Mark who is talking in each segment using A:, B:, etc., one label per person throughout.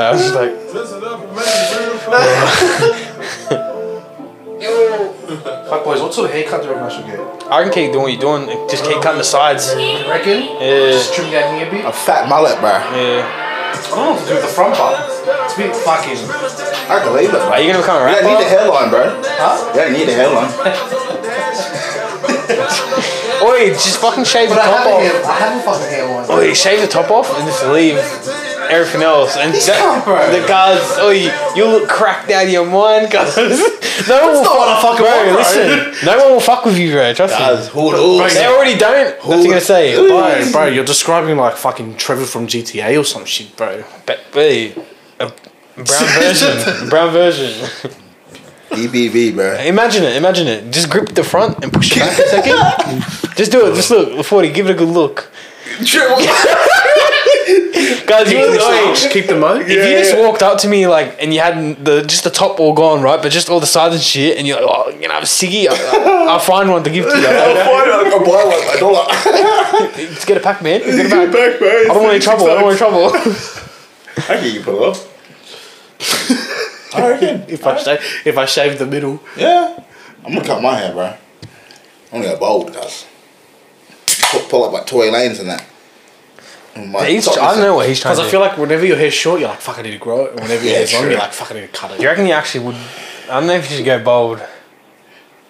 A: I was just like,
B: Fuck boys, what sort of haircut do you reckon I should get?
A: I can keep doing what you're doing. it Just keep cutting the sides.
B: You reckon?
A: Yeah,
B: Just trim that hair a bit.
C: A fat mullet, bro.
A: yeah.
B: I don't know what to do with the front part. It's a bit fucking.
C: I can leave it, bro.
A: Are you gonna become a
C: You
A: rapper?
C: don't need the hairline, bro.
B: Huh?
C: You don't need the hairline.
A: Oi, just fucking shave the
B: But I
A: top
B: have a
A: off.
B: hair. I have a fucking hairline.
A: Oi, shave the top off and just leave everything else. And
B: can't, bro.
A: the guys, oi, you look cracked out of your mind, guys. No one will
B: not what I
A: fuck,
B: fucking
A: bro,
B: want, bro.
A: Listen, no one will fuck with you, bro. Trust me.
C: Hold
A: They already don't. That's you gonna say.
B: Bro, bro, you're describing like fucking Trevor from GTA or some shit, bro.
A: But, hey, a brown version, brown version.
C: DBV, bro.
A: Imagine it, imagine it. Just grip the front and push it back a second. just do it. Just look, forty. Give it a good look, guys. You, oi,
B: Just keep them out.
A: if you just walked up to me like and you had the just the top all gone right, but just all the sides and shit, and you're like, oh, you know, I'm siggy. I, I, I'll find one to give to you. Like,
C: I'll buy one, a dollar.
A: Let's get a pack, man. Let's get a pack.
C: back, bro.
A: I don't want any trouble. I don't want any trouble.
C: I think you can pull it off.
B: I reckon. If I shave, if I shave the middle,
C: Yeah. I'm gonna cut my hair, bro. I'm gonna go bold, guys. Pull, pull up like Tory Lanes and that. And my
A: He's,
C: top
A: I don't
C: is-
A: know what he's trying
B: because
A: to
B: I
A: do.
B: feel like whenever your hair's short, you're like fuck, I need to grow it. And whenever your
C: Yeah,
B: hair's long,
C: true.
B: you're like fuck, I need to cut it.
A: Do you reckon he actually would? I don't know if you should go bold.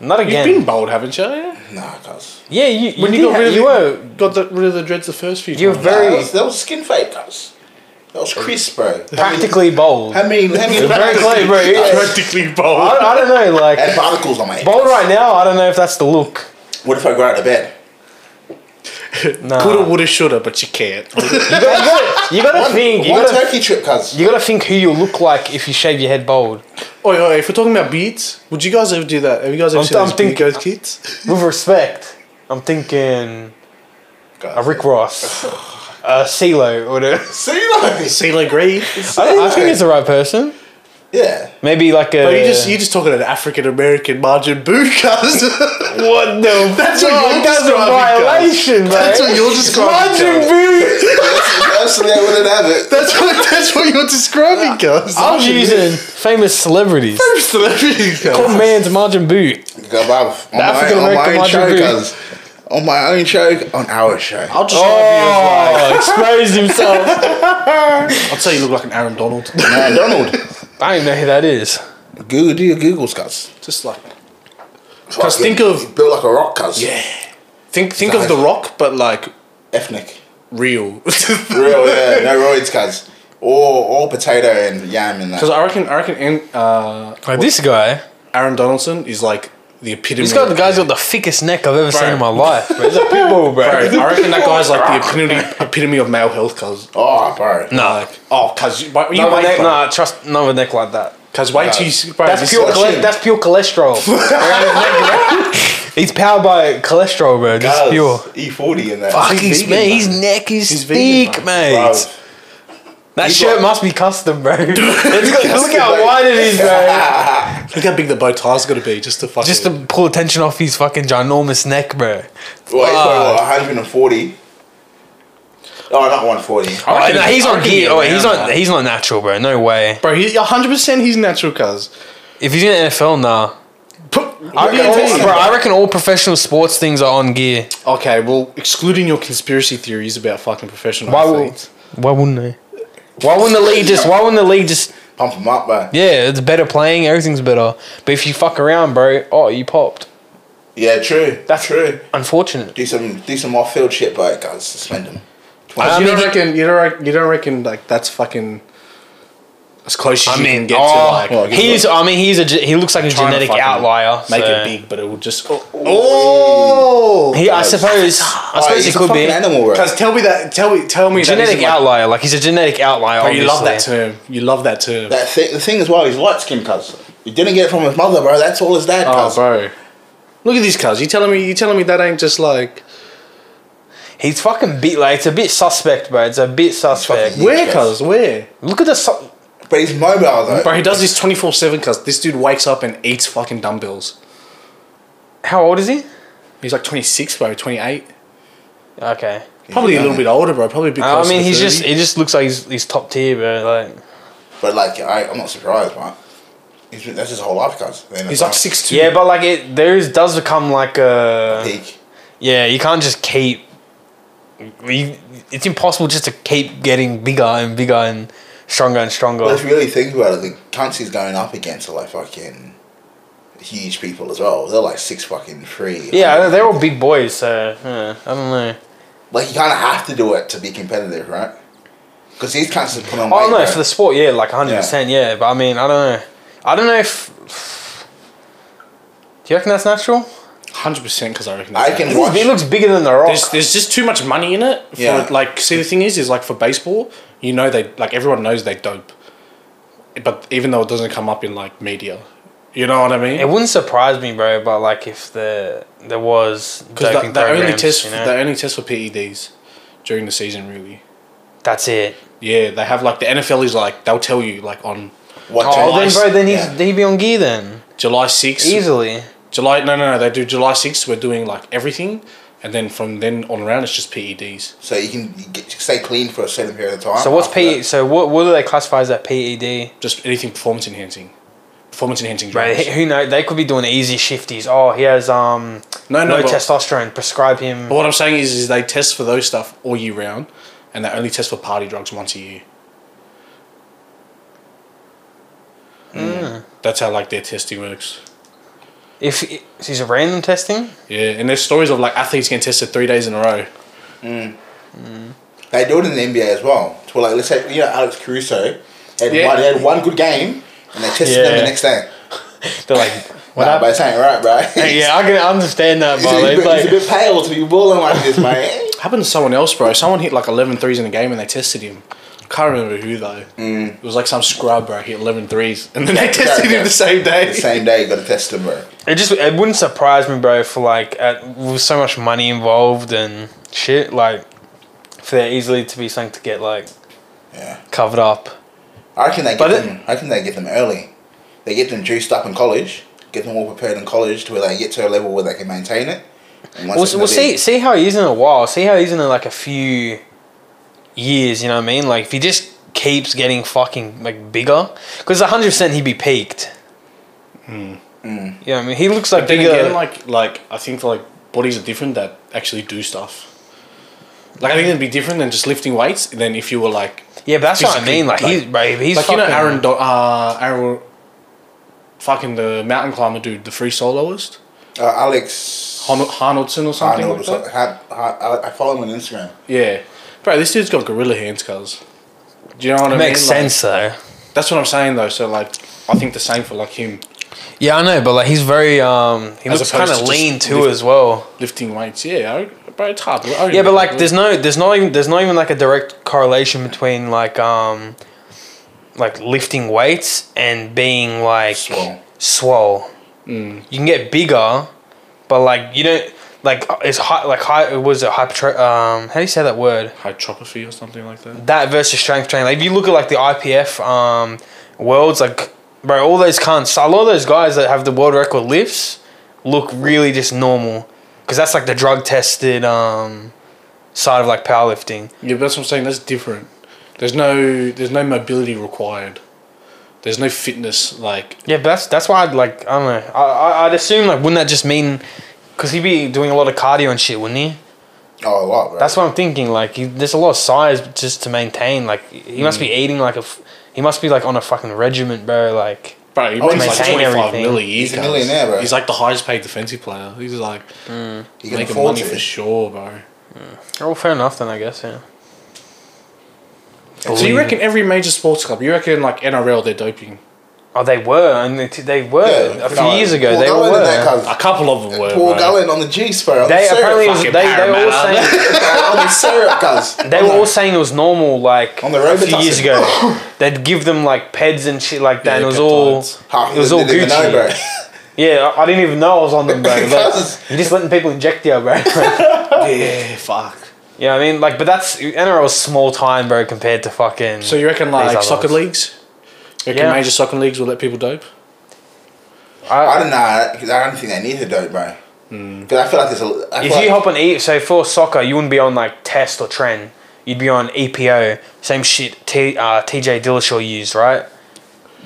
A: Not
B: You've
A: again.
B: been bold, haven't you?
C: Nah, cuz.
A: yeah, you.
B: When
A: you, did
B: you got
A: ha-
B: rid of
A: you
B: the-
A: were.
B: Got the, rid of the dreads the first few.
A: You were
B: times.
C: Nah, that,
A: very
C: was, that was skin fade, cuz. That was crisp, bro.
A: practically bold.
C: How many, how many
A: You're very clean, bro.
C: I
B: practically
A: I,
B: bold.
A: I don't know, like
C: had particles on my head.
A: bold right now. I don't know if that's the look.
C: What if I grow out of bed?
A: Nah.
B: Coulda, woulda, shoulda, but you can't.
A: You gotta, you gotta think. You
C: One
A: gotta,
C: turkey trip, cuz.
A: you gotta think who you look like if you shave your head bald.
B: Oi, oi, if we're talking about beats, would you guys ever do that? Have you guys ever
A: I'm-
B: seen
A: I'm
B: those beat
A: thinking-
B: goat kids?
A: With respect, I'm thinking a Rick Ross, a CeeLo, or whatever.
C: See, like.
B: CeeLo Green.
A: I, I think it's the right person.
C: Yeah.
A: Maybe like a.
B: But Oh, you just you just talking an African American margin boot, cuz.
A: what the? That's
B: what
A: a
B: you're
A: that's a
B: describing, guys.
A: violation, man.
B: That's what you're describing,
A: Imagine
B: guys.
A: being-
C: Personally, I wouldn't have it.
B: That's what that's what you're describing, cuz.
A: I was using famous celebrities.
B: celebrity,
A: Poor
B: cuz.
A: man's margin boot.
C: Go, bruv. On my,
A: African
C: on my
A: American
C: own show,
A: Madrid.
C: cuz. On my own show, on our show.
B: I'll just
A: Oh, exposed himself. Oh.
B: I'd say you look like an Aaron Donald.
C: Man, Donald.
A: I don't even know who that is.
C: Google, do your Googles, cuz.
B: just like Cuz think of
C: Built like a rock, cuz.
B: yeah. Think think of The Rock, but like
C: Ethnic.
B: real. Because
C: Real, yeah. No roids, cuz. All, all potato and yam and that.
B: I reckon I reckon in, uh,
A: Like this guy.
B: Aaron Donaldson is like the epitome.
A: He's got
B: of-
A: the guy's got the thickest neck I've ever seen in my
B: Bro.
A: life. Bro. He's a pit bull, bro.
B: Bro, I reckon that guy's like the epitome, epitome of male health, cuz.
C: Oh, bro.
A: Nah,
B: Like, oh, cuz you, you
A: no,
B: wait,
A: neck,
B: bro.
A: nah, trust no neck like that.
B: Cuz wait till you see, bro,
A: That's
B: this-
A: pure.
C: is
A: Chole-
C: chin.
A: that's pure cholesterol. Around his neck, bro. He's powered by cholesterol, bro. Just
C: Cuz, E
A: pure.
C: E40 and that.
A: Fuck,
B: he's
A: he's,
B: vegan,
A: man,
B: bro.
A: his neck is
B: He's
A: thick,
B: vegan, bro.
A: mate.
C: Bruv.
A: That
C: He's
A: shirt
C: got-
A: must be custom, bro. It's got- look
C: Custom,
A: how
C: bro.
A: wide it is, bro.
B: Look how big the bow tie's got to be just to fucking.
A: Just to pull attention off his fucking ginormous neck, bro.
C: Well, he's probably what, 140. Oh, not 140.
A: Oh,
B: reckon
A: no,
B: he-
A: he's
B: I
A: on
B: reckon
A: gear.
B: he
A: Oh, he's
B: around
A: not.
B: that.
A: He's not natural, bro. No way.
B: bro, he 100 percent he's natural, cuz.
A: If he's in the NFL, nah.
B: I
C: reckon
B: guarantee
C: all-
B: you.
A: Bro, I reckon all professional sports things are on gear.
B: Okay, well, excluding your conspiracy theories about fucking professional
A: Why would?
B: athletes.
A: Why wouldn't they? Why wouldn't the league just? Why wouldn't the league just?
C: Pump him up, bro.
A: Yeah, it's better playing. Everything's better. But if you fuck around, bro, oh, you popped.
C: Yeah, true.
A: That's
C: true.
A: Unfortunate.
C: Do some do some off field shit, but guys, suspend him.
A: I
B: you
A: mean,
B: don't
A: he-
B: reckon you don't reckon, you don't reckon like that's fucking as close as
A: I
B: you
A: mean,
B: can get
A: oh,
B: to like
A: he's. I mean, he's a. ge- He looks like a
B: trying to
A: genetic
B: fucking
A: outlier.
B: Make
A: so-
B: it big, but it will just oh. oh.
A: He, I suppose. I
C: Oh,
A: suppose
C: he's
A: it
C: a
A: could
C: fucking
A: be
C: animal, bro.
B: Cuz tell me that tell me tell me that
A: genetic
B: isn't, like-
A: outlier. Like he's a genetic outlier.
B: Bro, you love that
A: obviously.
B: term. You love that term.
C: That thing, the thing as well, he's light skinned, cuz. He didn't get it from his mother, bro. That's all his dad,
B: oh,
C: cuz.
B: bro. Look at these cars. You telling me you telling me that ain't just like
A: He's fucking beat. Like it's a bit suspect, bro. It's a bit suspect.
C: fucking- Yeah,
B: where
C: yes.
B: cuz where?
A: Look at the. Su-
C: But he's mobile, though.
B: Bro, he does this 24/7 cuz this dude wakes up and eats fucking dumbbells.
A: How old is he?
B: He's like 26, bro, 28.
A: Okay.
B: Probably a
C: done
B: little bit older, bro. Probably a bit
A: I
B: closer
A: mean,
B: to
A: he's
B: 30.
A: just. He just looks like he's, he's top tier, bro. Like
C: But like, I, I'm not surprised, man. He's been, that's his whole life, guys. Then
B: He's
C: it's
B: like six two.
A: Yeah, but like it, theirs does become like a.
C: peak.
A: Yeah, you can't just keep. You, it's impossible just to keep getting bigger and bigger and stronger and stronger.
C: But if you really think about it, the cunts he's going up against are like fucking huge people as well. They're like six fucking three.
A: yeah, they're all big boys, so yeah, I don't know.
C: Like you kind of have to do it to be competitive, right? Because these cunts have put on weight.
A: Oh no,
C: right?
A: for the sport, yeah, like hundred percent, yeah. But I mean, I don't know. I don't know if. Do you reckon that's natural?
B: Hundred percent, because I reckon.
C: I
B: that's
C: can
B: how-
C: watch.
A: He looks bigger than the Rock.
B: There's, there's just too much money in it. For,
C: Yeah.
B: Like, see, the thing is, is like for baseball, you know, they like everyone knows they dope, but even though it doesn't come up in like media, you know what I mean?
A: it wouldn't surprise me, bro. But like, if there there was
B: Because
A: doping
B: the, the only
A: programs,
B: test,
A: you know?
B: the only test for PEDs during the season, really.
A: that's it.
B: Yeah, they have like the NFL is like they'll tell you like on
C: What
A: Oh,
B: July
A: then,
B: s-
A: bro, then he's
C: yeah.
A: he'd be on gear then
B: July sixth,
A: easily.
B: July no no no they do July sixth. We're doing like everything, and then from then on around it's just E PEDs.
C: So you can you get, stay clean for a certain period of time.
A: So what's
C: after
A: P? E
C: that.
A: So what? What do they classify as that E PED?
B: Just anything performance enhancing, performance enhancing
A: Bro,
B: drugs.
A: he- who know? They could be doing easy shifties. Oh, he has um
B: No, no,
A: no
B: but-
A: testosterone. Prescribe him.
B: But what I'm saying is, is they test for those stuff all year round, and they only test for party drugs once a year. That's how like their testing works.
A: If is he's a random testing,
B: Yeah, and there's stories of like athletes getting tested three days in a row.
C: They do it in the NBA as well. To like, let's say you know Alex Caruso had,
B: Yeah.
C: one, he had one good game, and they tested him
A: Yeah.
C: the next day.
A: they're like, what
C: nah,
A: happened?
C: but it's ain't right, bro.
A: yeah, I can understand that,
C: he's,
A: bro.
C: a, bit-
A: It's
C: he's a
A: like,
C: bit pale to be balling like this, man.
B: Happened to someone else, bro. Someone hit like 11 threes in a game and they tested him. Can't remember who though. Mm. It was like some scrub, bro. Hit 11 threes and then they tested him the same day.
C: The same day, you got to test him, bro.
A: it just it wouldn't surprise me, bro. For like, at, with so much money involved and shit, like, for there easily to be something to get like
C: Yeah,
A: covered up.
C: I reckon they get
A: But it-
C: them. I reckon they get them early. They get them juiced up in college. Get them all prepared in college to where they get to a level where they can maintain it. And once
A: We'll,
C: it's in
A: we'll
C: the
A: see
C: league-
A: see how he is in a while. See how he's in like a few years. You know what I mean? Like if he just keeps getting fucking like bigger, because hundred percent he'd be peaked. Mm. You know what I mean? He looks like
B: Hmm. But then
A: bigger.
B: again, like like I think like bodies are different that actually do stuff. Like I think it'd be different than just lifting weights. Than if you were like
A: yeah, but that's what I
B: physically,
A: mean. Like,
B: like-
A: he's bro, he's
B: like
A: fucking,
B: you know Aaron Do- uh Aaron fucking the mountain climber dude, the free soloist,
C: uh, Alex.
B: Hon- Harnoldson or something
C: Arnold
B: like
C: was
B: that.
C: like, had, had, I I follow him on Instagram.
B: Yeah, bro, this dude's got gorilla hands, cuz. Do you know what I mean?
A: makes
B: Like,
A: sense though.
B: that's what I'm saying though. So like, I think the same for like him
A: Yeah, I know, but like he's very um he
B: As
A: looks
B: opposed
A: kind
B: to
A: of
B: just
A: lean too
B: lift-
A: as well.
B: lifting weights. Yeah, I, bro, it's hard. I
A: Yeah, but
B: remember.
A: like there's no there's not even there's not even like a direct correlation between like um like lifting weights and being like
C: Swole.
A: swole. You can get bigger, but like you don't like it's high like high was it hypertro um how do you say that word?
B: hypertrophy or something like that.
A: That versus strength training. Like if you look at like the IPF um worlds like bro, all those cunts a lot of those guys that have the world record lifts look really just normal. Cause that's like the drug tested um side of like powerlifting.
B: Yeah, but that's what I'm saying. That's different. There's no there's no mobility required. There's no fitness like
A: Yeah, but that's that's why I'd like I don't know. I, I I'd assume like wouldn't that just mean because he'd be doing a lot of cardio and shit, wouldn't he?
C: Oh, a lot, bro.
A: That's what I'm thinking. Like he, there's a lot of size just to maintain. Like he must be eating like a f- he must be like on a fucking regiment, bro. Like
B: bro. He
C: Oh,
B: wins
C: he's
B: like
A: saying
B: 25
A: everything.
B: mil a year.
C: He's a
B: cuz.
C: millionaire, bro.
B: He's like the highest paid defensive player. He's like
C: you can
B: making
C: afford
B: money
C: to.
B: for sure, bro.
A: oh, fair enough then I guess yeah. Oh,
B: So you reckon every major sports club? You reckon like NRL they're doping?
A: Oh, they were and they, they were
C: Yeah,
A: a few
C: no,
A: years ago.
C: Paul
A: They
C: Gallen and that
A: were.
C: guy's-
B: A couple of them were.
C: Paul
B: bro.
C: Gallen on the juice, bro. On
A: They
C: the syrup.
A: apparently was, they
B: fucking
A: they were all
B: Parramatta.
A: saying.
C: on the syrup, cuz.
A: They were all saying it was normal, like
C: On the
A: a few
C: Robitussin.
A: years ago. They'd give them like peds and shit like that,
B: Yeah,
A: and it was all
B: peptides.
C: Half of
A: it was
C: them
A: all
C: didn't even
A: Gucci.
C: know, bro.
A: Yeah, I, I didn't even know I was on them, bro.
C: Because-
A: Like, you're just letting people inject you, bro.
B: Yeah, fuck.
A: yeah, I mean, like, but that's NRL's small time, bro, compared to fucking.
B: So you reckon like
A: others.
B: soccer leagues? You reckon
A: Yeah.
B: major soccer leagues will let people dope?
C: I
A: I,
C: don't know. I don't think they need to dope, bro. Because I feel like there's a. I feel
A: Hmm. if you
C: like-
A: hop on E, so for soccer, you wouldn't be on like test or trend. you'd be on EPO, same shit T, uh, TJ Dillashaw used, right?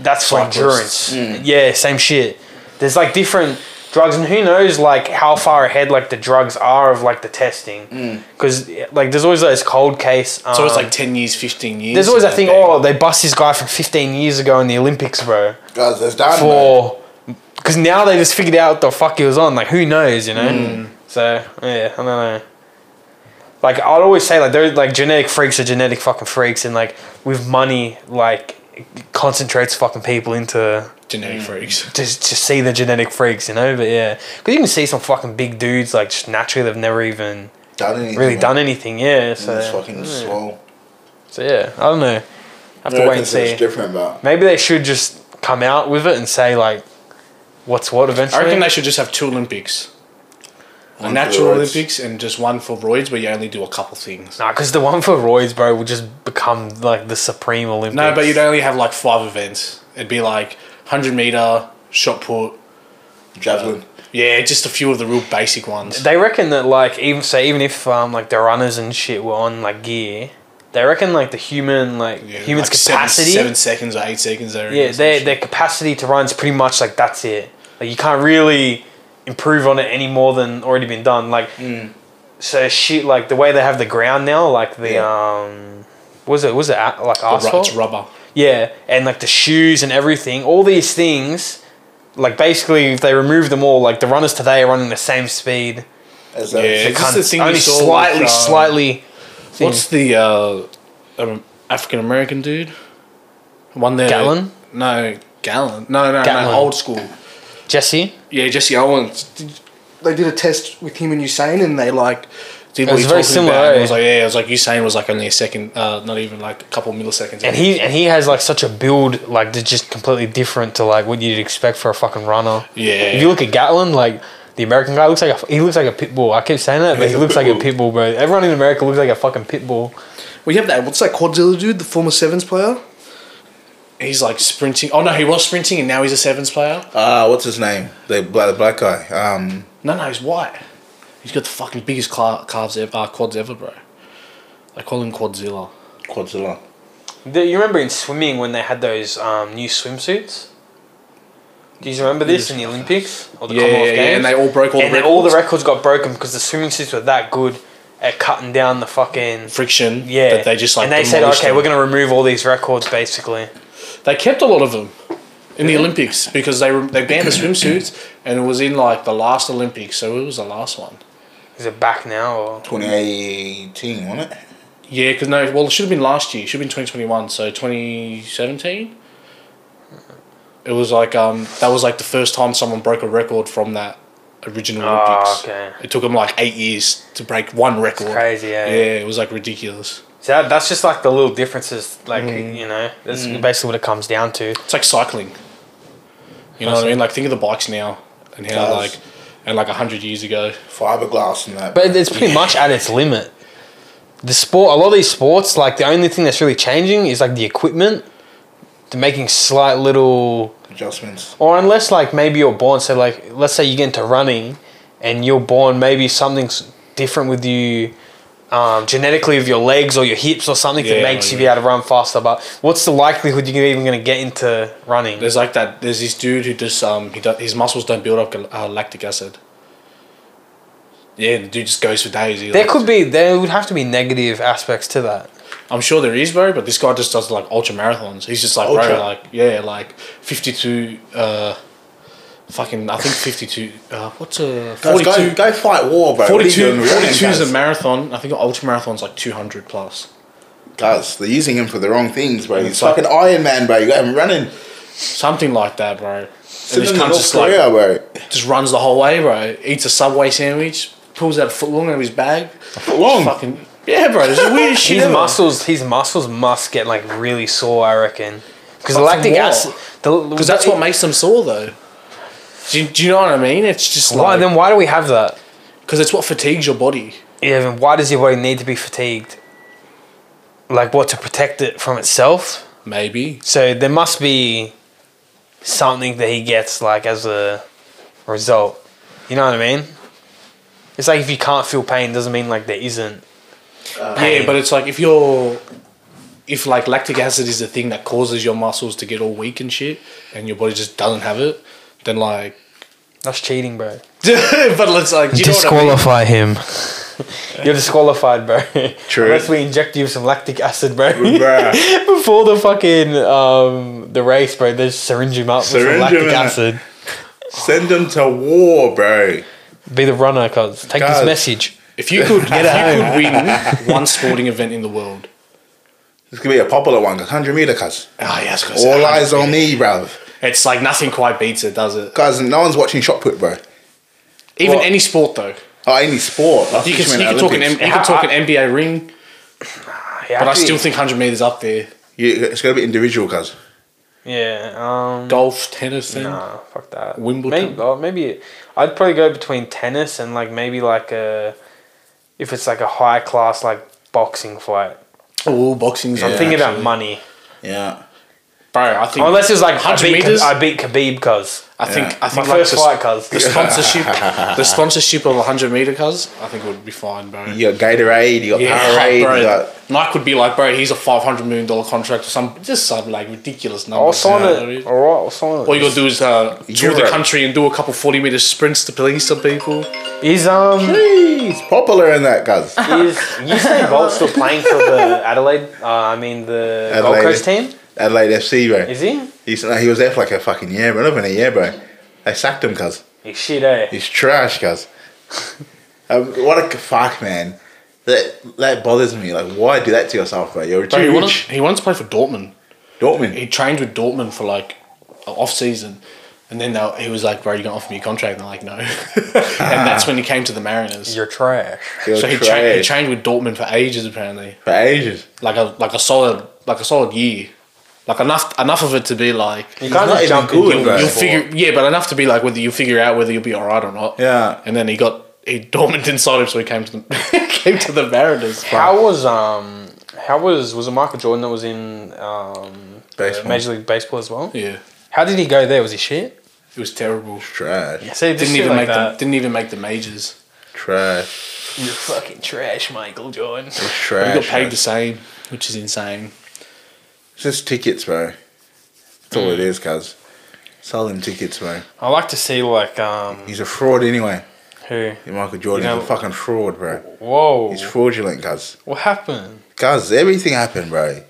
A: That's for
B: Cyclists.
A: endurance.
B: Mm.
A: Yeah, same shit. There's like different drugs, and who knows like how far ahead like the drugs are of like the testing, because like there's always those cold case. Um,
B: Mm. So it's like 10 years, 15 years.
A: there's always
B: and
A: that thing.
B: then
A: Oh, they bust this guy from 15 years ago in the Olympics, bro
C: Guys, that's done.
A: for because now they just figured out what the fuck he was on. Like who knows, you know? So yeah, I don't know. Like I'd always say, like they're like genetic freaks are genetic fucking freaks, and like with money, like it concentrates fucking people into
B: Genetic
A: Mm.
B: freaks.
A: to to see the genetic freaks, you know. But yeah, because you can see some fucking big dudes like just naturally they've never even
C: done anything,
A: really
C: man.
A: done anything. Yeah, so
C: It's Mm. fucking swole.
A: so yeah, I don't know. I have to wait and
C: Americans say
A: see.
C: it's different, but
A: Maybe they should just come out with it and say like, what's what eventually.
B: I reckon they should just have two Olympics. A
C: One
B: natural
C: for roids.
B: Olympics and just one for roids where you only do a couple things.
A: Nah, because the one for Roy's, bro, will just become like the supreme Olympics.
B: No, but you'd only have like five events. It'd be like 100 meter, shot put.
C: javelin.
B: Yeah, just a few of the real basic ones.
A: They reckon that like even so, even if um like the runners and shit were on like gear, they reckon like the human like
B: Yeah,
A: human's
B: like seven-
A: capacity.
B: Seven, seconds or eight seconds. There
A: yeah, their their capacity to run is pretty much like that's it. Like you can't really improve on it any more than already been done. Like
B: Mm.
A: so shit like the way they have the ground now, like the um was it was it a- like asphalt?
B: It's rubber.
A: Yeah, and like the shoes and everything, all these things, like basically if they remove them all, like the runners today are running the same speed.
C: As that-
B: Yeah. Is this
A: Cunts.
B: the thing you
A: only
B: saw
A: slightly,
B: with, um,
A: slightly. thing.
B: What's the uh, um, African American dude? One there.
A: Gatlin?
B: No, Gallon. No, no,
A: Gatlin.
B: no. Old school.
A: Jesse?
B: Yeah, Jesse Owens. Did- They did a test with him and Usain, and they like. Did
A: It was
B: you
A: very
B: talking
A: similar,
B: about, and
A: eh?
B: I was like, yeah, I was like, Usain was like only a second, uh, not even like a couple milliseconds.
A: And he and he has like such a build like that's just completely different to like what you'd expect for a fucking runner.
B: Yeah.
A: If you look at Gatlin, like the American guy looks like a f- he looks like a pit bull. I keep saying that, but he
C: a
A: looks
C: pit
A: like a pit bull, bro. Everyone in America looks like a fucking pit bull.
B: We have that. What's that Quadzilla dude, the former sevens player? He's like sprinting. Oh no, he was sprinting, and now he's a sevens player.
C: Ah, what's his name? The black, the black guy. Um,
B: No, no, he's white. He's got the fucking biggest cla- calves ever, uh, quads ever, bro. They call him Quadzilla.
C: Quadzilla.
A: Do you remember in swimming when they had those um, new swimsuits? Do you remember this in the Olympics or the
B: Yeah,
A: Commonwealth
B: yeah,
A: Games?
B: yeah, and they all broke all the
A: And then all the
B: records.
A: records got broken because the swimming suits were that good at cutting down the fucking
B: Friction.
A: yeah.
B: That they just like.
A: and they said,
B: demolished
A: okay,
B: them.
A: we're gonna remove all these records basically.
B: They kept a lot of them in the Olympics because they were, they banned the swimsuits, and it was in like the last Olympics, so it was the last one.
A: Is it back now or
C: 2018, wasn't it?
B: Yeah, because no, well, it should have been last year. It should have been twenty twenty one. So twenty seventeen. It was like um, that was like the first time someone broke a record from that original
A: Oh,
B: Olympics.
A: okay.
B: It took them like eight years to break one record.
A: crazy? Yeah.
B: Yeah, it was like ridiculous.
A: So that, that's just like the little differences, like you know, that's basically what it comes down to.
B: It's like cycling. You know what I mean? Like think of the bikes now and how
C: Cars.
B: like and like hundred years ago.
C: Fiberglass and that.
A: But it's pretty much at its limit. The sport, a lot of these sports, like the only thing that's really changing is like the equipment. They're making slight little,
C: adjustments.
A: or unless like maybe you're born. So like, let's say you get into running, and you're born maybe something's different with you, um, genetically with your legs or your hips or something that
B: Yeah,
A: makes
B: I
A: you be
B: agree.
A: able to run faster. But what's the likelihood you're even going to get into running?
B: There's like that. There's this dude who just um he do, his muscles don't build up gal- uh, lactic acid. Yeah, the dude just goes for days. He,
A: there
B: like-
A: could be there would have to be negative aspects to that.
B: I'm sure there is, bro, but this guy just does like ultra marathons. He's just like,
C: Ultra?
B: bro, like, yeah, like 52, uh, fucking, I think 52, uh, what's a
C: Guys,
B: 42,
C: go, go fight war, bro. What are you
B: 42,
C: doing with
B: 42 is
C: running,
B: a marathon. I think ultra marathon's like 200 plus.
C: guys? Guys, they're using him for the wrong things, bro. He's
B: It's
C: fucking Iron Man, bro. You got him running.
B: Something like that, bro. And
C: Sitting
B: this
C: in
B: cunt
C: North
B: just like,
C: Korea, bro.
B: just runs the whole way, bro. Eats a Subway sandwich, pulls out a foot long out of his bag.
C: long?
B: Fucking, yeah, bro, it's the weirdest shit
A: His
B: ever.
A: muscles, his muscles must get like really sore. I reckon because
B: But
A: lactic
B: from what?
A: acid.
B: Because that's what makes them sore, though. Do you, do you know what I mean? It's just
A: Why
B: like,
A: then? Why do we have that?
B: because it's what fatigues your body.
A: Yeah, then why does your body need to be fatigued? Like what to protect it from itself?
B: Maybe.
A: So there must be something that he gets like as a result. You know what I mean? It's like if you can't feel pain, doesn't mean like there isn't.
B: yeah, but it's like if you're, if like lactic acid is the thing that causes your muscles to get all weak and shit, and your body just doesn't have it, then like,
A: That's cheating, bro.
B: but let's like, do you know what I mean?
A: Disqualify him. You're disqualified, bro.
C: True.
A: Unless we inject you with some lactic acid, bro.
C: Bruh.
A: Before the fucking um the race, bro, they just syringe him up with some
C: Syringe him
A: lactic
C: in.
A: acid.
C: Send them to war, bro.
A: Be the runner, cuz. Take
C: Cuz.
A: this message.
B: If you could, if you could win one sporting event in the world,
C: This could be a popular one, 100 meter, cuz.
B: ah, yes, guys,
C: All eyes on me, bro.
B: It's like nothing quite beats it, does it?
C: Cuz, no one's watching shot put, bro.
B: Even
A: Well-
B: any sport though,
C: Oh, any sport. I
B: you
C: think
B: can,
C: meant
B: you can talk an M-
C: Olympics.
B: you can talk an NBA ring, but I still
A: think
B: think hundred meters up there.
C: Yeah, it's going to be individual, cuz.
A: Yeah, um
B: Golf, tennis, thing.
A: Nah, fuck that.
B: Wimbledon?
A: Maybe, oh, maybe I'd probably go between tennis and like maybe like a if it's like a high class like boxing fight.
B: Oh, boxing's.
A: I'm
C: Yeah,
A: thinking
B: actually.
A: about money.
C: Yeah.
B: bro. I think
A: Unless it's like I
B: 100
A: beat,
B: meters?
A: Ka- I beat Khabib cuz.
B: I think
C: Yeah.
B: I
A: My
B: think like
A: first
B: the,
A: fight cuz.
B: the sponsorship, the sponsorship of hundred meter cars, I think would be fine, bro.
C: You got Gatorade, you got
B: Yeah,
C: Powerade,
B: bro.
C: you got.
B: Nike would be like, bro, he's a five hundred million dollar contract or some just some like ridiculous number.
A: I'll sign
B: you know what I
A: it.
B: mean?
A: Alright, I'll sign
B: All you
A: it.
B: gotta do is uh, tour the
C: Europe.
B: country and do a couple forty meter sprints to please some people.
A: Is um
C: He's popular in that, cuz.
A: is Usain Bolt still playing for the Adelaide? Uh, I mean the Gold
C: Adelaide.
A: Coast team.
C: Adelaide FC, bro.
A: Is he?
C: He's, no, he was there for like a fucking year, bro. Not even a year, bro. They sacked him, cuz.
A: He's shit, eh?
C: He's trash, guys. um, what a c- fuck, man. That that bothers me. Like, why do that to yourself, bro? You're a
B: Bro, he, wanted,
C: huge
B: he wanted to play for Dortmund.
C: Dortmund.
B: He trained with Dortmund for like off season, and then they, he was like, bro, you gonna offer me a contract? And they're like, no. and that's when he came to the Mariners.
A: You're trash.
C: You're
B: So he, tra- he
C: trash
B: trained with Dortmund for ages, apparently.
C: for ages.
B: Like a like a solid like a solid year, like enough enough of it to be like
A: You
C: not
A: can't just
C: even
A: jump
C: good,
A: in.
C: bro.
B: you'll
C: Right.
B: figure yeah, but enough to be like whether you figure out whether you'll be all right or not.
C: Yeah.
B: And then he got he Dortmund inside him, so he came to the came to the Mariners. bro.
A: How was um? How was was it Michael Jordan that was in um
C: Baseball.
A: uh, Major League Baseball as well?
B: Yeah,
A: How did he go there? Was he shit?
B: it was terrible.
C: Trash.
A: See, just
B: Didn't
A: shit
B: even
A: like
B: make the
A: that.
B: didn't even make the majors.
C: Trash.
A: You're fucking trash, Michael Jordan.
B: He
C: Trash.
B: got paid
C: bro.
B: the same, which is insane.
C: It's just tickets, bro. That's all it
B: Mm.
C: is, cuz. Selling tickets, bro.
A: I like to see like um
C: He's a fraud anyway.
A: who?
C: Michael Jordan
A: You know-
C: is a fucking fraud, bro.
B: Oh.
A: Whoa!
C: He's fraudulent, cuz.
A: What happened?
C: Cuz, everything happened, bro.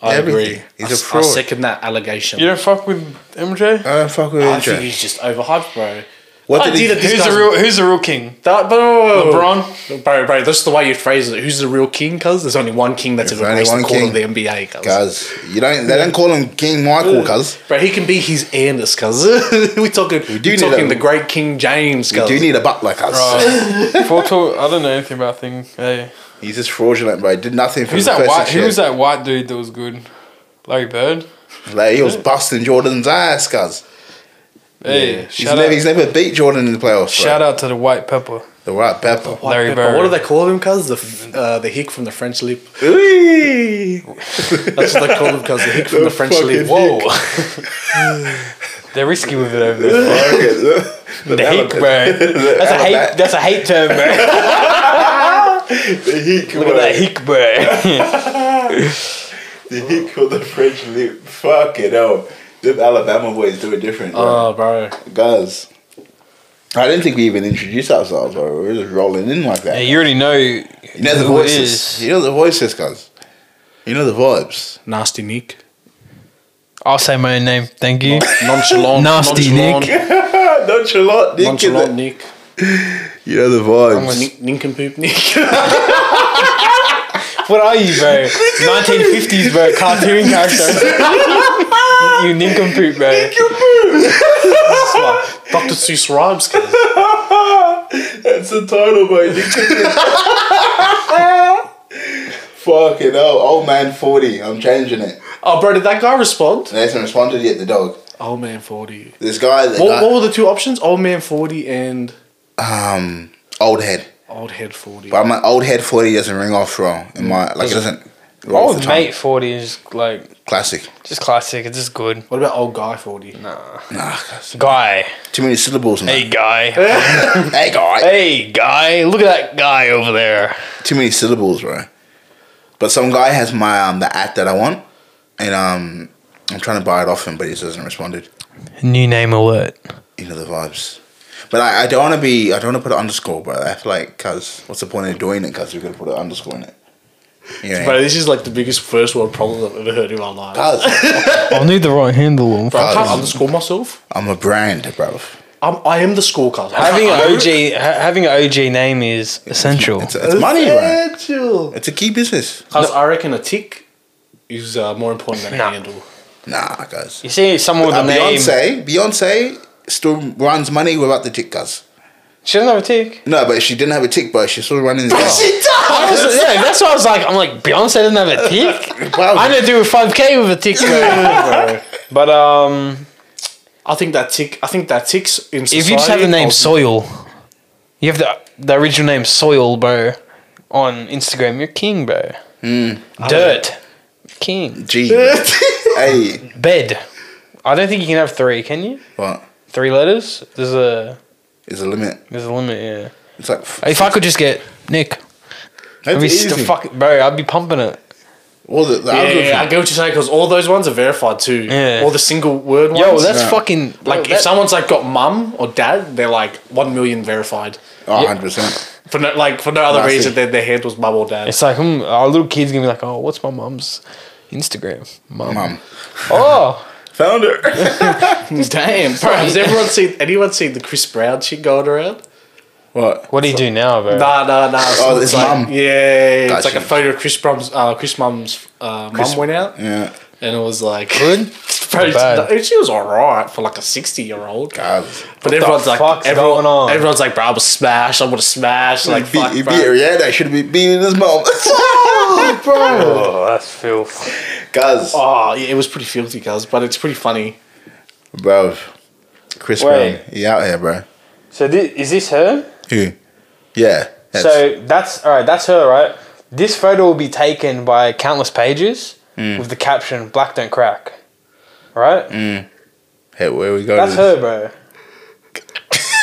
B: I
C: Everything.
B: agree.
C: He's
B: I
C: a
B: s- I
C: fraud.
B: second that allegation.
A: You don't fuck with MJ.
C: I don't fuck with
B: I
C: him,
B: think
C: Jack.
B: he's just overhyped, bro.
C: What
B: I
C: did he
B: did it-
C: do?
B: this
A: Who's the
B: guy's-
A: real? Who's the real king?
B: That, but
A: Oh.
B: whoa, whoa, whoa.
A: LeBron.
B: Bro, bro, that's the way you phrase it. Who's the real king? Cause there's only one king that's
C: There's
B: ever
C: only
B: graced the
C: one
B: court of the
C: king.
B: NBA. Cause.
C: Cuz, you don't, they don't call him King Michael, cuz.
B: Bro, he can be his Anders, cuz. we talking, we
C: do need
B: talking
C: a-
B: the great King James,
C: You
B: cuz.
C: do need a butt like us.
A: Right. Full talk- I don't know anything about thing. Hey,
C: He's just fraudulent, bro. He did nothing for
A: who's
C: the
A: that
C: first
A: white?
C: shit.
A: Who was that white dude that was good? Larry Bird.
C: Like, he was busting Jordan's ass, cuz.
A: Hey,
C: He's,
A: shout
C: never,
A: out,
C: he's never beat Jordan in the playoffs, bro.
A: shout out to the white pepper.
C: The right pepper.
B: White
A: Larry
B: pepper. What do
A: Bird.
B: they call him, cuz? The, f- uh, the hick from the French lip.
C: Whee!
B: That's what they call him, cuz. The hick from the French lip.
C: fucking
B: Whoa.
A: They're risky with it over there.
C: the
A: The heat, bro. That's a hate. That's a hate term, bro.
C: The hick,
A: Look at that hick, bro.
C: The hick with the French lip. Fucking hell. Them Alabama boys do it different,
A: Uh.
C: bro.
B: Oh, bro.
C: Guys. I didn't think we even introduced ourselves, bro. We We're just rolling in like that.
A: Hey, you already know. You
C: You know the voices. You know the voices, guys. You know the vibes.
B: Nasty Nick.
A: I'll say my own name. Thank you.
B: Nonchalant.
A: Nasty
B: nonchalant,
C: Nonchalant, Nick.
B: Nonchalant Nick.
C: You know the
A: gonna-
C: vibes.
B: Nick Nincompoop Nick.
A: What are you, bro? 1950s, bro. Cartoon character. you nincompoop, bro.
B: Dr. Seuss rhymes, cuz.
C: That's the title, bro. Nick Fucking hell, old man 40. I'm changing it.
B: Oh, bro, did that guy respond?
C: And they haven't responded yet, the dog.
B: Old man 40.
C: This guy, the
B: What, what were the two options? Old man 40 and
C: guy um, old head.
B: old head 40.
C: But my old head 40 doesn't ring off wrong. In my, like, it doesn't. roll off
A: Old
C: the tongue.
A: Oh, mate 40 is like
C: Classic.
A: just classic. It's just good.
B: What about old guy 40?
C: Nah,
A: Guy.
C: too many syllables. in
A: Hey,
C: that.
A: guy.
C: hey guy.
A: Hey, guy. Look at that guy over there.
C: Too many syllables, bro. But some guy has my um the ad that I want, and um I'm trying to buy it off him, but he just hasn't responded.
A: New name alert.
C: You know the vibes. But I, I don't want to be I don't want to put an underscore, bro. I feel like cause what's the point of doing it? Cause we're gonna put an underscore in it. You know,
B: Bro, this is like the biggest first world problem I've ever heard in my life.
C: Cuz
A: I need the right handle on.
B: Bro, I can't
C: Cuz.
B: underscore myself.
C: I'm a brand, bro.
B: I'm, I am the score card.
A: Having an OG, ha- having an OG name is essential.
C: It's, it's money, bro.
B: Essential.
C: It's a key business.
B: Cuz I reckon a tick is uh, more important than a
A: Nah.
B: handle.
C: Nah, guys.
A: You see someone with a
C: Uh,
A: name.
C: Beyonce, Beyonce still runs money without the tick, cuz.
A: She doesn't have a tick.
C: No, but she didn't have a tick, but she's still running the
A: She
C: tick.
A: I was, yeah, that's why I was like, I'm like Beyonce doesn't have a tick.
C: Wow.
A: I'm gonna do a 5k with a tick. bro. but um,
B: I think that tick. I think that ticks in society.
A: if you just have the name
B: of-
A: Soil, you have the the original name Soil, bro, on Instagram, you're king, bro. Dirt, king.
C: G. bro. hey,
A: Bed. I don't think you can have three. Can you?
C: what?
A: Three letters? There's a
C: It's a limit.
A: there's a limit. Yeah.
C: It's like
A: If I could just get Nick, I'd
C: that's
A: be st-
C: easy.
A: fuck, bro, I'd be pumping it.
C: Well, the,
B: Yeah,
C: the
B: yeah,
C: algorithm-
B: yeah, I get what you're saying because all those ones are verified too.
A: Yeah.
B: All the single word ones.
A: Yo, that's
C: Yeah.
A: fucking
B: like
A: like
B: if someone's like got mum or dad, they're like one million verified
C: Oh, 100%.
B: for no like for no other
C: Nah, I see.
B: reason than their handle's mum or dad.
A: It's like hmm, our little kids gonna be like, oh, what's my mum's Instagram? Mum.
C: Mum.
A: Oh,
C: Found her.
B: Damn, bro, has everyone seen anyone seen the Chris Brown shit going around?
C: what?
A: what do you do now, bro?
B: Nah, nah, nah.
C: Oh, it's
B: like,
C: mum.
B: Yeah, yeah, yeah. it's
C: Gotcha.
B: like a photo of Chris Brum's, uh, Chris mum's uh, mum went out,
C: Yeah.
B: and it was like
A: Good.
B: Bro,
A: Not bad.
B: it's- she was alright for like a sixty year old.
C: Guys.
B: But everyone's like,
A: fuck's
B: everyone,
A: going on?
B: everyone's like, bro, I was smashed. I would have smashed. Like,
C: he beat,
B: fuck,
C: he
B: bro.
C: beat Rihanna. Should be beating his mom.
A: Oh, that's filth.
C: Guys.
B: Oh, yeah, it was pretty filthy, guys, but it's pretty funny.
C: Bro. Chris
A: Wait.
C: Brown. He out here, bro.
A: So thi- is this her?
C: Who? Yeah. that's-
A: So that's all right. That's her, right? This photo will be taken by countless pages with the caption "Black don't crack." Right?
C: Hey, where we go?
A: That's her, bro.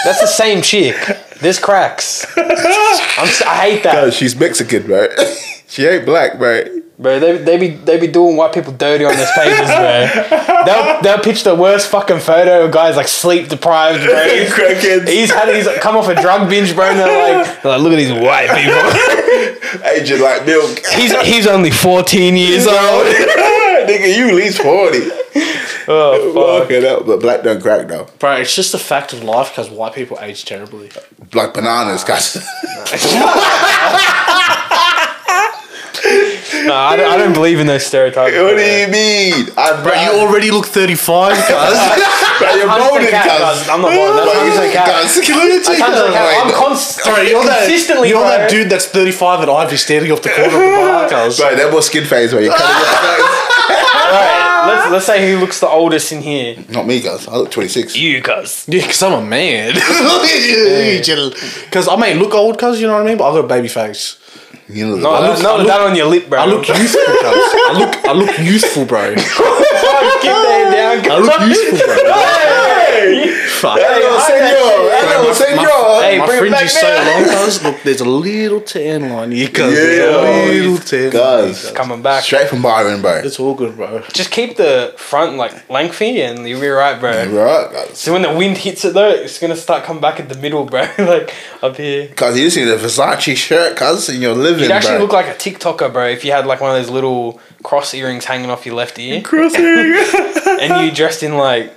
A: That's the same chick. This cracks. I'm si hate that,
C: Guys, she's Mexican, bro. she ain't black, bro.
A: bro. They, they be they be doing white people dirty on those pages, bro. They'll they'll pitch the worst fucking photo of guys like sleep deprived, bro.
C: Crackheads.
A: He's had he's like, come off a drug binge, bro. And they're like, they're like, look at these white people.
C: Agent like milk.
A: He's he's only 14 years old.
C: Nigga, you at least 40.
A: Oh
C: Fuck it up. But black don't crack, though.
B: Bro, it's just a fact of life because white people age terribly.
C: Black bananas, guys.
A: fuck. No, I don't, I don't believe in those stereotypes.
C: what do you mean? I'm
B: Bro, you already look 35, cuz.
C: Bro, you're
A: I'm just a
C: molded,
A: cat,
C: cuz.
A: cuz. I'm not buying that.
C: Bro,
A: I'm
C: you
A: just a cat.
C: cuz. Look at you.
A: I'm, like, I'm
C: Wait,
A: const-
B: Bro, you're that,
A: consistently,
B: you're
A: bro.
B: that dude that's 35 and Ivy standing off the corner of the bar, cuz.
C: Bro, that was skin phase where you're cutting your
A: Alright, let's, let's say who looks the oldest in here.
C: face. Not me, cuz. I look 26.
A: You, cuz.
B: Yeah, because I'm a man. Because I may look old, cuz, you know what I mean? But I've got a baby face.
C: You know,
A: No,
C: I
A: no,
B: look-
A: no,
B: I look-
A: that on your lip, bro.
B: I look youthful, cuz. I look, I look youthful, bro.
A: Fuck, keep that down,
B: I
A: cuz.
B: look youthful, bro. Fuck.
C: Hello, senor. Hello, senor.
A: Hey,
B: my
A: bring it
B: fringe
A: back
B: is so
A: down.
B: long, cuz. Look, there's a little tan line here, cuz.
C: Yeah.
B: There's a little tan line here,
C: Cuz.
B: cuz.
A: Coming back.
C: Straight from Byron, bro.
B: It's all good, bro.
A: Just keep the front like lengthy and you'll be right, bro.
C: Right, guys.
A: So when the wind hits it though, it's gonna start coming back at the middle, bro. like up here.
C: Cuz you just need a Versace shirt, cuz, and you're living,
A: You'd actually
C: bro.
A: look like a TikToker, bro, if you had like one of those little cross earrings hanging off your left ear and you dressed in like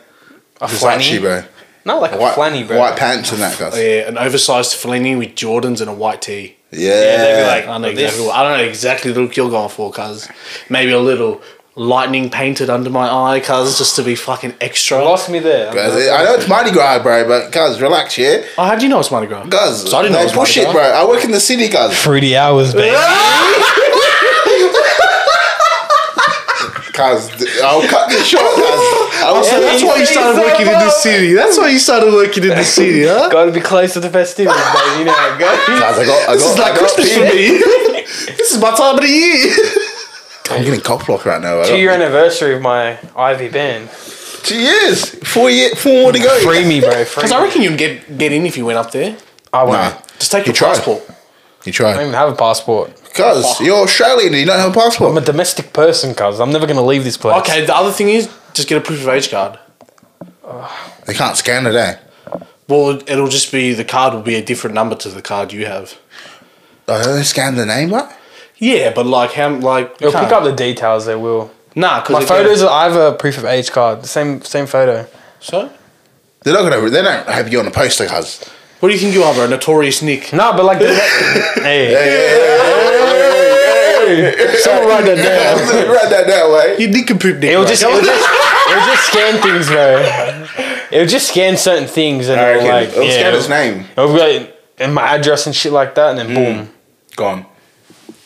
A: a
C: Versace,
A: flanny.
C: bro.
A: Not like a
C: White,
A: flanny, bro. Oh,
C: white pants and that, cuz.
B: Yeah, an oversized Fellini with Jordans and a white tee.
A: they'd be
C: Yeah.
A: like-
B: I know
A: But this-
B: exactly. What, I don't know exactly the look you're going for, cuz. Maybe a little lightning painted under my eye, cuz, just to be fucking extra. Oh,
A: Lost me there.
C: Cuz, I know it's Mardi Gras, bro, but cuz, relax, yeah?
B: Oh, how do you know it's Mardi Gras?
C: Cuz,
B: So I didn't know it
C: they
B: was
C: push
B: Mardi
C: it,
B: Gras.
C: bro. I work in the city, cuz.
A: Fruity hours, baby.
C: Cuz, I'll cut this short, cuz. I was
B: So that's why you started working in this city. That's why you started working in the city, huh?
A: Gotta be close to the festivities, baby. You know how it goes.
C: Guys, I got, I got,
B: This is
C: I
B: like
C: got
B: Christmas for
C: people-
B: me. this is my time of the year.
C: I'm getting cock block right now. I
A: Two
C: got-
A: year anniversary of my Ivy band.
C: Two years. Four year, four more to go.
A: Free me, bro. Free
B: Because I
A: me.
B: reckon you'd get, get in if you went up there.
A: I won't.
C: Nah.
B: Just take
C: You
B: your
C: try.
B: passport.
A: I
C: You
A: don't
C: tried.
A: even have a passport.
C: Because you're Australian and you don't have a
A: I'm a
C: passport.
A: domestic person, cuz. I'm never going to leave this place.
B: Okay, the other thing is just get a proof of age card.
C: They can't scan it, eh?
B: Well, it'll just be the card will be a different number to the card you have.
C: Oh, don't they scan the name, right?
B: Yeah, but like how like
A: You'll
B: can't.
A: pick up the details, they will.
B: nah because
A: My photos, I have a proof of age card. The same same photo.
B: So
C: They're not gonna. They don't have you on a poster, cuz.
B: what do you think you are, bro? Notorious Nick.
A: No, but like, the hey, someone write that down.
C: Write that down, way.
B: You Nick and poop Nick.
A: It'll
B: bro.
A: just, it'll just, it'll just scan things, bro. It'll just scan certain things, and
C: I
A: it'll
C: reckon
A: like,
C: it'll
A: yeah,
C: scan his name. Hmm.
A: It'll be like, and my address and shit like that, and then boom.
C: Gone.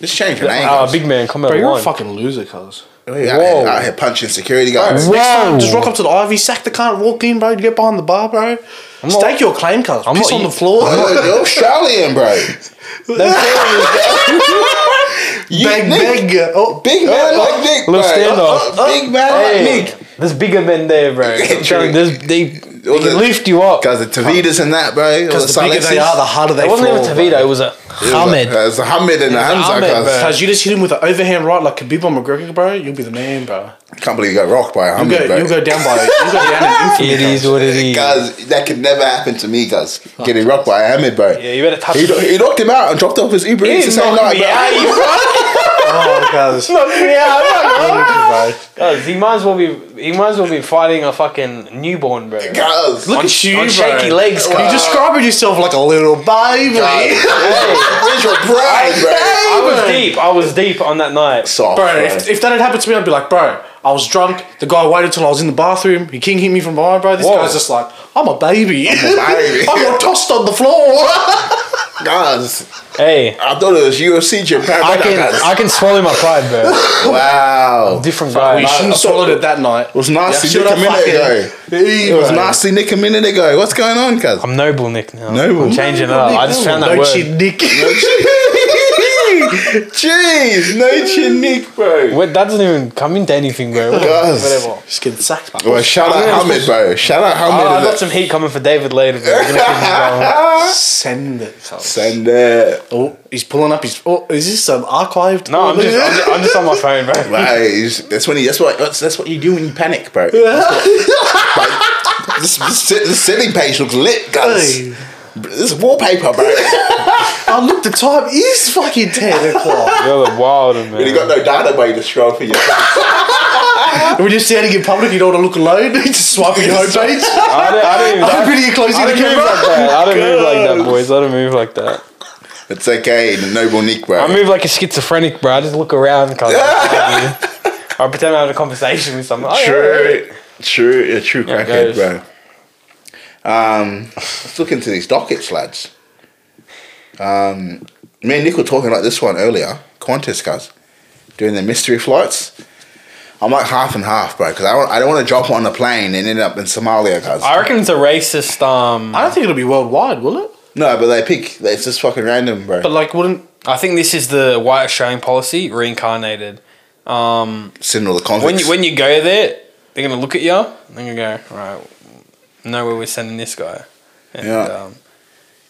C: Just change your name.
A: Ah, big man, come out
B: Bro, you're a
A: one.
B: fucking loser, cuz.
C: Whoa. Out here punching security guards.
A: Whoa.
B: Next time, just rock up to the Ivy, sack the cunt, walk in, bro. Get behind the bar, bro.
A: not-
B: Stake your claim, cuz.
A: I'm
B: Piss
A: not
B: on
A: eat-
B: the floor.
C: Oh, you're Australian, bro. you
B: Bang, bang.
C: Nick.
B: Oh,
C: Big man like Nick, bro.
A: Little stand
C: Oh,
A: off.
C: oh, Big man
A: Hey,
C: like Nick.
A: there's bigger men there, bro. I'm telling you, there's, they, they
C: was a-
A: lift you up.
C: Because the Tavitas and that, bro.
B: Because the bigger they are, the harder they
A: It
B: fall.
A: wasn't even
B: bro.
A: Tavita, it was a Hamid.
C: It's a Hamid and a Hamza.
A: Ahmed,
C: cuz.
A: bro.
B: Cause you just hit him with an overhand right like Khabib or McGregor, bro. You'll be the man, bro.
C: Can't believe you got rocked by a
B: You'll
C: Hamid,
B: go,
C: bro.
B: you'll go down by, you'll go down in infamy.
A: It
B: cuz.
A: is what it is.
C: Guys, that could never happen to me, guys. Getting rocked by a Hamid, bro.
A: Yeah, you better touch
C: He, he knocked him out and dropped off his Uber
A: He
C: Eats the same
A: knocked
C: night,
A: me
C: bro.
A: out, you
B: Oh, cuz.
A: Guys, he might as well be he might as well be fighting a fucking newborn, bro.
C: Guys,
B: Look
A: On-
B: at you,
A: on
B: bro.
A: shaky legs,
B: You're
A: cuz.
B: describing yourself like a little baby.
C: where's your pride, bro?
A: I was deep. I was deep on that night.
C: Soft,
B: Bro, if, if that had happened to me, I'd be like, bro, I was drunk. The guy waited till I was in the bathroom. He king hit me from behind, bro. This
A: Whoa.
B: guy's just like, I'm a baby.
C: baby.
B: I got tossed on the floor.
C: Guys,
A: Hey,
C: I thought it was UFC Japan.
A: I
C: right now,
A: can
C: guys.
A: I can swallow my pride, bro.
C: wow.
A: Different
B: you
A: guy.
B: shouldn't have
C: I thought-
B: swallowed it that night.
C: It was nasty
B: Yeah,
C: Nick a
B: should've
C: minute ago.
B: fucking-
C: It was nasty Nick a minute ago. What's going on, cuz?
A: I'm noble, Nick. Now
C: Noble.
A: I'm changing it up. I just found that
B: No
A: word.
B: shit, Nick.
C: Jeez, no chin Nick, bro.
A: Wait, that doesn't even come into anything, bro.
C: Guys.
A: Whatever.
B: Just getting sacked, man.
C: Well, shout out Hamid, bro. Shout out Hamid.
A: Oh, I
C: and
A: got
C: that-
A: some heat coming for David later. Bro. We're gonna keep him going.
B: Send it. cuz.
C: Send it.
B: Oh, he's pulling up his. Oh, is this some archived? Oh,
A: No, I'm just, I'm just I'm just on my phone, bro.
C: Guys, that's when you, that's what that's, that's what you do when you panic, bro. That's what- like, this, this, sit- this sitting page looks lit, guys.
B: Hey.
C: This is wallpaper, bro.
B: Oh, look, the time is fucking 10 o'clock.
A: You're the wilder
C: you
A: man.
C: got no data, bro. You just scroll for your.
B: We're just standing in public, you don't want to look alone. just swipe on your homepage.
A: I don't, I don't even.
B: I'm pretty close to
A: I
B: the
A: don't move like
B: camera.
A: that. I don't move like that, boys. I don't move like that.
C: It's okay, the noble Nick, bro.
A: I move like a schizophrenic, bro. I just look around. Cause I pretend I'm having a conversation with someone. Oh, yeah, yeah, yeah.
C: true, true, a true crackhead,
A: goes.
C: bro. Um, let's look into these dockets, lads. Um, me and Nick were talking about this one earlier. Qantas guys doing the mystery flights. I'm like half and half, bro, because I don't, I don't want to jump on a plane and end up in Somalia, guys.
A: I reckon it's a racist. Um,
B: I don't think it'll be worldwide, will it?
C: no, but they pick. It's just fucking random, bro.
B: But like, wouldn't
A: I think this is the white Australian policy reincarnated. Um,
C: Send all the convicts.
A: when you when you go there, they're gonna look at you. They're gonna go right. Know where we're sending this guy. And,
C: Yeah.
A: Um,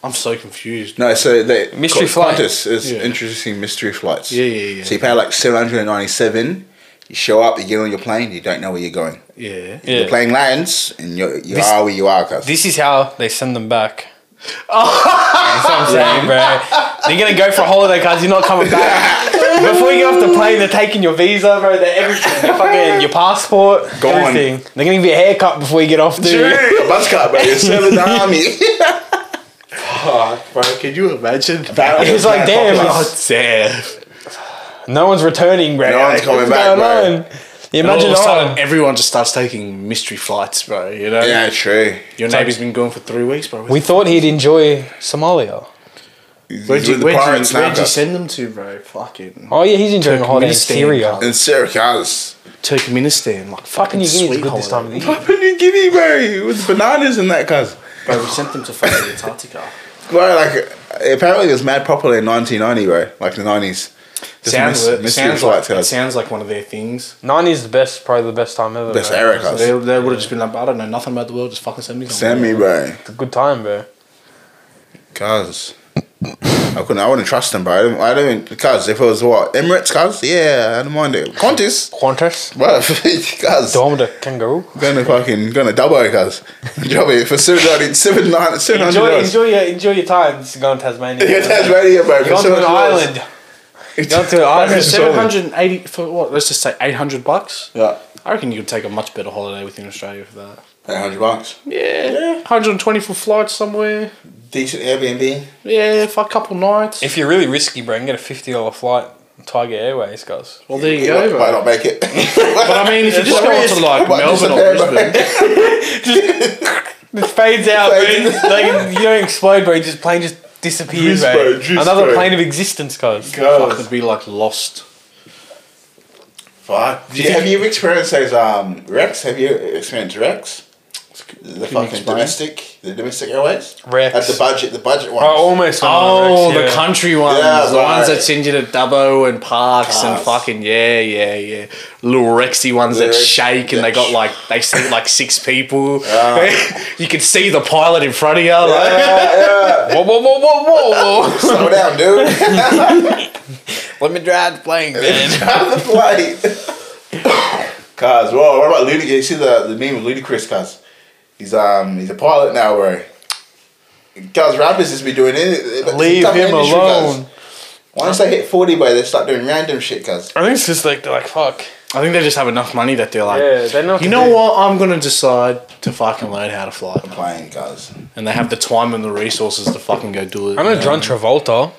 B: I'm so confused.
C: No, so they
A: Mystery
C: Qantas
A: flight.
C: is
B: Yeah.
C: introducing mystery flights.
B: Yeah, yeah, yeah.
C: So you pay like seven hundred and ninety-seven. You show up, you get on your plane, you don't know where you're going.
B: Yeah.
A: Yeah.
C: Your plane lands, and you you
A: This-
C: are where you are, cuz.
A: This is how they send them back.
B: Oh.
A: That's what I'm saying, bro. They're gonna go for a holiday, cuz you're not coming back. Before you get off the plane, they're taking your visa, bro. They're everything. They're fucking your passport,
C: Gone.
A: everything. They're gonna give you a haircut before you get off, dude.
C: Dude, bus cut, bro. You're serving the army.
B: Bro, can you imagine?
A: It was like, damn, it's-
B: Oh, damn.
A: no one's returning, bro.
C: No one's coming
A: What's
C: back,
A: going
C: bro.
A: on? You imagine
B: all of a
A: all
B: sudden, everyone just starts taking mystery flights, bro. You know,
C: Yeah, true.
B: your neighbour's been gone for three weeks, bro.
A: We thought he'd enjoy Somalia.
B: where'd
C: He's
B: you,
C: with the
B: where'd you-
C: pirates now,
B: where'd you
C: cuz.
B: send them to, bro? Fucking
A: Oh yeah, he's enjoying a holiday in
B: Turkmenistan.
A: Syria.
C: In Syracuse.
B: Turkmenistan,
A: Fucking
B: like fucking
A: New Guinea's
B: sweet
A: good this time of the year.
B: holiday.
C: Papua New Guinea, bro, with bananas and that, cuz.
B: Bro, we sent them to fucking Antarctica.
C: Bro, like, apparently it was mad popular in 1990, bro. Like the 90s. Just
B: Sounds,
C: mys-
B: it,
C: mystery
B: sounds
C: flights,
B: like it
C: cuz.
B: sounds like one of their things.
A: 90s the best, probably the best time ever.
C: Best
A: bro.
C: era,
B: They, they
C: cuz.
B: would have just been like, I don't know nothing about the world. Just fucking send me. something.
C: Send me, bro.
A: It's a good time, bro.
C: Cuz. I couldn't. I wouldn't trust them, bro. I don't. I don't. Cause if it was what Emirates, cause yeah, I don't mind it. Qantas,
A: Qantas.
C: bro, cause
A: Dom the kangaroo.
C: gonna fucking gonna double it, cause job it for seven hundred, seven nine, seven hundred
A: Enjoy,
C: dollars.
A: enjoy your enjoy your time. Just going to Tasmania.
C: Yeah, that's right here, bro.
A: You're going to an island. You're going to an island.
B: Seven hundred and eighty for what? Let's just say eight hundred bucks.
C: Yeah,
B: I reckon you could take a much better holiday within Australia for that.
C: eight hundred bucks.
B: Yeah, hundred and twenty for flights somewhere.
C: Decent Airbnb.
B: Yeah, for a couple nights.
A: If you're really risky, bro, you can get a fifty dollar flight. Tiger Airways, guys.
B: well, there you
C: Yeah,
B: go. bro.
C: might not make it.
B: But I mean, if you just go to like
C: Might
B: Melbourne or
C: disappear, bro.
B: Brisbane,
A: It fades out,
C: Fades.
A: bro. like you don't explode, bro. Just plane just disappears,
C: Just,
A: bro.
C: bro, just,
A: Another
C: bro.
A: plane of existence, guys.
B: fuck,
C: Girls.
B: it'd be like lost.
C: Fuck. Do you, have you experienced those um Rex? Have you experienced Rex? The fucking
B: explain?
C: domestic, the domestic airways.
A: Rex.
C: At the budget, the budget
A: I
C: ones.
A: almost. went on
B: Oh,
A: Rex,
B: the
A: yeah.
B: country ones,
C: Yeah,
B: the ones
C: right.
B: that send you to Dubbo and parks and
C: Cars.
B: fucking yeah, yeah, yeah. Little Rexy ones that
C: Little Rexy-
B: shake and they
C: that
B: got
C: sh- Ah.
B: like they seat like six people.
C: Yeah.
B: you can see the pilot in front of you. Like,
C: Yeah, yeah.
A: Whoa, whoa, whoa, whoa, whoa!
C: Slow down, dude.
A: Let me drive the plane, man.
C: Drive the flight. Cuz, well, what about Ludacris? You see the, the meme of Ludacris, cuz. He's um he's a pilot now, bro. Cuz rappers just be doing it. it's a
A: Leave
C: tough
A: him
C: industry, cuz.
A: alone.
C: Once they hit 40, bro, they start doing random shit, cuz.
A: I think it's just like they're like fuck.
B: I think they just have enough money that they're like,
A: Yeah, they know what
B: you
A: to
B: know
A: do."
B: what? I'm gonna decide to fucking learn how to fly,
C: Playing, cuz.
B: and they have the time and the resources to fucking go do it.
A: I know
B: you
A: John Travolta,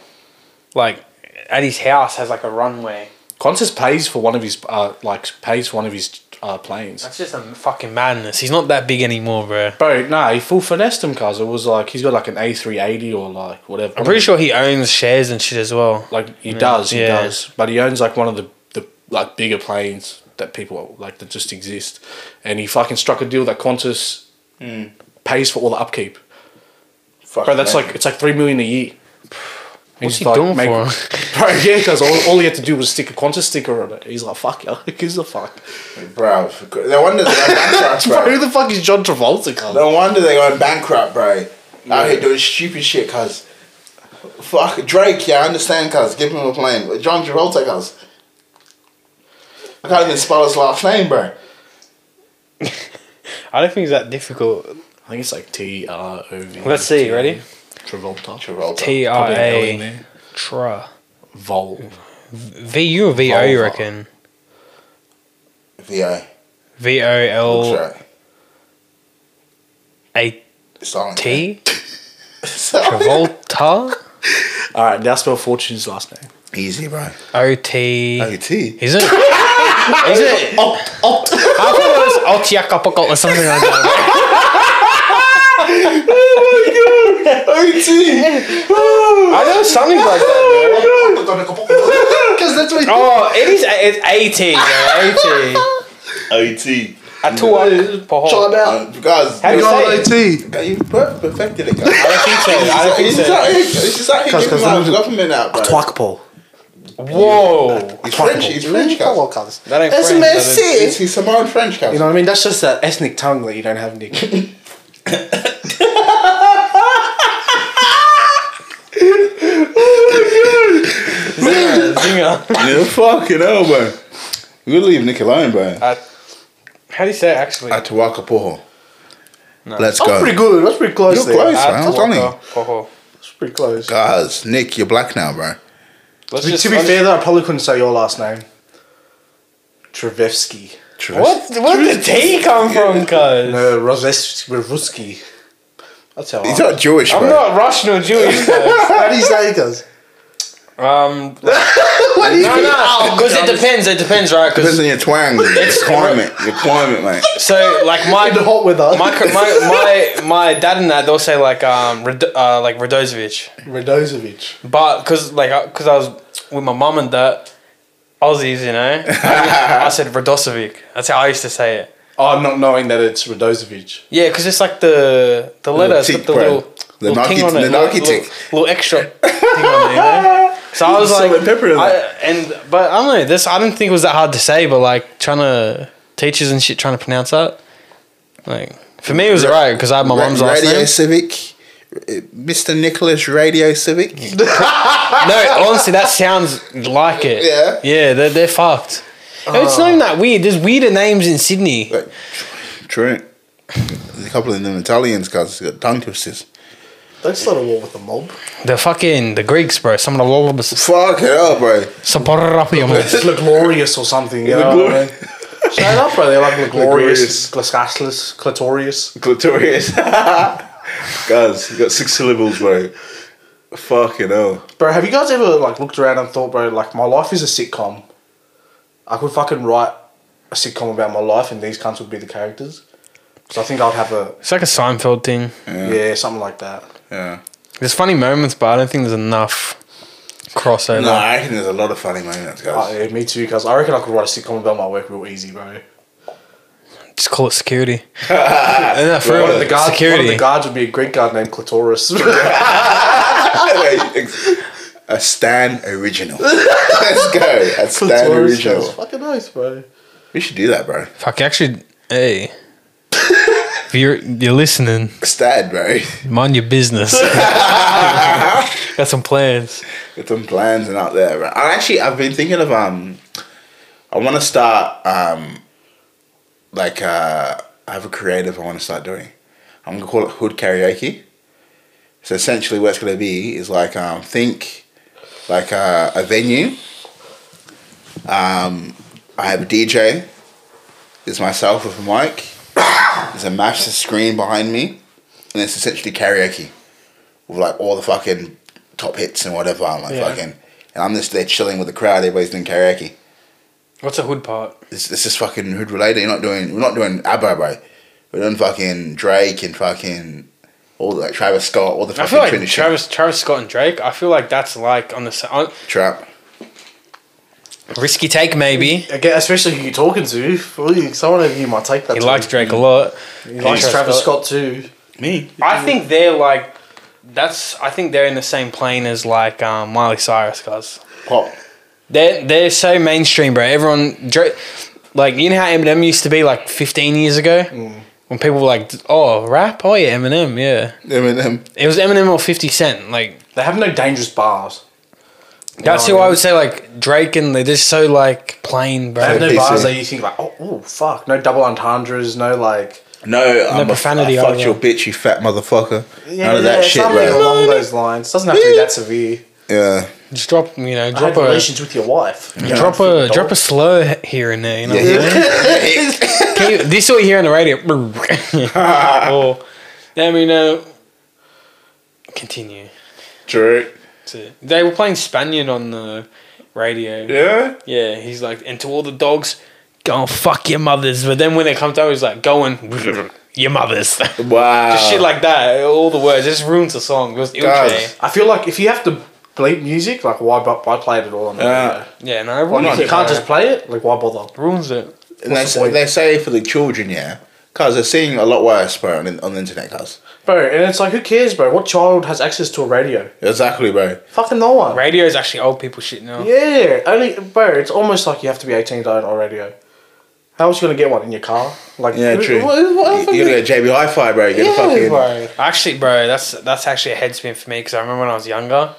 A: like at his house, has like a runway.
B: Qantas pays for one of his uh, like pays for one of his uh, planes.
A: That's just a fucking madness. He's not that big anymore, bro.
B: Bro, nah, he full finessed him, cause it was like he's got like an A380 or like whatever.
A: I'm pretty sure he owns shares and shit as well.
B: like he does, he
A: Yeah.
B: does. But he owns like one of the the like bigger planes that people like that just exist, and he fucking struck a deal that Qantas
A: Hmm.
B: pays for all the upkeep.
C: Fuck,
B: Bro, that's
C: man.
B: like it's like three million a year.
A: What's
B: He's
A: he
B: like,
A: doing
B: make-
A: for?
B: Bro, yeah, because all, all he had to do was stick a Qantas sticker on it. He's like, fuck yeah, who gives a fuck?
C: Bro, no wonder they're bankrupt,
B: Bro, who
C: bro.
B: the fuck is John Travolta? Cause?
C: No wonder they're going bankrupt, bro. Out here doing stupid shit, cuz. Fuck, Drake, yeah, I understand, cuz. Give him a plane. John Travolta, cuz. I can't even spell his last name, bro.
A: I don't think it's that difficult.
B: I think it's like T R O V.
A: Let's see, ready?
B: Travolta.
C: Travolta.
A: T R
B: Probably an L in
A: A
B: there.
A: Tra.
B: Vol.
A: V U or V O you
B: Volvo.
A: reckon?
C: VA.
A: V O L
C: Looks right.
A: A
C: It's on.
A: T
C: So-
A: Travolta
B: All right, now spell Fortune's last name.
C: Easy, bro.
A: O T.
C: T.
A: Is it? Is it?
B: Opt, opt.
A: I thought it was Otiakapakal or something like that. Oh
C: O T.
A: I know something like that.
B: Because that's what.
A: Oh, it is. It's eighty. Yeah,
C: O T.
A: eighty. A two I
C: Um, guys,
A: How do you
C: guys,
A: say it?
C: you per- perfected it, guys.
A: don't think so. I don't think
C: It's just
A: so.
C: out here- it's just out here
B: Cuz-
C: giving
B: cuz
C: my
B: I'm-
C: government out, bro.
B: Twakpol.
A: Whoa.
C: He's French. He's French, guys.
A: That ain't
B: That's
A: friends, that is-
B: messy.
C: He's, he's Samoan French, guys.
B: You know what I mean? That's just that ethnic tongue that you don't have, Nick.
A: Zinger, zinger.
C: Yeah, fucking hell, bro. We'll leave Nick alone, bro.
A: Uh, How do you say it actually?
C: Atahualcopoho.
A: No.
C: Let's
B: That's
C: go.
B: pretty good. That's pretty close.
C: You're
B: there.
C: close,
A: At
C: man. I'm telling you.
A: Wakapoho.
B: That's pretty close.
C: Guys, Nick, you're black now, bro.
A: Let's
B: To be-
A: just-
B: to be
A: let's-
B: fair, though, I probably couldn't say your last name. Trevevsky.
A: What? Where did the T come from, cuz?
B: No, Rozevsky. That's how
C: He's
B: I.
C: not Jewish, bro.
A: I'm not Russian or Jewish, cuz.
B: How do you say it goes?
A: Um,
B: What do you
A: no,
B: mean?
A: no, because Oh, it depends, it depends, right?
C: Depends
A: Because,
C: on your twang, your climate, your climate, mate.
A: so, like, my,
B: In the hot weather.
A: my, my, my, my dad and that, they'll say, like, um, Rad- uh, like, Radozovic.
B: Radozovic.
A: But because like because I was with my mum and that Aussies, you know, I, I said Radosovic. That's how I used to say it.
B: Oh, not knowing that it's Radozovic.
A: Yeah, because it's like the the letter, it's
C: tick,
A: got the
C: bro.
A: little
C: The
A: little
C: Nike-
A: thing on it,
C: the Nike
A: little,
C: tick.
A: little, little extra thing on it. You know? So I was
C: Salt
A: like,
C: and pepper in
A: I, and but I don't know this. I didn't think it was that hard to say, but like trying to teachers and shit trying to pronounce that, like for me it was alright because I had my mum's
C: Ra-
A: last
C: Radio
A: name.
C: Civic, Mr. Nicholas Radio Civic.
A: No, honestly, that sounds like it.
C: Yeah? Oh.
A: Yeah, they're, they're fucked. And It's not even that weird. There's weirder names in Sydney.
C: Like, True. There's a couple of them Italians guys got tongue twisters.
D: Don't start a war with the mob.
A: The fucking the Greeks, bro. Some of the lullabas.
C: Fuck it up, bro.
A: Saparapium.
B: Glorious or something. You know what I mean? Shut up, bro. They're like
C: Glorious.
B: Glorious, Glasgaslis, Clitorius.
C: Clitorius. guys, you got six syllables, bro. Fucking hell.
B: Bro, have you guys ever like looked around and thought, bro, like my life is a sitcom. I could fucking write a sitcom about my life, and these cunts would be the characters. So I think I'd have a
A: It's like a Seinfeld thing.
B: yeah, something like that.
C: Yeah.
A: There's funny moments, but I don't think there's enough crossover.
C: No, I reckon there's a lot of funny moments,
B: Uh,
C: guys.
B: yeah, me too, because I reckon I could write a sitcom about my work real easy, bro.
A: Just call it security. no, for
C: One
A: real,
C: of the
B: Guard, Security.
A: security.
B: One of the guards would be a Greek guard named Clitoris.
C: Oh, a Stan original. Let's go. A Stan
B: Clitoris.
C: original.
B: fucking nice, bro.
C: We should do that, bro.
A: Fuck, actually, hey. if you're, you're listening,
C: Stan, bro.
A: mind your business. Got some plans.
C: Got some plans and out there, bro. I actually, I've been thinking of um, I want to start um, like uh, I have a creative I want to start doing. I'm gonna call it hood karaoke. So essentially, what it's gonna be is like um, think like uh, a venue. Um, I have a DJ. There's myself with a mic. There's a massive screen behind me, and it's essentially karaoke with like all the fucking top hits and whatever. I'm like
A: Yeah.
C: fucking, and I'm just there chilling with the crowd. Everybody's doing karaoke.
A: What's a hood part?
C: This this is fucking hood related. You're not doing. We're not doing ABBA, bro. We're doing fucking Drake and fucking all the, like Travis Scott. All the
A: I
C: fucking
A: feel like
C: Trinity shit.
A: Travis, Travis Scott and Drake. I feel like that's like on the s- on,
C: trap.
A: risky take maybe.
B: Again, especially who you're talking to. Really, Someone over you might take that.
A: He
B: too.
A: likes Drake a lot.
B: He likes
A: Travis
B: Travis Scott, too.
C: Me.
A: I think they're like that's. I think they're in the same plane as like um, Miley Cyrus, guys.
C: Pop.
A: They're they're so mainstream, bro. Everyone, Drake, like you know how Eminem used to be like 15 years ago
B: Mm.
A: when people were like, oh rap, oh yeah, Eminem, yeah.
C: Eminem.
A: It was Eminem or 50 Cent, like.
B: They have no dangerous bars.
A: That's
B: know
A: who
B: what I
A: I
B: mean?
A: would say, like Drake, and they're just so like plain, bro.
B: They have no
C: PC.
B: bars that you think like, oh, oh, fuck. No double entendres. No like.
C: No, I'm a-
A: profanity
C: I fucked
A: either.
C: your bitch, you fat motherfucker. None of that shit,
B: something
C: bro.
B: along those lines. Doesn't have to be that severe.
C: Yeah.
A: Just drop, you know,
B: I had
A: drop a
B: relations with your wife. You know,
A: drop a
B: adult.
A: drop a slow he- here and there. You know what I'm saying? Can you, this is what you hear on the radio. or then we know. Continue.
C: Drake.
A: That's it. They were playing Spaniard on the radio. Yeah.
C: Yeah.
A: he's like, and to all the dogs, go and fuck your mothers. But then when they come down, he's like, go and your mothers.
C: Uh, Wow.
A: Just shit like that. All the words. It just ruins the song. It was ill
C: Does.
A: tray.
B: I feel like if you have to bleep music, like why, bu- why play it at all? On the
C: Yeah.
B: radio?
A: Yeah, no, it
B: Like,
A: ruins
B: if you
A: it.
B: can't
A: bro.
B: just play it, like why bother?
A: ruins it.
C: and they,
B: what's the
C: say,
B: point?
C: they say for the children, yeah. Cause they're seeing a lot worse, bro, on, the- on the internet, cuz.
B: Bro, and it's like, who cares, bro? What child has access to a radio?
C: Exactly, bro.
B: Fucking no one.
A: Radio is actually old people shit now.
B: Yeah, only, bro, it's almost like you have to be 18 to own a radio. How else you gonna get one? In your car? Like,
C: Yeah, true.
B: What, what,
C: You, you gotta get JB Hi Fi, bro. You gotta
B: yeah,
C: fucking.
B: bro.
A: Actually, bro, that's that's actually a head spin for me because I remember when I was younger.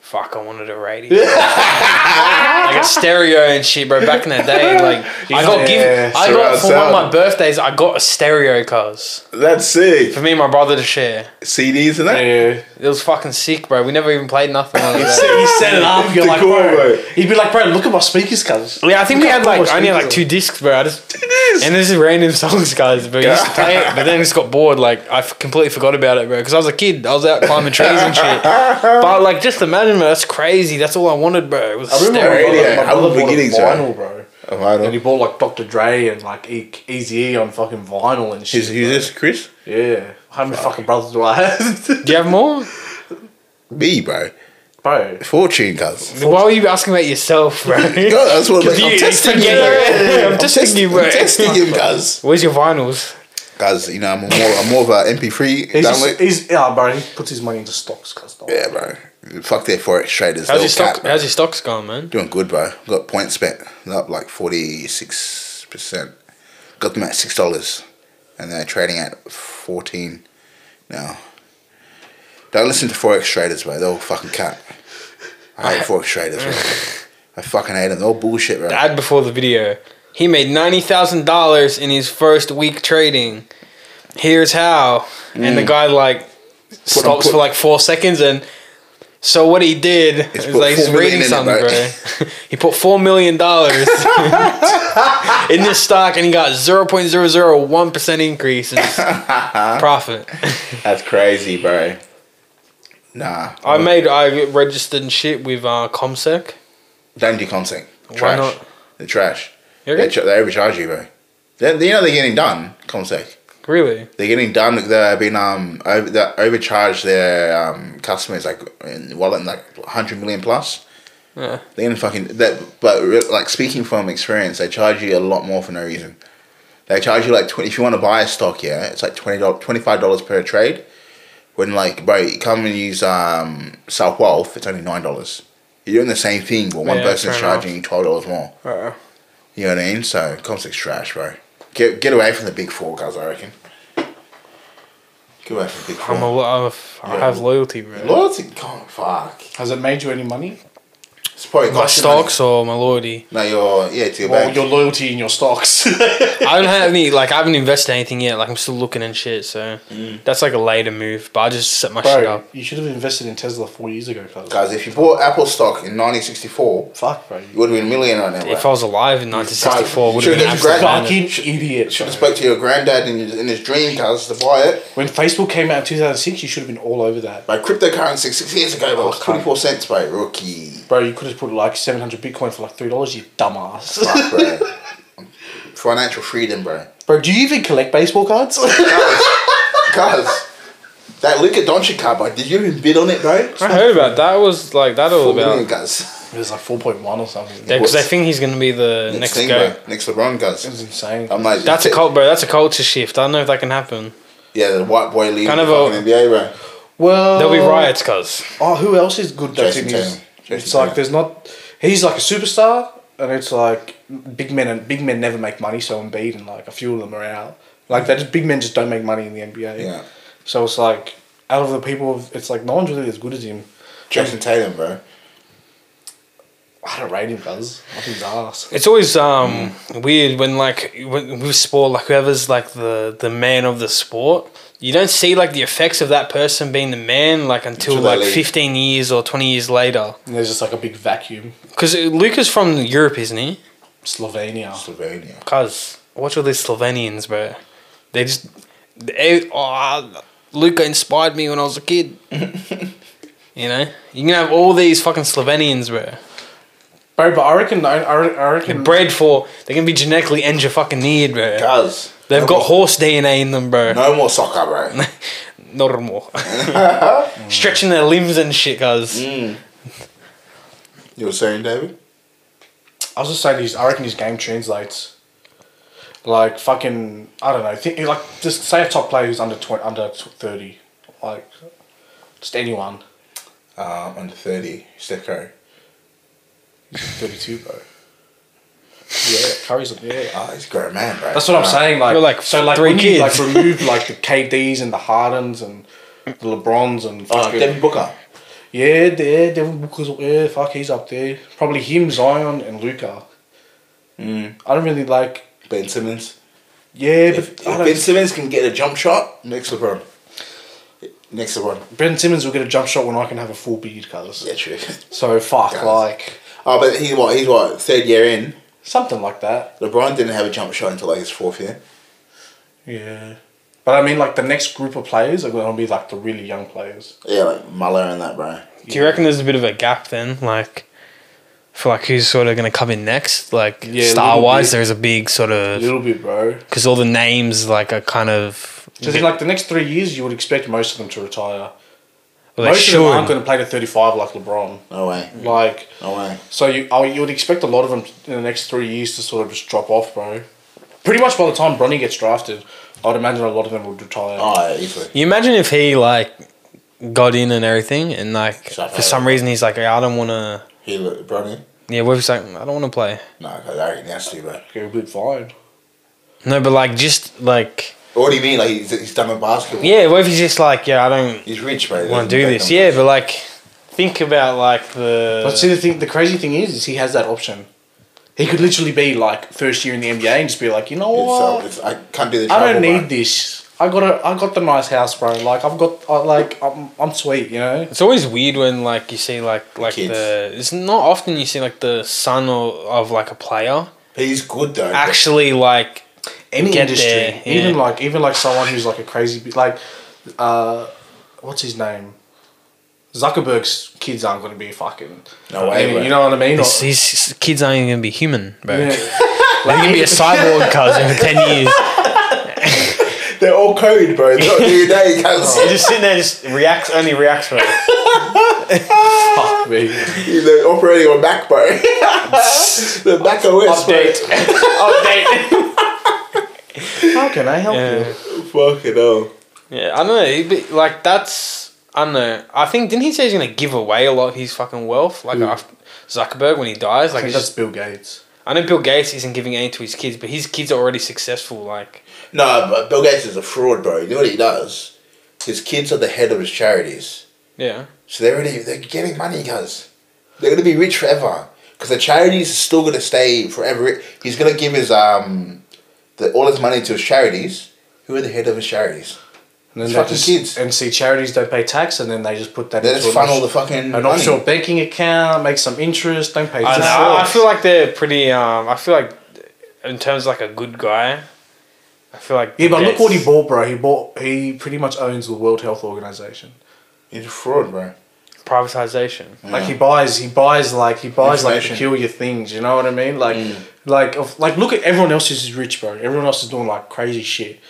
A: Fuck, I wanted a radio. like a stereo and shit, bro. Back in the day, like I got
B: Yeah,
A: given, I
C: surround
A: got for one of my
C: sound.
A: birthdays, I got a stereo, cause
C: That's sick.
A: for me and my brother to share.
C: CDs and that?
B: Yeah.
A: It was fucking sick, bro. We never even played nothing like that.
B: He set it up. You're
C: The
B: like,
C: cool
B: bro.
C: way.
B: He'd be like, bro, look at my speakers, cuz.
A: Yeah, I think we had like
B: Almost
A: only had, like
B: musical.
A: two discs, bro. I just
C: It is.
A: and this is random songs, guys. But we used to play it, but then just got bored. Like I f- completely forgot about it, bro. Because I was a kid, I was out climbing trees and shit. But like, just imagine, man, that's crazy. That's all I wanted, bro. It was
B: I remember
A: stereo.
B: my
C: radio.
B: brother, my
C: How
B: brother
C: the
B: bought a
C: beginnings,
B: vinyl, bro.
C: Oh, I
B: And he
C: don't.
B: bought like Dr. Dre and like e- Easy E on fucking vinyl and shit.
C: Who's, who's this, Chris?
B: Yeah. How many fucking brothers do I have?
A: Do you have more?
C: Me, bro.
B: bro.
C: Fortune, cuz.
A: Why were you asking about yourself, bro?
C: God, that's what I'm,
A: You-
C: I'm
A: you
C: testing you.
A: forget-
C: bro.
A: yeah, yeah, yeah, I'm
C: I'm
A: testing you, bro.
C: I'm testing him, cuz.
A: Where's your vinyls?
C: Cuz, you know, I'm more, I'm more of a MP3
B: He's, just,
C: download.
B: he's yeah, bro. He puts his money into stocks, cuz. dog.
C: Yeah, bro. Fuck their forex
A: How's
C: traders. they'll
A: your stock?
C: cap, bro.
A: How's your stocks gone, man?
C: Doing good, bro. Got points spent. They're Up like 46%. Got them at $6. And they're trading at 14 now. Don't listen to forex traders, bro. They're all fucking cat. I hate forex traders. Bro. I fucking hate them. They're all bullshit, bro.
A: The ad before the video. He made ninety thousand dollars in his first week trading. Here's how. And the guy like stops
C: Mm. put-
A: for like four seconds and so what he did is
C: put
A: like he's
C: four
A: reading
C: million in it,
A: something,
C: bro.
A: bro. he put four million dollars in this stock and he got zero point zero zero one percent increase in his profit.
C: That's crazy, bro. Nah,
A: I made I registered and shit with uh, Comsec.
C: don't do content. Trash.
A: not?
C: They're trash.
A: You
C: They,
A: reckon?
C: tra- they overcharge you, bro. They, they- you know they're getting done. Comsec.
A: Really?
C: They're getting done. They've been um over, they overcharged their um customers like in wallet like hundred million plus.
A: Yeah.
C: They're gonna fucking that. But re- like speaking from experience, they charge you a lot more for no reason. They charge you like twenty. If you want to buy a stock, yeah, it's like twenty dollars, twenty five dollars per trade. When like bro, you come and use um South Wealth, it's only nine dollars. You're doing the same thing, but one
A: Yeah,
C: person's
A: fair enough.
C: charging you twelve dollars more.
A: Uh,
C: You know what I mean? So Comsec's trash, bro. Get get away from the big four guys. I reckon. Get away from the big 4
A: I'm a, I'm a f- I have loyalty, bro.
C: Loyalty, can't fuck.
B: Has it made you any money?
C: It's probably
A: My
C: cost you money.
A: stocks or my loyalty?
C: No, your yeah, to your
B: Well,
C: bank.
B: your loyalty in your stocks.
A: I don't have any. Like I haven't invested anything yet. Like I'm still looking and shit. So
C: Mm.
A: that's like a later move. But I just set my shit
B: Bro,
A: up.
B: you should have invested in Tesla four years ago, cuz.
C: Guys, if you bought Apple stock in 1964,
B: Fuck, bro.
C: you would have been a millionaire right now.
A: If I
C: bro.
A: was alive in 1964, would have
C: Should've
A: been
C: got your
A: absolute
C: grand-
A: madness.
B: Fucking idiot.
C: I
B: bro.
C: spoke to your granddad in, in his dream, cuz, to buy it.
B: When Facebook came out in 2006, you should have been all over that.
C: By cryptocurrency six years ago, bro, it was
B: Okay.
C: 24 cents, bro. Rookie.
B: Bro, you could have put like 700 Bitcoin for like $3, you dumbass.
C: Fuck, bro. Financial freedom, bro.
B: Bro, do you even collect baseball cards?
C: Cuz, that Luka Doncic card, bro, did you even bid on it, bro?
A: I heard about that. Was like that all
C: Four million,
A: about?
C: cuz.
B: It was like 4.1 or something. That
A: Because I think he's gonna be the
C: Next
A: next,
C: thing,
A: guy.
C: bro. Next LeBron,
B: was
C: cuz.
B: insane.
C: I'm like,
A: That's a cult, bro. That's a culture shift. I don't know if that can happen.
C: Yeah, the white boy league.
A: Kind
C: Kind
A: of
C: of
A: a-
C: NBA, bro.
B: well,
A: There'll be riots, cause
B: Oh, who else is good though?
C: Jason
B: Sydney's-
C: Tatum. Jason
B: it's like
C: Tatum.
B: there's not. He's like a superstar, and it's like big men and big men never make money. So Embiid and like a few of them are out. Like that, just big men just don't make money in the NBA.
C: Yeah.
B: So it's like out of the people, it's like no one's really as good as him.
C: Jason Tatum, bro.
B: I don't rate him, cuz. I think he's ass.
A: it's always um weird when like when, with sport, like whoever's like the the man of the sport, you don't see like the effects of that person being the man like until
C: Until they
A: like
C: leave.
A: 15 years or 20 years later.
B: And there's just like a big vacuum.
A: Because Luca's from Europe, isn't he?
B: Slovenia.
C: Slovenia.
A: Cause watch all these Slovenians, bro. They just they, oh, Luca inspired me when I was a kid. you know, you can have all these fucking Slovenians, bro.
B: Bro, but I reckon, I, I re- I reckon,
A: Bred for they can be genetically engineered, fucking need, bro.
C: Cuz.
A: They've
C: no
A: got
C: more-
A: horse DNA in them, bro.
C: No more soccer, bro.
A: Normal. Stretching their limbs and shit, cuz.
B: Mm.
C: You were saying, David?
B: I was just saying, he's, I reckon his game translates. Like fucking, I don't know. Think like just say a top player who's under twenty, under tw- thirty, like just anyone.
C: Um, under 30, Steph Curry.
B: Thirty-two, bro. Yeah, Curry's yeah.
C: Oh, he's a grown man, bro.
B: That's what I'm saying. Like,
A: You're like
B: so, like
A: three
B: when you like
A: kids.
B: remove like the KDs and the Hardens and the LeBrons and
C: Oh,
B: fucking,
C: Devin Booker.
B: yeah, there, Devin Booker's up there. Fuck, he's up there. Probably him, Zion, and Luca.
C: Mm.
B: I don't really like.
C: Ben Simmons.
B: Yeah,
C: If,
B: but
C: if
B: I don't,
C: Ben Simmons can get a jump shot, next LeBron. Next LeBron.
B: Ben Simmons will get a jump shot when I can have a full beard, cuz.
C: Yeah, true.
B: So fuck,
C: Guys.
B: like
C: Oh, but he's what? He's what? Third year in.
B: something like that.
C: LeBron didn't have a jump shot until like his fourth year.
B: Yeah. But I mean, like the next group of players are going to be like the really young players.
C: Yeah, like Muller and that, bro.
A: Do you reckon there's a bit of a gap then, like, for like who's sort of gonna come in next? Like
B: Yeah, a
A: star wise,
B: little bit.
A: there is a big sort
B: A
A: of
B: little bit, bro.
A: because all the names like are kind of
B: Because in like the next three years, you would expect most of them to retire.
A: well, they
B: most of them aren't
A: should.
B: going to play to thirty-five like LeBron.
C: No way.
B: Like,
C: No way.
B: so you oh, you would expect a lot of them in the next three years to sort of just drop off, bro. Pretty much by the time Bronny gets drafted, I'd imagine a lot of them would retire.
C: Oh, yeah, easily.
A: You imagine if he like got in and everything, and like
C: Shut
A: for
C: up.
A: some reason he's like, "Yeah, I don't want to.
C: He LeBron in?
A: Yeah, what if he's like, I don't want to play.
C: No, I reckon he has to, bro.
B: It would be fine.
A: No, but like just like
C: Or What do you mean? Like he's, he's done with basketball.
A: Yeah, what if he's just like, yeah, I don't
C: He's rich, mate.
A: want to do this. Yeah, but like, think about like the.
B: But see, the thing, the crazy thing is, is he has that option. He could literally be like first year in the NBA and just be like, you know
C: It's,
B: what?
C: uh, it's, I can't do the travel.
B: I don't need
C: bro.
B: this. I got a, I got the nice house, bro. Like I've got, I, like I'm, I'm sweet, you know.
A: It's always weird when like you see like like
C: Kids.
A: the. It's not often you see like the son or, of like a player
C: He's good though.
A: actually like
B: Any
A: Get
B: industry,
A: there, yeah.
B: even like, even like someone who's like a crazy, bit- like, uh, what's his name? Zuckerberg's kids aren't going to be fucking.
C: No way,
B: You,
C: bro.
B: you know what I mean? Or-
A: his, his kids aren't even gonna be human, bro.
B: yeah.
A: They're gonna be a cyborg cousin for ten years.
C: They're all code, bro. It's not
A: They're
C: DNA. cuz.
A: just sitting there, just reacts only reacts for it.
B: Fuck me.
C: They're operating on Mac, bro. the Mac OS, bro.
A: Oh, Update.
B: How can I help
A: Yeah.
B: you?
C: Fucking hell.
A: yeah, I don't know. it'd be- Like that's I don't know. I think didn't he say he's gonna give away a lot of his fucking wealth, like after Zuckerberg when he dies.
B: I
A: Like
B: think
A: it's
B: that's
A: just,
B: Bill Gates.
A: I know Bill Gates isn't giving any to his kids, but his kids are already successful. Like
C: No, but Bill Gates is a fraud, bro. You know what he does? His kids are the head of his charities.
A: yeah,
C: So they're already they're getting money, guys. They're gonna be rich forever. Cause the charities are still gonna stay forever. He's gonna give his um, the all his money to his charities. Who are the head of his charities?
B: And then
C: It's
B: they
C: fucking
B: just,
C: kids.
B: And see, charities don't pay tax, and then they just put that
C: They
B: into
C: just
B: an,
C: funnel
B: offshore-
C: the fucking
B: an
C: money.
B: offshore banking account, make some interest, don't pay
A: I,
B: tax.
A: don't know, I, I feel like they're pretty. Um, I feel like in terms of like a good guy, I feel like
B: Yeah, but look what he
A: Gates-
B: bought, bro. He bought. He pretty much owns the World Health Organization.
C: He's a fraud, bro.
A: privatization.
B: Like he buys, he buys like he buys like
C: Information. Mm.
B: peculiar things. You know what I mean? Like, like, of, like, look at everyone else who's rich, bro. Everyone else is doing like crazy shit.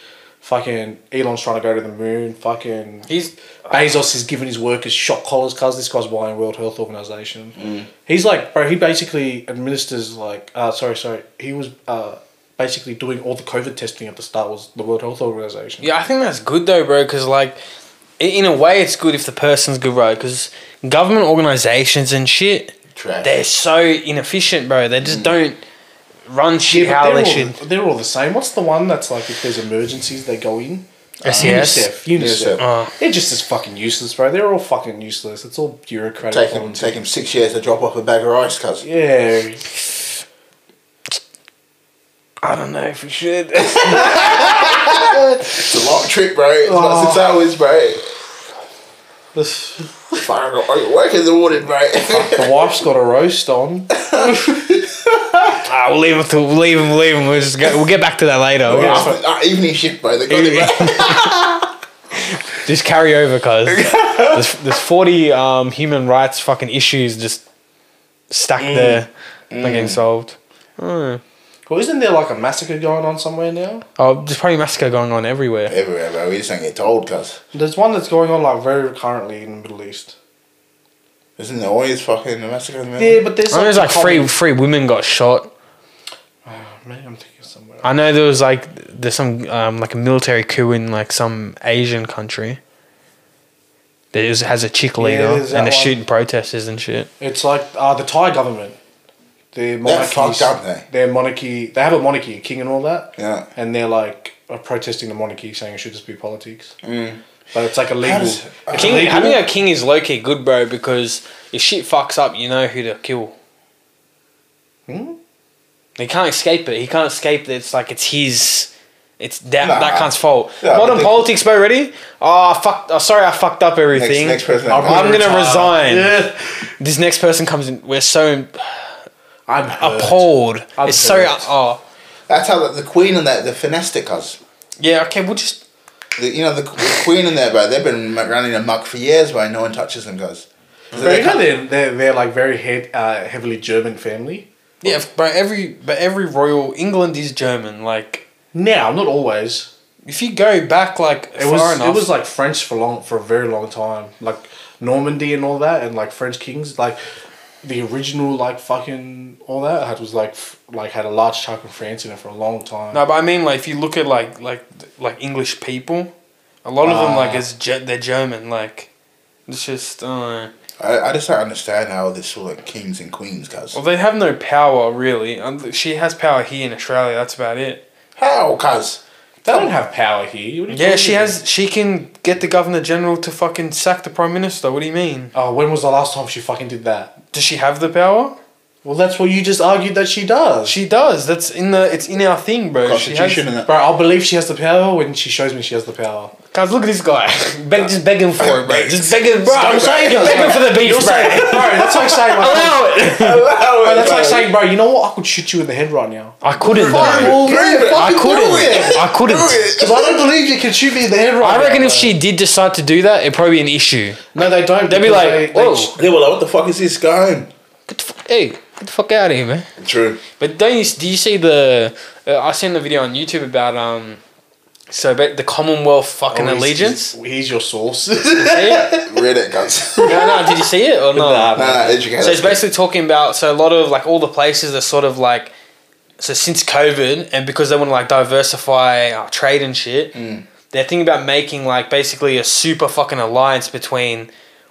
B: Fucking Elon's trying to go to the moon. Fucking
A: He's
B: Bezos is giving his workers shock collars because this guy's buying World Health Organization. He's like, bro, he basically administers like, uh, sorry, sorry, he was uh, basically doing all the COVID testing at the start was the World Health Organization.
A: Yeah, I think that's good though, bro. Because like, i- in a way, it's good if the person's good, bro. Because government organizations and shit,
C: Trash.
A: they're so inefficient, bro. They just don't run shit
B: Mm. Yeah, but
A: how they
B: they're, all,
A: should.
B: they're all the same. What's the one that's like if there's emergencies they go in?
A: E SES.
B: UNICEF. UNICEF.
C: UNICEF.
A: Oh.
B: They're just as fucking useless, bro. They're all fucking useless. It's all bureaucratic.
C: Take him,
B: volunteer-
C: take him six years to drop off a bag of rice, cuz.
B: Yeah.
A: I don't know if we should.
C: It's a long trip, bro. It's
B: Oh.
C: like six hours, bro. Fuck, are you working the morning, bro?
B: the wife's got a roast on.
A: ah, we'll leave him. To, we'll leave him. We'll leave him. We'll just go, We'll get back to that later. We'll just-
C: After- ah, evening shift, bro. They got it, bro.
A: just carry over, cause there's, there's forty um, human rights fucking issues just stacked
B: Mm.
A: there, not getting solved.
B: Well, isn't there like a massacre going on somewhere now?
A: Oh, there's probably massacre going on everywhere.
C: Everywhere, bro. We just don't get told, cuz.
B: There's one that's going on like very currently in the Middle East.
C: Isn't there always fucking a massacre in the middle?
B: Yeah, but there's
A: I know Oh, there's like
B: common-
A: three three women got shot.
B: Maybe I'm thinking somewhere.
A: I know there was like there's some um, like a military coup in like some Asian country. That is, has a chick leader
B: there's
A: and
B: that
A: they're
B: one.
A: shooting protesters and shit.
B: It's like uh, the Thai government. Their
C: fucked up, eh?
B: monarchy. Their monarchy. They have a monarchy, a king, and all that.
C: Yeah.
B: And they're like are protesting the monarchy, saying it should just be politics. Mm. But it's like illegal.
C: does-
B: it's
A: King,
B: illegal.
A: having a king is low key good, bro, because if shit fucks up, you know who to kill.
B: Hmm?
A: He can't escape it. He can't escape it. It's like it's his. It's that
C: Nah.
A: that cunt's fault.
C: Yeah,
A: Modern
C: but they-
A: politics, bro. Ready? Oh, I fucked. Oh, sorry, I fucked up
C: next,
A: everything.
C: next person.
B: I'll
A: I'm gonna
B: Retire.
A: resign.
B: Yeah.
A: This next person comes in. We're so
B: I'm hurt.
A: appalled.
B: I'm
A: it's so
B: hurt.
A: oh
C: That's how the, the queen and that the finesse cuz.
A: yeah. Okay, we'll just
C: The, you know the, the queen and there, bro. They've been running amok for years, bro. and No one touches them, guys.
B: But you know they're, they're, they're like very head, uh, heavily German family.
A: yeah. if- But every but every royal England is German. Like
B: Now, not always.
A: if you go back like
B: It
A: far
B: was
A: enough,
B: it was like French for long for a very long time, like Normandy and all that, and like French kings, like the original like fucking all that had was like f- like had a large chunk of France in it for a long time.
A: no. But I mean, like if you look at like like like English people, a lot of them like is ge- they're German. Like it's just I don't know.
C: I, I just don't understand how there's all like kings and queens, cuz.
B: Oh.
A: Well, they have no power really. Um, She has power here in Australia. That's about it.
C: How, cuz?
B: They don't have power here. What are you
A: Yeah,
B: talking
A: she
B: about?
A: has. She can get the governor general to fucking sack the prime minister. What do you mean?
B: Oh, when was the last time she fucking did that?
A: Does she have the power?
B: Well, that's what you just argued that she does.
A: She does. That's in the. It's in our thing, bro. She has,
C: Constitution and that.
B: Bro, I'll believe she has the power when she shows me she has the power.
A: guys, look at this guy. Beg, just begging for it, bro. Just begging, bro.
B: I'm saying it.
A: begging for the beef,
B: You're
A: bro.
B: saying, bro, that's like saying, like,
A: Allow it.
B: bro, that's like saying, bro, you know what? I could shoot you in the head right now.
A: I couldn't.
C: Fine,
A: though.
C: well, prove it.
A: I couldn't.
C: Do it.
A: I couldn't.
B: Because I don't believe you can shoot me in the head right
A: I
B: now.
A: reckon if
B: bro.
A: she did decide to do that, it'd probably be an issue.
B: No, they don't.
A: They'd be
B: because
A: like,
B: they- they
A: "Whoa."
B: ch-
C: They were like, what the fuck is this going?
A: Get the fuck, hey, get the fuck out of here, man.
C: True.
A: But don't you, do you see the? Uh, I seen the video on YouTube about um, so about the Commonwealth fucking
B: Oh, he's-
A: allegiance.
B: he's- Here's your source.
A: Yeah.
C: Read it, guys.
A: no, no. Did you see it or no?
B: Nah,
C: Nah, nah, educate
A: So
C: us.
A: it's basically talking about so a lot of like all the places are sort of like so since COVID and because they want to like diversify our trade and shit, they're thinking about making like basically a super fucking alliance between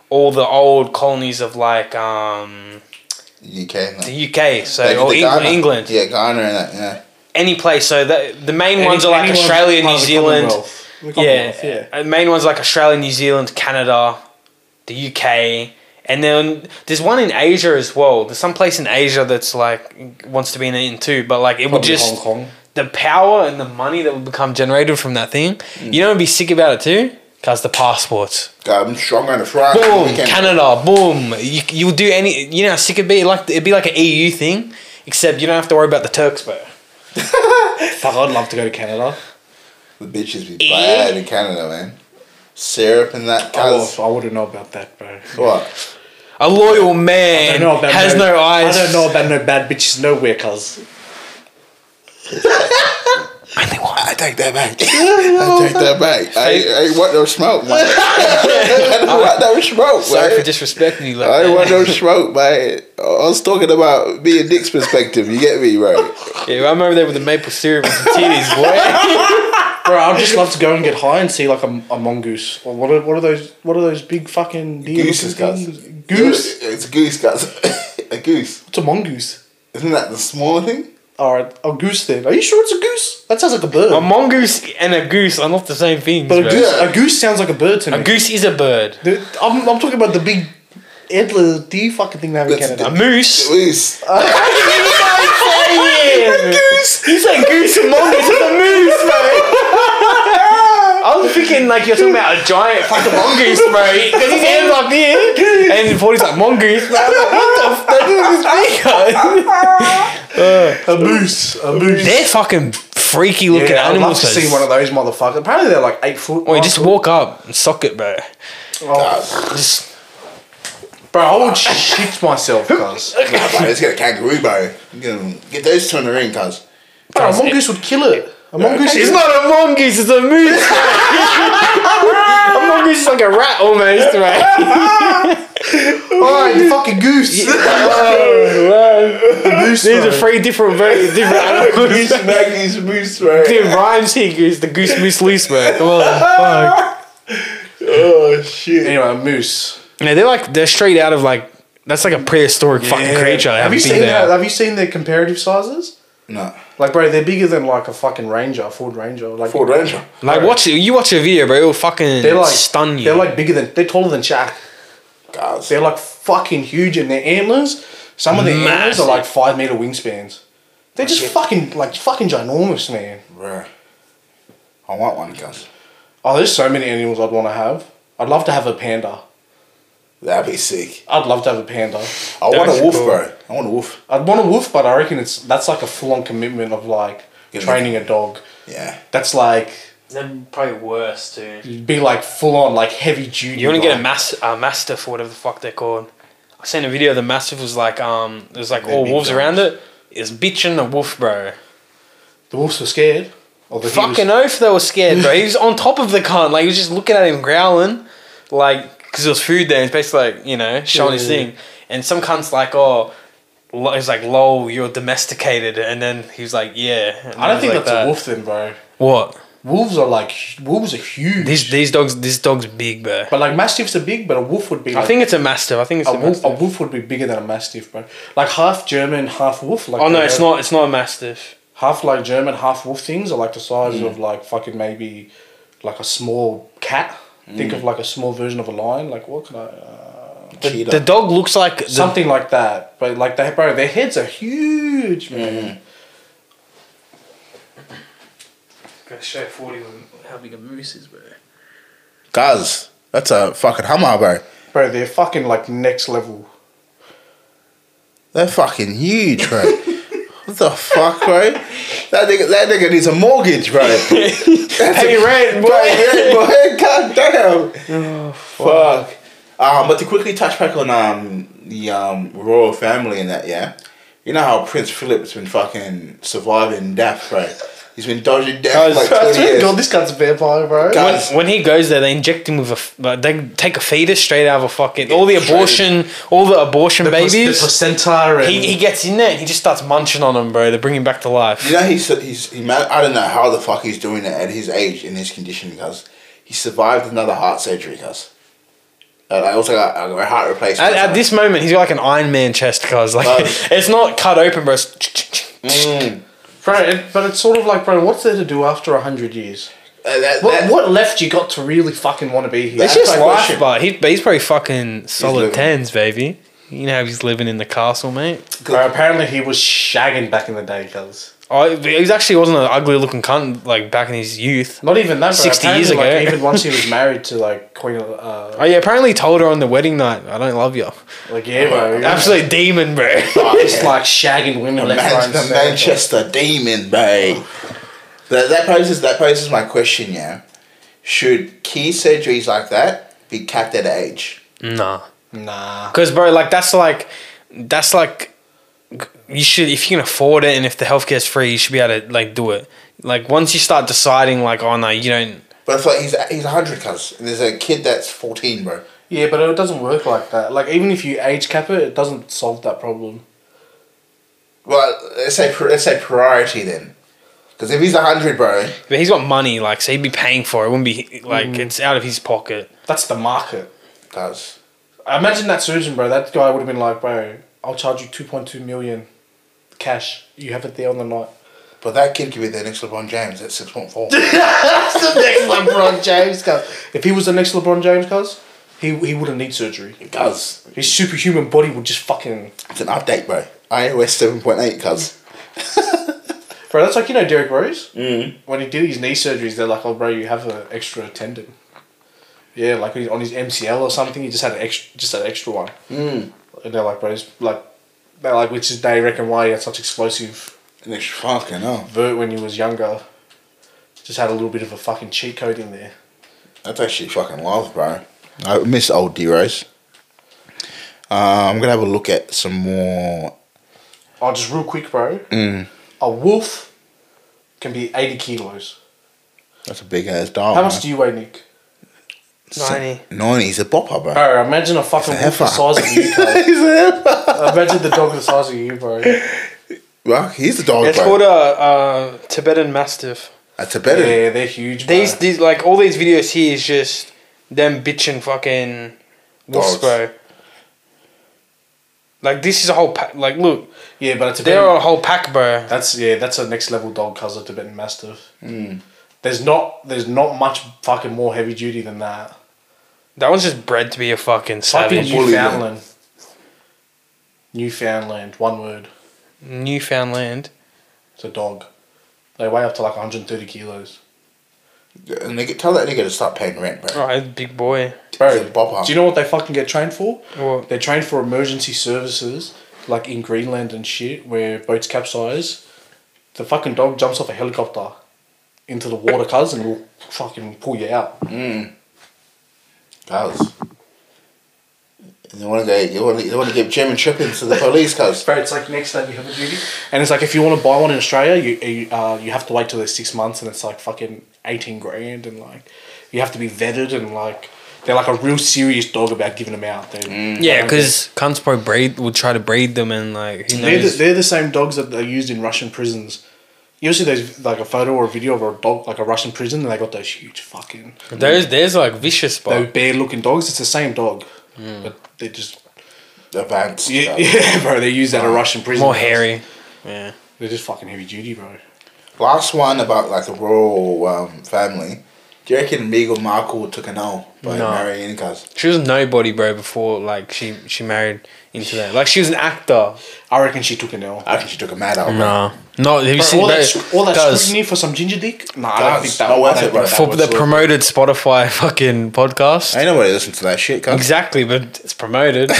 A: all the old colonies of like um
C: UK. no.
A: the UK, so
C: They did
A: or
C: the
A: England,
C: Ghana.
A: England,
C: Yeah, Ghana and that, yeah.
A: any place. So that the main ones are like
B: Any- anyone's
A: Australia,
B: part
A: New
B: of the
A: Zealand.
B: Commonwealth. The
A: Yeah,
B: Commonwealth, yeah.
A: And main ones like Australia, New Zealand, Canada, the UK, and then there's one in Asia as well. There's some place in Asia that's like wants to be in it too, but like it would
B: Probably
A: just
B: Hong Kong.
A: the power and the money that would become generated from that thing.
C: Mm.
A: You know, what would be sick about it too. Cause the passports,
C: God, I'm strong on the front.
A: boom, Canada, boom. You you'll do any. You know, how sick it'd be like it'd be like an EU thing, except you don't have to worry about the Turks, bro.
B: Fuck, I'd love to go to Canada.
C: The bitches be bad in Canada, man. Syrup and that,
B: Oh,
C: cuz.
B: I wouldn't know about that, bro.
C: What?
A: A loyal man
B: know about
A: has no, eyes.
B: I don't know about no bad bitches nowhere, cuz.
A: Only one.
C: I take that back.
A: Oh,
C: I take that back. I, I ain't want no smoke, man. I don't want no smoke,
A: Sorry for
C: man.
A: disrespecting you. Like
C: I
A: that.
C: ain't want no smoke, man. I was talking about me and Nick's perspective. You get me, bro?
A: Yeah, I'm over there with the maple syrup and some titties, boy.
B: Bro, I'd just love to go and get high and see like a, a mongoose. Or what are, what are those what are those big fucking deer
C: Gooses,
B: looking
C: guys.
B: things? Goose?
C: It's a goose, guys. a goose.
B: It's a mongoose.
C: Isn't that the small thing?
B: Alright, a goose then. Are you sure it's a goose? That sounds like a bird.
A: a mongoose and a goose are not the same thing.
B: but a
A: bro.
B: goose, a goose sounds like a bird to me.
A: A goose is a bird.
B: The- I'm, I'm talking about the big Edler D fucking thing they have in
C: That's
A: A
B: Canada.
A: moose.
C: Goose.
A: goose. You said goose and mongoose is a moose, bro. I was thinking like you're talking about a giant fucking mongoose, bro. Because his hands like this, and Forty's like mongoose. Bro. I'm like, what the? F- that is big.
B: A moose. A moose.
A: They're fucking freaky
B: Yeah,
A: looking
B: I'd love
A: animals.
B: to see
A: bro.
B: one of those motherfuckers. Apparently they're like eight foot.
A: Wait,
B: nine
A: just
B: foot.
A: walk up and sock it, bro.
C: Ah,
A: Just
B: Bro, I would shit myself, cuz.
C: nah, bro, let's get a kangaroo, bro. You can Get those two in the ring, cuz.
B: Bro, a mongoose would kill it. A mongoose
A: It's
B: is
A: not a mongoose, it's a moose. a mongoose is like a rat almost, right?
B: Alright, you fucking goose.
A: Oh,
B: The moose,
A: These are
B: bro.
A: three different, very different animals.
C: Maggie's moose, bro.
A: Dude, rhymes here, goose. The goose, moose, loose, man. Come on, fuck.
C: Oh, shit.
B: Anyway, a moose.
A: Yeah, they're like they're straight out of like that's like a prehistoric fucking creature.
B: Have you
A: everything
B: seen
A: there.
B: that? Have you seen their comparative sizes?
C: No.
B: Like, bro, they're bigger than like a fucking ranger, a Ford Ranger. Like,
C: Ford Ranger.
A: Like watch it. You watch a video, bro. It'll fucking
B: they're like
A: stun you.
B: They're like bigger than they're taller than Shaq.
C: Guys.
B: They're like fucking huge, and their antlers. Some of their antlers are like five meter wingspans. They're just fucking like fucking ginormous, man.
C: Bro. I want one, cuz.
B: Oh, there's so many animals I'd want to have. I'd love to have a panda.
C: That'd be sick.
B: I'd love to have a panda.
C: I want
A: That's
C: a wolf,
A: cool.
C: bro. I want a wolf.
B: I'd want a wolf, but I reckon it's that's like a full on commitment of like
C: Yeah.
B: training a dog.
C: Yeah.
B: That's like
A: they're probably worse too.
B: be like full on like heavy duty.
A: You want to get a
B: like-
A: mas- a mastiff or whatever the fuck they're called. I seen a video. The mastiff was like um, there's like
C: They're
A: all
C: big
A: wolves
C: dogs.
A: around it. It's bitching the wolf, bro.
B: The wolves were scared. Or the
A: Fucking oath, they were scared, bro. He was on top of the cunt, like he was just looking at him, growling, like because there was food there. He's basically like you know showing his
B: Yeah.
A: thing, and some cunts like oh, lo- he's like lol, you're domesticated, and then he was like yeah. And
B: I don't
A: was
B: think
A: like
B: that's a wolf then, bro.
A: What
B: Wolves are like hu- wolves are huge.
A: these these dogs? This dog's big, bro.
B: but like mastiffs are big, but a wolf would be. Like,
A: I think it's a mastiff. I think it's a,
B: a wolf, a
A: mastiff.
B: wolf would be bigger than a mastiff, bro. Like half German, half wolf. Like
A: Oh no,
B: they
A: it's
B: have-
A: not. It's not a mastiff.
B: half like German, half wolf things are like the size
A: Mm.
B: of like fucking maybe like a small cat. Think of like a small version of a lion. Like what can I? Uh,
A: Mm. The,
C: Cheetah.
A: the dog looks like the-
B: something like that. But like they, bro, their heads are huge,
A: Mm.
B: man.
E: Gotta show 40 when- how big a moose is, bro.
C: Guys, that's a fucking hammer, bro.
B: Bro, they're fucking like next level.
C: They're fucking huge, bro. what the fuck, bro? That nigga, that nigga needs a mortgage, bro. Pay rent, boy. Pay rent, boy. God damn. fuck. Um, but to quickly touch back on um the um royal family and that, yeah. You know how Prince Philip's been fucking surviving death, bro. He's been dodging death
A: Guys,
C: for
D: I
C: like
D: swear
C: twenty
D: to
C: years.
D: God, this guy's a vampire, bro.
C: Guys,
A: when, when he goes there, they inject him with a. f- Like, they take a fetus straight out of a fucking. All the
C: Straight.
A: abortion, all the abortion
B: The
A: babies.
B: placenta and
A: He, he gets in there and he just starts munching on them, bro. They bring him back to life.
C: You know he's he's he man, I don't know how the fuck he's doing it at his age in his condition because he survived another heart surgery because I also got I got a heart replacement.
A: At, at this moment, he's got like an Iron Man chest, cause like
C: Bro.
A: it's not cut open, bro. It's
C: Mm.
B: Bro, it, but it's sort of like, bro, what's there to do after a hundred years?
C: Uh, that-
B: What,
C: that-
B: what left you got to really fucking want to be here?
C: That's
A: It's just
C: my
A: life,
C: question.
A: but he, but he's probably fucking solid
C: living.
A: tens, baby. You know how he's living in the castle, mate.
B: Bro, apparently he was shagging back in the day, cuz.
A: Oh, he was actually wasn't an ugly looking cunt like back in his youth.
B: Not even that, bro.
A: 60 years
B: Apparently,
A: ago.
B: Like, even once he was married to, like, Queen of, uh,
A: Oh yeah, apparently he told her on the wedding night, "I don't love you."
B: like, yeah, bro.
A: Absolute demon, bro.
B: Just, like, shagging women
C: Man-
B: left, right, and
C: the
B: center.
C: Manchester Demon, babe. That that poses that poses my question. Yeah, should key surgeries like that be capped at age?
A: nah,
B: Nah.
A: because bro, like that's like that's like you should if you can afford it and if the healthcare's free, you should be able to like do it. Like once you start deciding, like, oh no, you don't.
C: But it's like he's he's hundred, cuz there's a kid that's fourteen, bro.
B: Yeah, but it doesn't work like that. Like, even if you age cap it, it doesn't solve that problem.
C: Well, let's say let's say priority then, because if he's hundred, bro,
A: But he's got money, like so he'd be paying for it. it wouldn't be like it's out of his pocket.
B: That's the market.
C: cuz
B: Imagine that surgeon, bro. That guy would have been like, bro, I'll charge you 2.2 million cash. You have it there on the night.
C: But that kid could be the next LeBron James at six point four.
B: That's the next LeBron James, cuz. If he was the next LeBron James, cuz, he, he wouldn't need surgery.
C: Cuz
B: His superhuman body would just fucking.
C: it's an update, bro. iOS seven point eight, cuz
B: Bro, that's like, you know, Derek Rose?
C: Mm.
B: When he did his knee surgeries, they're like, oh, bro, you have an extra tendon. Yeah, like he's on his MCL or something, he just had an extra, just an extra one.
C: Mm.
B: And they're like, bro, it's like, they're like, which is they reckon why he had such explosive
C: And it's fucking hell.
B: vert when he was younger. Just had a little bit of a fucking cheat code in there.
C: That's actually fucking love, bro. I miss old D Rose. Uh, I'm gonna have a look at some more.
B: Oh, just real quick, bro.
C: Mm,
B: A wolf can be 80 kilos.
C: that's a big ass dog.
B: How much do you weigh, Nick?
A: Ninety.
C: Ninety's a bopper, bro.
B: Bro, imagine a fucking
C: It's a
B: wolf the
C: heifer.
B: size of you, bro.
C: He's a
B: imagine the dog the size of you, bro.
C: well, he's a dog,
A: It's
C: bro.
A: called a, uh Tibetan Mastiff.
C: a Tibetan.
B: Yeah, they're huge, bro.
A: These, these, like all these videos here is just them bitching fucking wolves,
C: Dogs.
A: bro. Like this is a whole pack. Like look,
B: yeah, but it's a
A: they're
B: Tibetan,
A: a whole pack, bro.
B: that's yeah, that's a next level dog cause of Tibetan Mastiff.
C: Hmm.
B: There's not there's not much fucking more heavy duty than that.
A: That one's just bred to be a fucking
B: Fucking
A: savage.
C: you. bully, man.
B: Newfoundland. Newfoundland, one word.
A: Newfoundland.
B: It's a dog. They weigh up to like 130 kilos.
C: And they tell that nigga to start paying rent, bro.
A: Oh, it's a big boy.
C: He's a bopper.
B: Do you know what they fucking get trained for?
A: What?
B: They're trained for emergency services, like in Greenland and shit, where boats capsize. The fucking dog jumps off a helicopter into the water, cuz, and will fucking pull you out.
C: Mm. Cuz. You want to go? You want to? You want to give German tripping to the police? Cuz.
B: Bro, it's like next day you have a duty. And it's like if you want to buy one in Australia, you you, uh, you have to wait till they're six months, and it's like fucking eighteen grand, and like you have to be vetted, and like they're like a real serious dog about giving them out. They,
A: Yeah, because cunts probably breed would try to breed them and like who
B: They're the,
A: knows.
B: they're the same dogs that are used in Russian prisons. You ever see those like a photo or a video of a dog like a Russian prison and they got those huge fucking
A: There's there's like vicious,
B: those
A: bro.
B: bear looking dogs. It's the same dog,
A: Hmm.
B: but they just
C: Advanced.
B: yeah,
C: cuz.
B: yeah, bro. They use that in Russian prison.
A: More hairy. Yeah.
B: They're just fucking heavy duty, bro.
C: Last one about like the royal um, family. Do you reckon Meghan Markle took an L by
A: No.
C: marrying Incas?
A: She was a nobody, bro. Before like she she married into that. Like she was an actor.
B: I reckon she took an L.
C: I think she took a mad L. bro.
A: Nah, no. Have you
B: Bro,
A: seen
B: all that,
A: bro,
B: sc- all that
A: does-
B: scrutiny for some ginger dick? Nah, I don't
C: Does.
B: think that.
C: Not
B: I
C: worth
B: don't
C: it, bro.
B: think that
A: for
B: was
A: the
B: worth it.
A: promoted Spotify fucking podcast?
C: Ain't nobody listen to that shit, cuz.
A: Exactly, but it's promoted.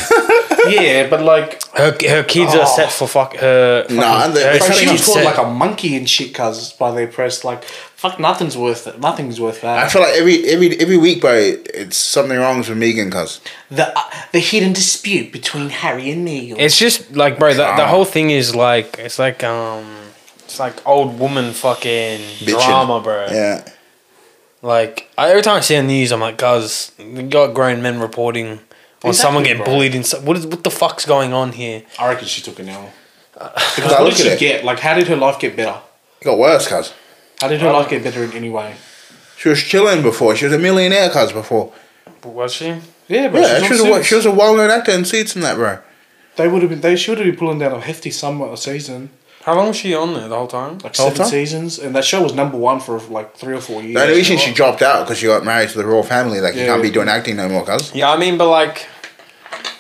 B: Yeah, but like,
A: Her her kids
B: Oh.
A: are set for fuck her.
C: Nah,
A: fucking-
C: they-
A: her
B: bro,
C: Bro, It's
B: she
A: kids
B: was called
A: set-
B: like a monkey and shit, cause by their press, like, fuck, nothing's worth it. Nothing's worth that.
C: I feel like every every every week, bro, it's something wrong with Megan, cuz.
B: the uh, the hidden dispute between Harry and Meghan.
A: It's just like, bro, the, the whole thing is like, it's like, um, it's like old woman fucking
C: Bitching.
A: drama, bro.
C: Yeah.
A: Like, I, every time I see the news, I'm like, guys, you got grown men reporting on someone
B: Exactly,
A: getting
B: bro.
A: bullied. And so, what is what the fuck's going on here?
B: I reckon she took an L.
C: Because I
B: what did
C: look at
B: she
C: it. It
B: get? Like, how did her life get better?
C: got worse, cuz.
B: How did her life get better in any way?
C: She was chilling before. She was a millionaire, cuz, before.
A: Was she?
B: Yeah, but
C: Yeah, she was, a, she was a well known actor in Suits and that, bro.
B: They would have been. They should have been pulling down a hefty sum a season,
A: How long was she on there the whole time?
B: like
C: Whole
B: seven
C: time?
B: seasons, and that show was number one for like three or four years.
C: The only reason she dropped out because she got married to the royal family. Like, you
B: Yeah.
C: can't be doing acting no more, cuz.
A: Yeah, I mean, but like,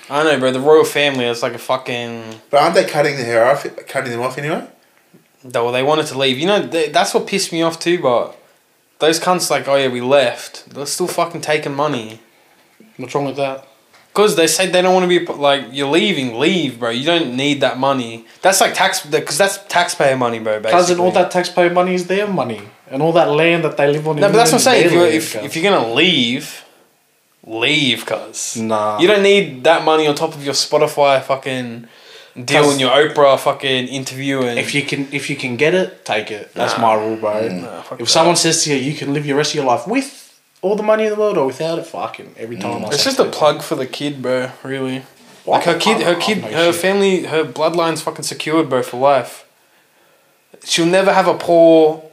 A: I don't know, bro. The royal family, it's like a fucking.
C: But aren't they cutting the hair off? Cutting them off anyway?
A: Though they wanted to leave. You know, th that's what pissed me off too, but those cunts, like, oh yeah, we left. They're still fucking taking money.
B: What's wrong with that?
A: Because they said they don't want to be, like, you're leaving, leave, bro. You don't need that money. That's like tax, because that's taxpayer money, bro, basically.
B: Cousin, all that taxpayer money is their money, and all that land that they live on.
A: No, but that's what I'm saying. If you're, if,
B: if
A: if you're going to leave, leave, cuz.
B: nah,
A: You don't need that money on top of your Spotify fucking deal
B: Cuz-
A: and your Oprah fucking interview and.
B: If you can, if you can get it, take it. That's my rule, bro.
A: Nah, fuck
B: if
A: that.
B: someone says to you, you can live your rest of your life with all the money in the world or without it, fucking every time. I
A: Mm. It's
B: say
A: just a
B: to-
A: plug for the kid, bro. Really.
B: Well,
A: Like her kid, her kid,
B: I don't know
A: her
B: shit.
A: family, her bloodline's fucking secured, bro, for life. She'll never have a poor.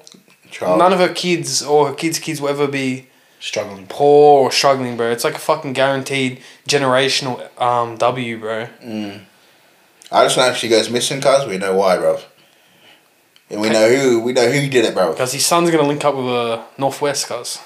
C: Child.
A: None of her kids or her kids' kids will ever be
B: struggling.
A: poor or struggling, bro. It's like a fucking guaranteed generational um W, bro.
C: I just know if she goes missing, cuz. We know why, bro. And we know who we know who did it, bro.
A: Because his son's gonna link up with a Northwest, cuz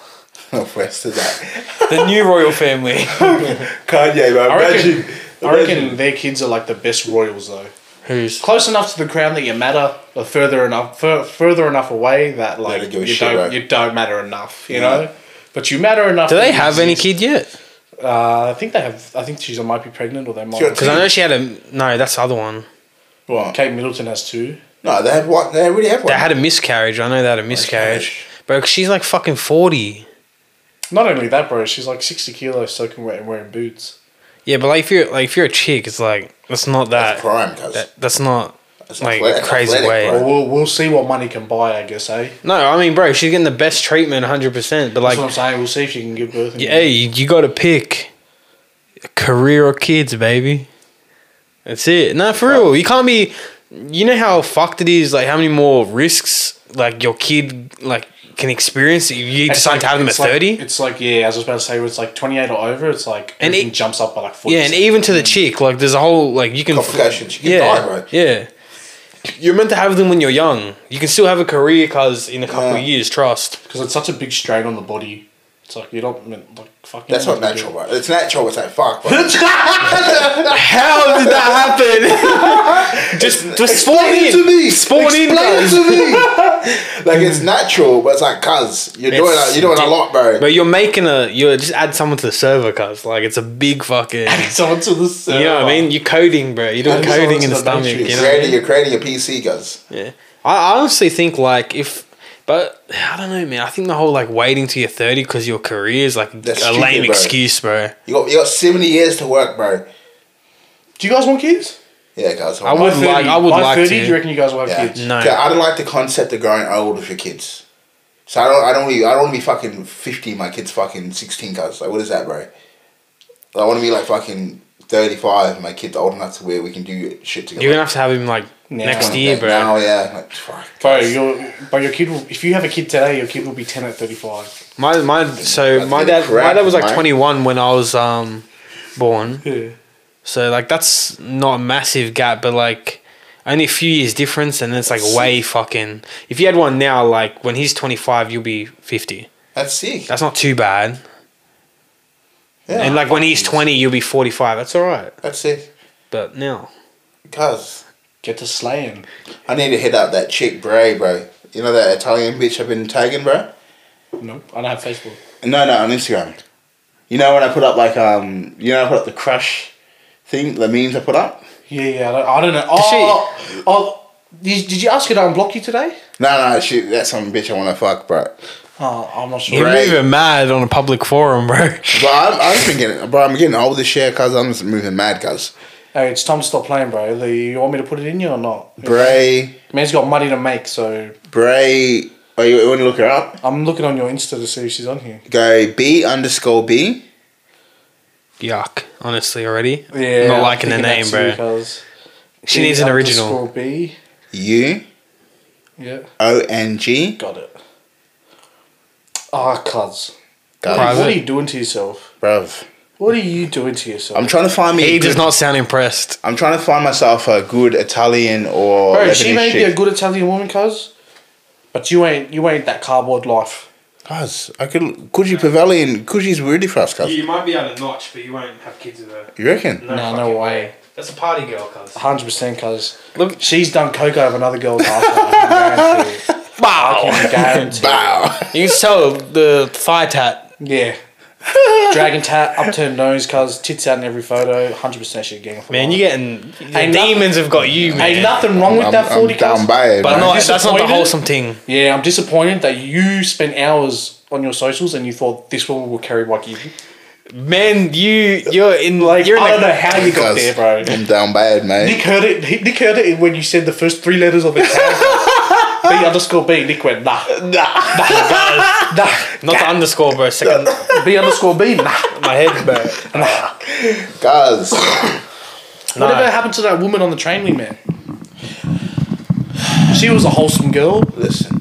C: Northwest is that.
A: the new royal family.
C: Kanye, bro.
B: I reckon-
C: Imagine.
B: I reckon their kids are like the best royals though.
A: Who's?
B: Close enough to the crown that you matter, but further enough, fur, further enough away that like
C: don't give
B: you
C: a shit,
B: don't,
C: bro.
B: you don't matter enough. You
C: Yeah.
B: know, but you matter enough.
A: Do
B: that
A: they
B: you
A: have any kid
B: exist.
A: yet?
B: Uh, I think they have. I think she's might be pregnant or they might.
C: Sure.
A: Because I know she had a no. That's the other one.
C: What?
B: Kate Middleton has two.
C: No, they have what? They already have one.
A: They had a miscarriage. I know they had a miscarriage, bro. 'cause she's like fucking forty.
B: Not only that, bro, she's like sixty kilos soaking wet and wearing boots.
A: Yeah, but like if you're like if you're a chick, it's like that's not that.
C: That's crime, cuz.
A: that that's not
C: That's
A: like
C: athletic-
A: a crazy
C: athletic,
A: way.
C: bro.
B: Well, we'll we'll see what money can buy, I guess, eh?
A: No, I mean, bro, she's getting the best treatment, hundred percent. But
B: That's what I'm
A: like,
B: saying. We'll see if she can give birth. and-
A: yeah, hey, you, you got to pick career or kids, baby. That's it. No, for real, you can't be. You know how fucked it is. Like how many more risks like your kid like can experience if you
B: It's
A: decide
B: like-
A: to have them at
B: it's like-
A: thirty.
B: It's like yeah, as I was about to say, it's like 28 or over. It's like
A: And
B: everything
A: it-
B: jumps up by like 40.
A: Yeah, and e- even to the chick, like there's a whole like you can
C: Complications. You can
A: yeah,
C: die, bro.
A: yeah. You're meant to have them when you're young. You can still have a career, cause in a couple
C: Yeah.
A: of years, trust.
B: because it's such a big strain on the body. It's like you don't mean, like fucking.
C: That's not natural, bro. It's natural. It's like fuck, bro.
A: How did that happen? just just spawn
C: Explain it
A: in.
C: to me.
A: Spawn in,
C: Explain it
A: guys.
C: to me. like it's natural, but it's like cuz you're doing
A: It's
C: a, you're doing a lot, bro.
A: But you're making a you just add someone to the server, cause like it's a big fucking.
B: So onto the server.
A: You know what I mean? You're coding, bro. You're doing
B: Add someone
A: coding
B: to
A: in the
B: the
A: stomach.
B: matrix.
A: You
C: you're
A: know what I mean?
C: creating you're creating a PC, cuz.
A: Yeah. I I honestly think like if, but I don't know, man. I think the whole like waiting till you're thirty because your career is like
C: That's
A: a
C: stupid,
A: lame
C: bro.
A: excuse, bro.
C: You got you got seventy years to work, bro.
B: Do you guys want kids?
C: Yeah, guys.
A: I would like. I would
B: by
A: like
B: 30, do you
A: to.
B: reckon you guys will have
C: Yeah.
B: kids?
A: No.
C: I don't like the concept of growing old with your kids. So I don't. I don't. Really, I don't want to be fucking fifty. My kid's fucking sixteen, cuz. Like, what is that, bro? I want to be like fucking thirty-five. and My kid's old enough to where we can do shit together.
A: You're gonna have to have him like
B: Now.
A: next
C: Like
A: year,
C: that
A: bro.
C: Now, yeah. Like, fuck.
B: Bro,
C: cuz.
B: your but your kid will. If you have a kid today, your kid will be 10 at 35.
A: My my so
C: That's
A: my
C: gonna
A: dad
C: crack,
A: my dad was like
C: mate.
A: 21 when I was um born.
B: Yeah.
A: So like that's not a massive gap, but like. I Only a few years difference, and it's like way fucking. If you had one now, like when he's twenty five, you'll be fifty.
C: That's sick.
A: That's not too bad.
C: Yeah.
A: and like when he's twenty, you'll be forty five. That's all right.
C: That's it.
A: But now,
C: Cuz,
B: Get to slaying.
C: I need to hit up that chick, Bray, bro. You know that Italian bitch I've been tagging, bro?
B: No, I don't have Facebook.
C: No, no, on Instagram. You know when I put up like um, you know I put up the crush thing, the memes I put up.
B: Yeah, yeah, I don't, I don't know. Oh, oh, did, did you ask her to unblock you today?
C: No, no, she, that's some bitch I want to fuck, bro.
B: Oh, I'm not sure.
A: you're
C: Right.
A: moving mad on a public forum, bro.
C: But I'm, I'm just getting, bro. I'm getting old this year, cause I'm just moving mad, cause
B: Hey, it's time to stop playing, bro. Either You want me to put it in you or not?
C: Bray,
B: Man's got money to make, so
C: Bray. Oh, you want to look her up?
B: I'm looking on your Insta to see if she's on here.
C: Go B underscore B.
A: Yuck. Honestly, already. Not liking the name, bro. She needs an original.
B: B.
C: U
B: Yeah,
C: O N G.
B: got it. Ah, cuz.
C: Guys,
A: Private.
B: What are you doing to yourself?
C: bruv.
B: What are you doing to yourself?
C: I'm trying to find me.
A: He does not sound impressed.
C: I'm trying to find myself a good Italian or
B: Bro,
C: Lebanese
B: she may be
C: chick.
B: a good Italian woman, cuz. But you ain't you ain't that cardboard life.
C: Guys, I could Coogee Pavilion. Coogiee's really for us, cuz.
E: You might be able to notch, but you won't have kids with her.
C: You reckon?
E: No,
B: Nah, no
E: fucking
B: way.
E: That's a party girl, cuz.
B: hundred percent, cuz.
A: Look-
B: she's done coke over another girl's ass. I
A: Wow.
B: can guarantee. I
C: Bow.
A: You can tell the thigh tat.
B: can guarantee. Yeah. Dragon tat, upturned nose, cuz tits out in every photo. Hundred percent, she gang. for
A: Man,
B: life.
A: you're getting. The
B: Ain't nothing-
A: demons have got you, man.
B: Ain't nothing wrong with
C: I'm-
B: that
C: I'm
B: forty cuz.
C: down by it,
A: but
C: man.
A: no, that's not the
B: disappointed.
A: wholesome thing.
B: Yeah, I'm disappointed that you spent hours on your socials and you thought this woman will carry Wacky.
A: Man, you you're in like
B: Like
A: you're in
B: I don't
A: the,
B: know how you got
C: Cuz,
B: there, bro.
C: I'm down bad,
B: Nick
C: mate.
B: heard it. he- Nick heard it when you said the first three letters of the tag. B underscore B. Nick went nah.
C: Nah.
B: Nah.
A: not the underscore, bro. Second
B: B underscore B. Nah.
A: my head, bro.
C: Guys,
B: Whatever happened to that woman on the train we met? She was a wholesome girl.
C: listen.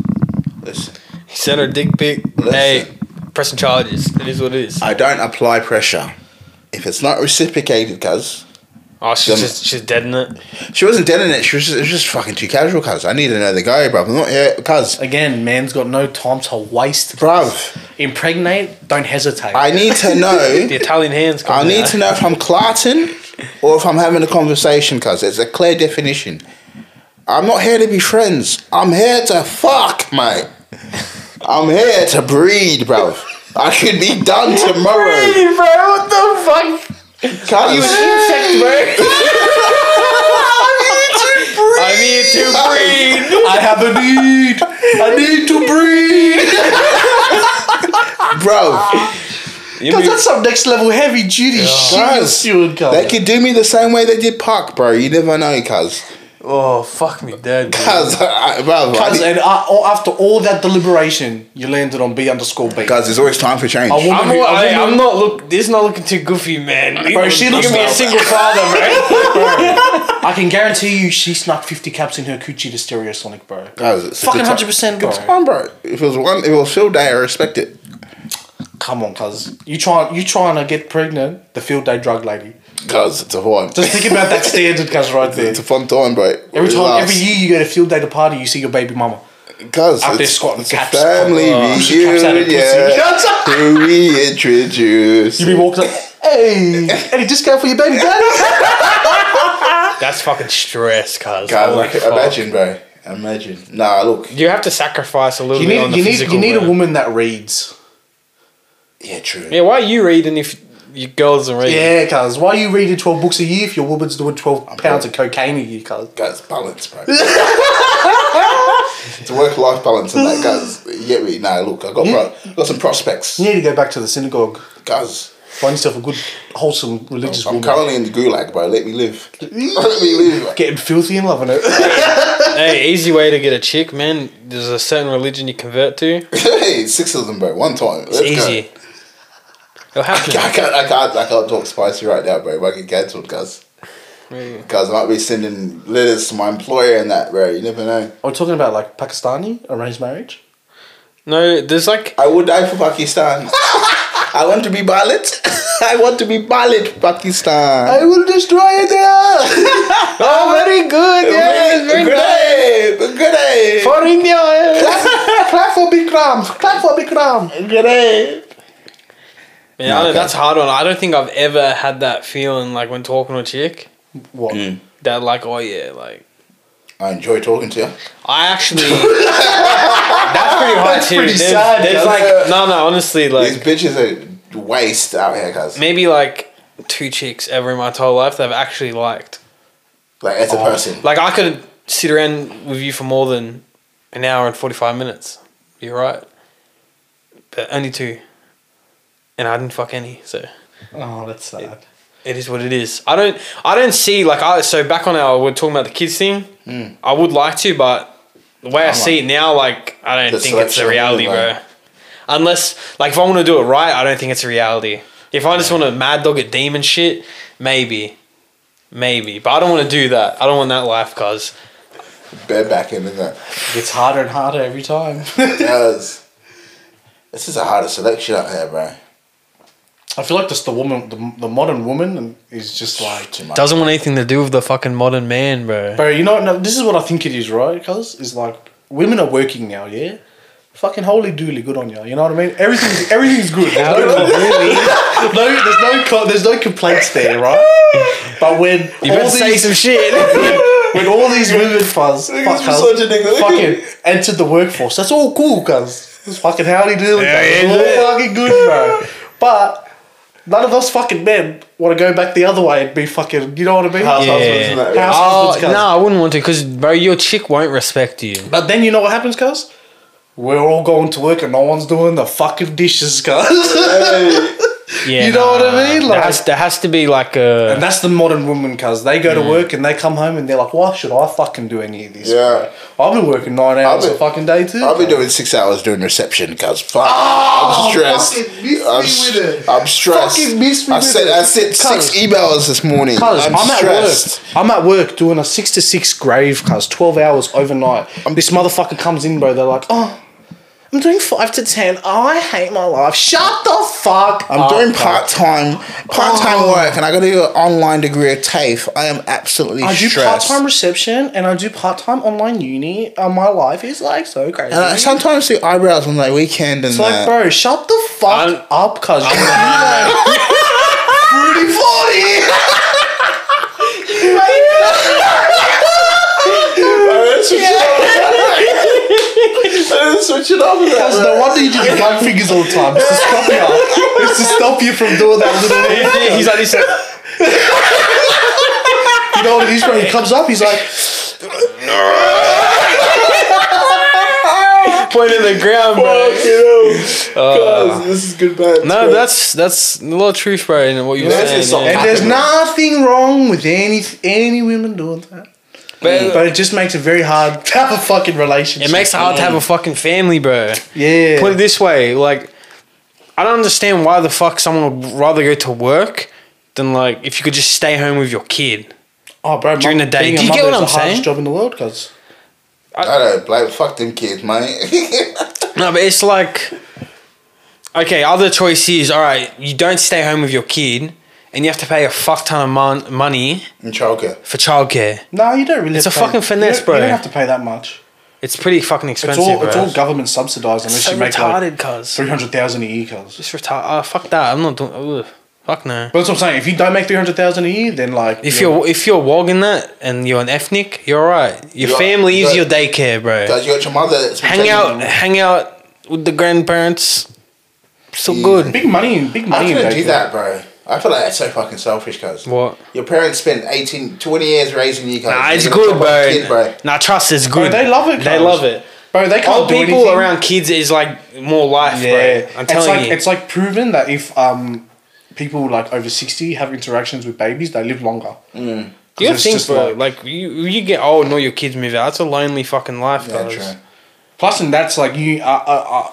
C: Listen.
A: He sent her dick pic. Hey, pressing charges. It is what it is.
C: I don't apply pressure. If it's not reciprocated, cuz.
A: Oh, she's
C: Them-
A: just she's dead in it.
C: She wasn't dead in it. She was just, it was just fucking too casual, cuz. I need to know the guy, bruv. I'm not here, cuz.
B: Again, man's got no time to waste.
C: Bruv,
B: Impregnate, don't hesitate.
C: I need to
A: The
C: know.
A: Italian hands.
C: I
A: coming
C: need
A: out.
C: to know if I'm clarting or if I'm having a conversation, cuz. It's a clear definition. I'm not here to be friends. I'm here to fuck, mate. I'm here to breed, bruv. I could be done tomorrow.
A: Hey, bro, what the fuck?
C: Can't you
A: I need to breathe.
B: I have a need. I need to breathe.
C: Bro,
A: You
B: Cause
A: mean-
B: that's some next level heavy duty shit.
C: Guys,
B: you would go.
C: they could do me the same way they did Puck, bro. You never know, cuz.
A: oh fuck me, dead. dude.
C: Cuz, I- bro. I
B: Cause
C: need-
B: and uh, oh, after all that deliberation, you landed on B underscore B.
C: Guys, there's always time for change.
B: A woman
A: I'm,
B: who-
A: all,
B: a
A: hey,
B: woman-
A: I'm not look. This is not looking too goofy, man.
B: Bro, she
A: Look
B: looks
A: at me a
B: like-
A: single father, man.
B: I can guarantee you, she snuck fifty caps in her coochie to Stereosonic, bro.
C: Guys, it's a
B: Fucking
C: good time.
B: hundred percent, bro.
C: Good time, bro. If it was one, if it was field day, I respect it.
B: Come on, cuz you trying you trying to get pregnant, the field day drug lady.
C: Cuz, it's a fun.
B: Just think about that standard, cuz right there.
C: It's a fun time, bro.
B: Every time, every year you go to field day to party, you see your baby mama.
C: Cuz,
B: out there
C: it's,
B: squatting
C: it's a
B: caps.
C: family
B: Oh, she caps out her
C: reunion.
B: pussy.
C: Yeah. Who we introduce.
B: You be walking like, hey, any discount for your baby daddy?
A: That's fucking stress, cuz.
B: Oh
C: Guys,
A: Holy
C: like,
A: fuck.
C: imagine, bro. Imagine. Nah, look.
A: You have to sacrifice a little
B: you
A: bit on
B: need
A: the
B: you need
A: physical.
B: you need a
A: man.
B: woman that reads.
C: Yeah, true.
A: Yeah, why are you reading if your girls are reading?
B: Yeah, cuz why you reading twelve books a year if your woman's doing twelve pounds of cocaine a year, cuz?
C: Guys, balance, bro. it's a work life balance and that, guys. You get me? Nah, look, I got pro- got some prospects.
B: You need to go back to the synagogue,
C: Guys,
B: find yourself a good wholesome religious
C: I'm
B: woman.
C: currently in the gulag, bro. Let me live. Let me live.
B: Getting filthy and loving it.
A: Hey, easy way to get a chick, man. There's a certain religion you convert to. It's
C: hey, six of them, bro. One time. Let's
A: easy.
C: Go.
A: It'll happen.
C: I can't, I can't, I can't talk spicy right now, bro. I get cancelled, guys. Guys, I might be sending letters to my employer and that, bro. You never know.
B: Are we talking about like Pakistani arranged marriage?
A: No, there's like
C: I would die for Pakistan. I want to be ballot. I want to be ballot, Pakistan.
D: will destroy it there.
A: Oh, very good. Yes, very
C: good
A: good.
C: day. Good day.
A: For India. yeah.
D: Clap for Bikram. Clap for Bikram.
C: Good day.
A: Yeah, I know,
C: Okay.
A: that's hard one. I don't think I've ever had that feeling like when talking to a chick
B: What?
A: that like, oh yeah, like
C: I enjoy talking to you.
A: I actually that's pretty high too.
C: pretty
A: there's,
C: sad,
A: there's
C: yeah.
A: like no, no, honestly,
C: These
A: like
C: bitches are waste out here, cuz.
A: maybe like two chicks ever in my entire life that I've actually liked.
C: Like as a person.
A: Like I could sit around with you for more than an hour and forty five minutes. You're right, but only two, and I didn't fuck any. So.
D: Oh, that's sad.
A: It is what it is. I don't. I don't see like I. So back on our we're talking about the kids thing. I would like to, but the way i see it now, like I don't
C: The
A: think it's a
C: selection,
A: reality, bro.
C: like-
A: Unless like if I want to do it right, I don't think it's a reality. If I just want to mad dog at demon shit, maybe, maybe. But I don't want to do that. I don't want that life, cause
C: Bareback in, isn't it?
D: It gets harder and harder every time.
C: Does. This is a harder selection out here, bro.
B: I feel like just the woman, the, the modern woman, is just like.
C: Too much.
A: doesn't want anything to do with the fucking modern man, bro.
B: Bro, you know, no, this is what I think it is, right? Cuz is like women are working now, yeah. Fucking holy dooly, good on you. You know what I mean? Everything's everything's good. There's no, no, there's no, co- there's no complaints there, right? But when
A: You better say some shit.
B: when all these women fuzz, fuck, cuz,
C: misogyny, look at
B: fucking entered the workforce, that's all cool, cuz. It's fucking howdy dooley,
A: Yeah,
B: cuz. It's
A: yeah, yeah.
B: all fucking good, bro. But none of us fucking men want to go back the other way and be fucking. You know what I mean?
C: House
A: Yeah. husbands and
C: that,
B: House
A: oh
B: husbands,
A: no,
B: cuz.
A: I wouldn't want to, cause bro, your chick won't respect you.
B: But then you know what happens, cuz? We're all going to work and no one's doing the fucking dishes, cuz.
A: Yeah,
B: You know what I mean?
A: there,
B: Like-
A: has, there has to be like a.
B: and that's the modern woman, cuz. They go to
C: Mm.
B: work and they come home and they're like, why should I fucking do any of this? bro?
C: Yeah.
B: I've been working nine hours
C: been-
B: a fucking day, too.
C: I'll be
B: cuz."
C: doing six hours doing reception, cuz. Fuck. I'm stressed.
D: fucking miss me
C: I'm,
D: with
C: s-
D: it.
C: I'm stressed.
B: Fucking miss me
C: I
B: with
C: sent,
B: it.
C: I sent six emails this morning.
B: Cuz,
C: I'm,
B: I'm, at
C: stressed.
B: work. I'm at work doing a six to six grave, cuz, 12 hours overnight. this motherfucker comes in, bro. They're like, oh, I'm doing five to ten. Oh, I hate my life. Shut the fuck
C: I'm
B: up,
C: doing
B: cuz.
C: part time, part time
B: Oh.
C: work, and I got to do an online degree at TAFE. I am absolutely
B: I do part
C: stressed.
B: time reception and I do part time online uni. And my life is like so crazy.
C: and I sometimes do eyebrows on the weekend and
B: it's like,
C: that.
B: bro, shut the fuck
A: I'm-
B: up, cuz. you
C: Pretty funny. Switch it up.
B: Cuz, no wonder you just bug fingers all the time. It's to stop you. It's to stop you from doing that little.
A: He's like this.
B: You know what it is, bro? He comes up, he's like,
A: Point in the ground, bro.
C: this is good bad.
A: Uh, No, that's that's a lot of truth, bro, in what you're
C: Yeah, that's
A: saying.
C: just
A: yeah.
B: and there's nothing wrong with any any women doing that.
A: But-
B: But it just makes it very hard to have a fucking relationship.
A: It makes it hard to have a fucking family, bro.
B: Yeah.
A: Put it this way, like, I don't understand why the fuck someone would rather go to work than like if you could just stay home with your kid.
B: oh, bro,
A: during
B: mum-
A: the day.
B: being a
A: Do you get
B: mother
A: what I'm
B: is the hardest
A: saying?
B: job in the world, cuz.
C: I don't like fuck them kids, mate.
A: No, but it's like, okay, other choice is all right. You don't stay home with your kid, and you have to pay a fuck ton of mon- money
C: In childcare.
A: for childcare.
B: No, you don't really.
A: It's
B: have
A: a
B: to pay-
A: fucking finesse,
B: you don't-
A: bro.
B: You don't have to pay that much.
A: It's pretty fucking
B: It's
A: expensive,
B: all
A: bro.
B: it's all government subsidized unless
A: so
B: you make
A: retarded,
B: like
A: cuz.
B: three hundred thousand a year, cuz.
A: Just retarded. Oh, fuck that. I'm not doing. Ugh. Fuck no.
B: But that's what I'm saying. If you don't make three hundred thousand a year, then like
A: If you're if you're wogging that and you're an ethnic, you're alright. Your
C: You're-
A: family is
C: you're-
A: your daycare, bro.
C: Guys, you got your mother. that's been
A: Hang
C: taking
A: out,
C: them.
A: hang out with the grandparents. So
C: Yeah.
A: good.
B: big money, big
C: I
B: money. in
C: couldn't do
B: daycare.
C: that, bro. I feel like that's so fucking selfish, cuz.
A: What?
C: Your parents spent 18, 20 years raising you, cuz.
A: Nah,
C: And
A: it's
C: you're
A: good,
C: gonna
A: bro.
C: talk about a Kid,
A: Nah, trust it's good.
B: Bro, they love it,
A: They
B: cuz.
A: love it.
B: Bro, they can't
A: Old
B: do
A: people
B: anything.
A: around kids is like more life,
B: Yeah,
A: bro. I'm
B: it's
A: telling
B: like
A: you.
B: it's like proven that if um people like over sixty have interactions with babies, they live longer.
A: Mm. you gotta
B: it's
A: think,
B: just
A: bro.
B: like-
A: Like, you you get old and all your kids move out. It's a lonely fucking life,
C: bro.
A: guys.
C: Yeah, true.
B: Plus, and that's like you. Uh, uh, uh,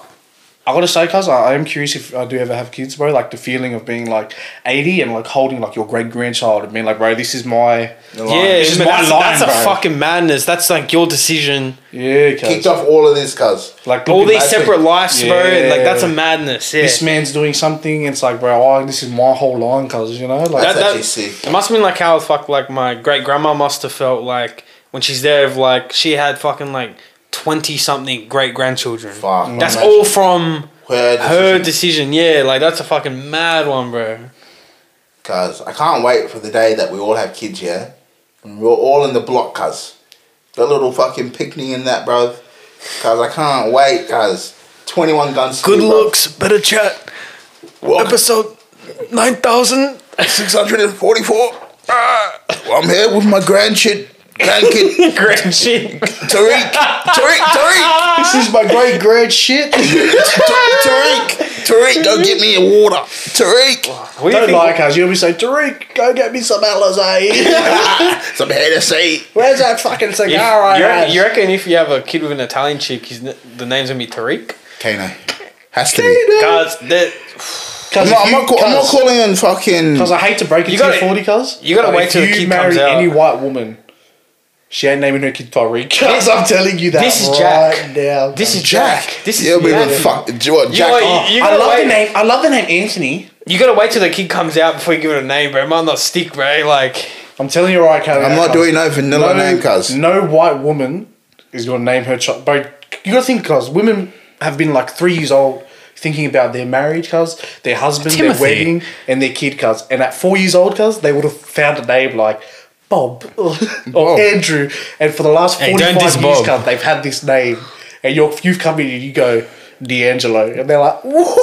B: I gotta say, cuz I, I am curious if I do ever have kids, bro. Like the feeling of being like eighty and like holding like your great grandchild and being like, bro, this is my
A: Yeah,
B: This is
A: man,
B: my
A: that's,
B: line,
A: that's a
B: bro.
A: fucking madness. That's like your decision.
B: yeah,
C: Kicked
B: cuz.
C: off all of this, cuz.
B: Like
A: All
B: look at
A: these
B: that
A: separate
B: thing.
A: lives, bro. and, Like that's a
B: Yeah.
A: madness. Yeah.
B: This man's doing something. It's like, bro, oh, this is my whole line, cuz you know, like
A: That-
C: That's
A: that-
C: actually sick.
A: It must have been like how fuck like my great grandma must have felt like when she's there of like she had fucking like twenty something great grandchildren.
C: Fuck.
A: That's
C: Imagine
A: all from
C: Her
A: her
C: decision.
A: decision. Yeah, like that's a fucking mad one, bro.
C: Cuz I can't wait for the day that we all have kids, yeah? And we're all in the block, cuz. That little fucking picnic in that, bro. Cuz I can't wait, cuz. 21 guns.
A: Good looks, better chat. Episode nine thousand.
C: 644. Ah, I'm here with my grandkid. Grandkid.
A: Grand shit.
C: Tariq. Tariq. Tariq.
B: this is my great grand shit.
C: Tariq. Tariq, go get me a water. Tariq.
A: What do you
B: Don't
A: think?
B: lie, cuz you'll be saying, Tariq, go get me some Alizé.
C: Some Hennessy.
B: Where's that fucking
A: If-
B: cigar I
A: you,
B: had?
A: reckon, you reckon if you have a kid with an Italian chick, his, n- the name's gonna be Tariq?
C: Kano. Has to be.
A: Guys, that
B: Cuz
C: I'm not, I'm not, call, I'm not calling in fucking.
B: Because I hate to break it
A: You
B: to
A: gotta-
B: you, forty cuz.
A: you gotta
B: but
A: wait
B: if
A: till the
B: you
A: kid
B: marry
A: comes out.
B: Any white woman, she ain't naming her kid Tariq. Cuz I'm telling you that.
A: This is Jack.
B: right Now,
A: this
B: cuz.
A: is Jack. This is
C: Yeah, but
A: yeah.
C: fuck. Do you want Jack?
A: like-
B: Oh,
A: You
B: I
A: gotta
B: love
A: wait.
B: the name. I love the name Anthony.
A: You gotta wait till the kid comes out before you give it a name, bro. It might not stick, bro. Like
B: I'm telling you right, Kevin.
C: I'm not doing no vanilla name, cuz.
B: No white woman is gonna name her child. But you gotta think, cuz women have been like three years old thinking about their marriage, cuz their husband,
A: Timothy.
B: their wedding, and their kid, cuz. And at four years old, cuz they would have found a name like. Bob or Andrew, and for the last
A: Hey, don't
B: forty-five
A: diss
B: years,
A: Bob.
B: cuz they've had this name, and you're, you've come in and you go D'Angelo, and they're like, "What?"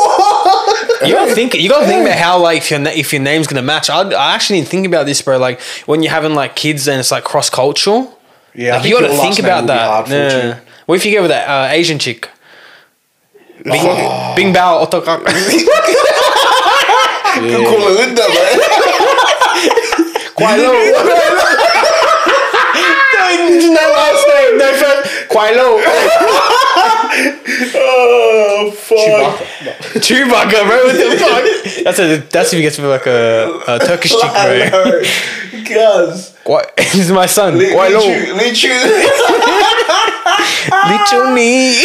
A: you gotta think. You gotta think about how like if your na- if your name's gonna match. I, I actually didn't think about this, bro. Like when you're having like kids and it's like cross cultural.
B: Yeah, I
A: Like, you gotta
B: your last
A: think
B: name
A: about
B: will be
A: that.
B: hard for you.
A: Yeah. What if you go with that uh, Asian chick? Bing, Bing Bao Otokak.
C: I'm calling Linda, man.
A: Quite low. There's no last name. No first. Quite low.
B: Oh fuck!
A: Chewbacca, bro. What the fuck? That's a, that's if you get to be like a, a Turkish chick, bro.
C: Cuz.
A: What? this is my son. Why low?
C: Lichu.
A: Little me.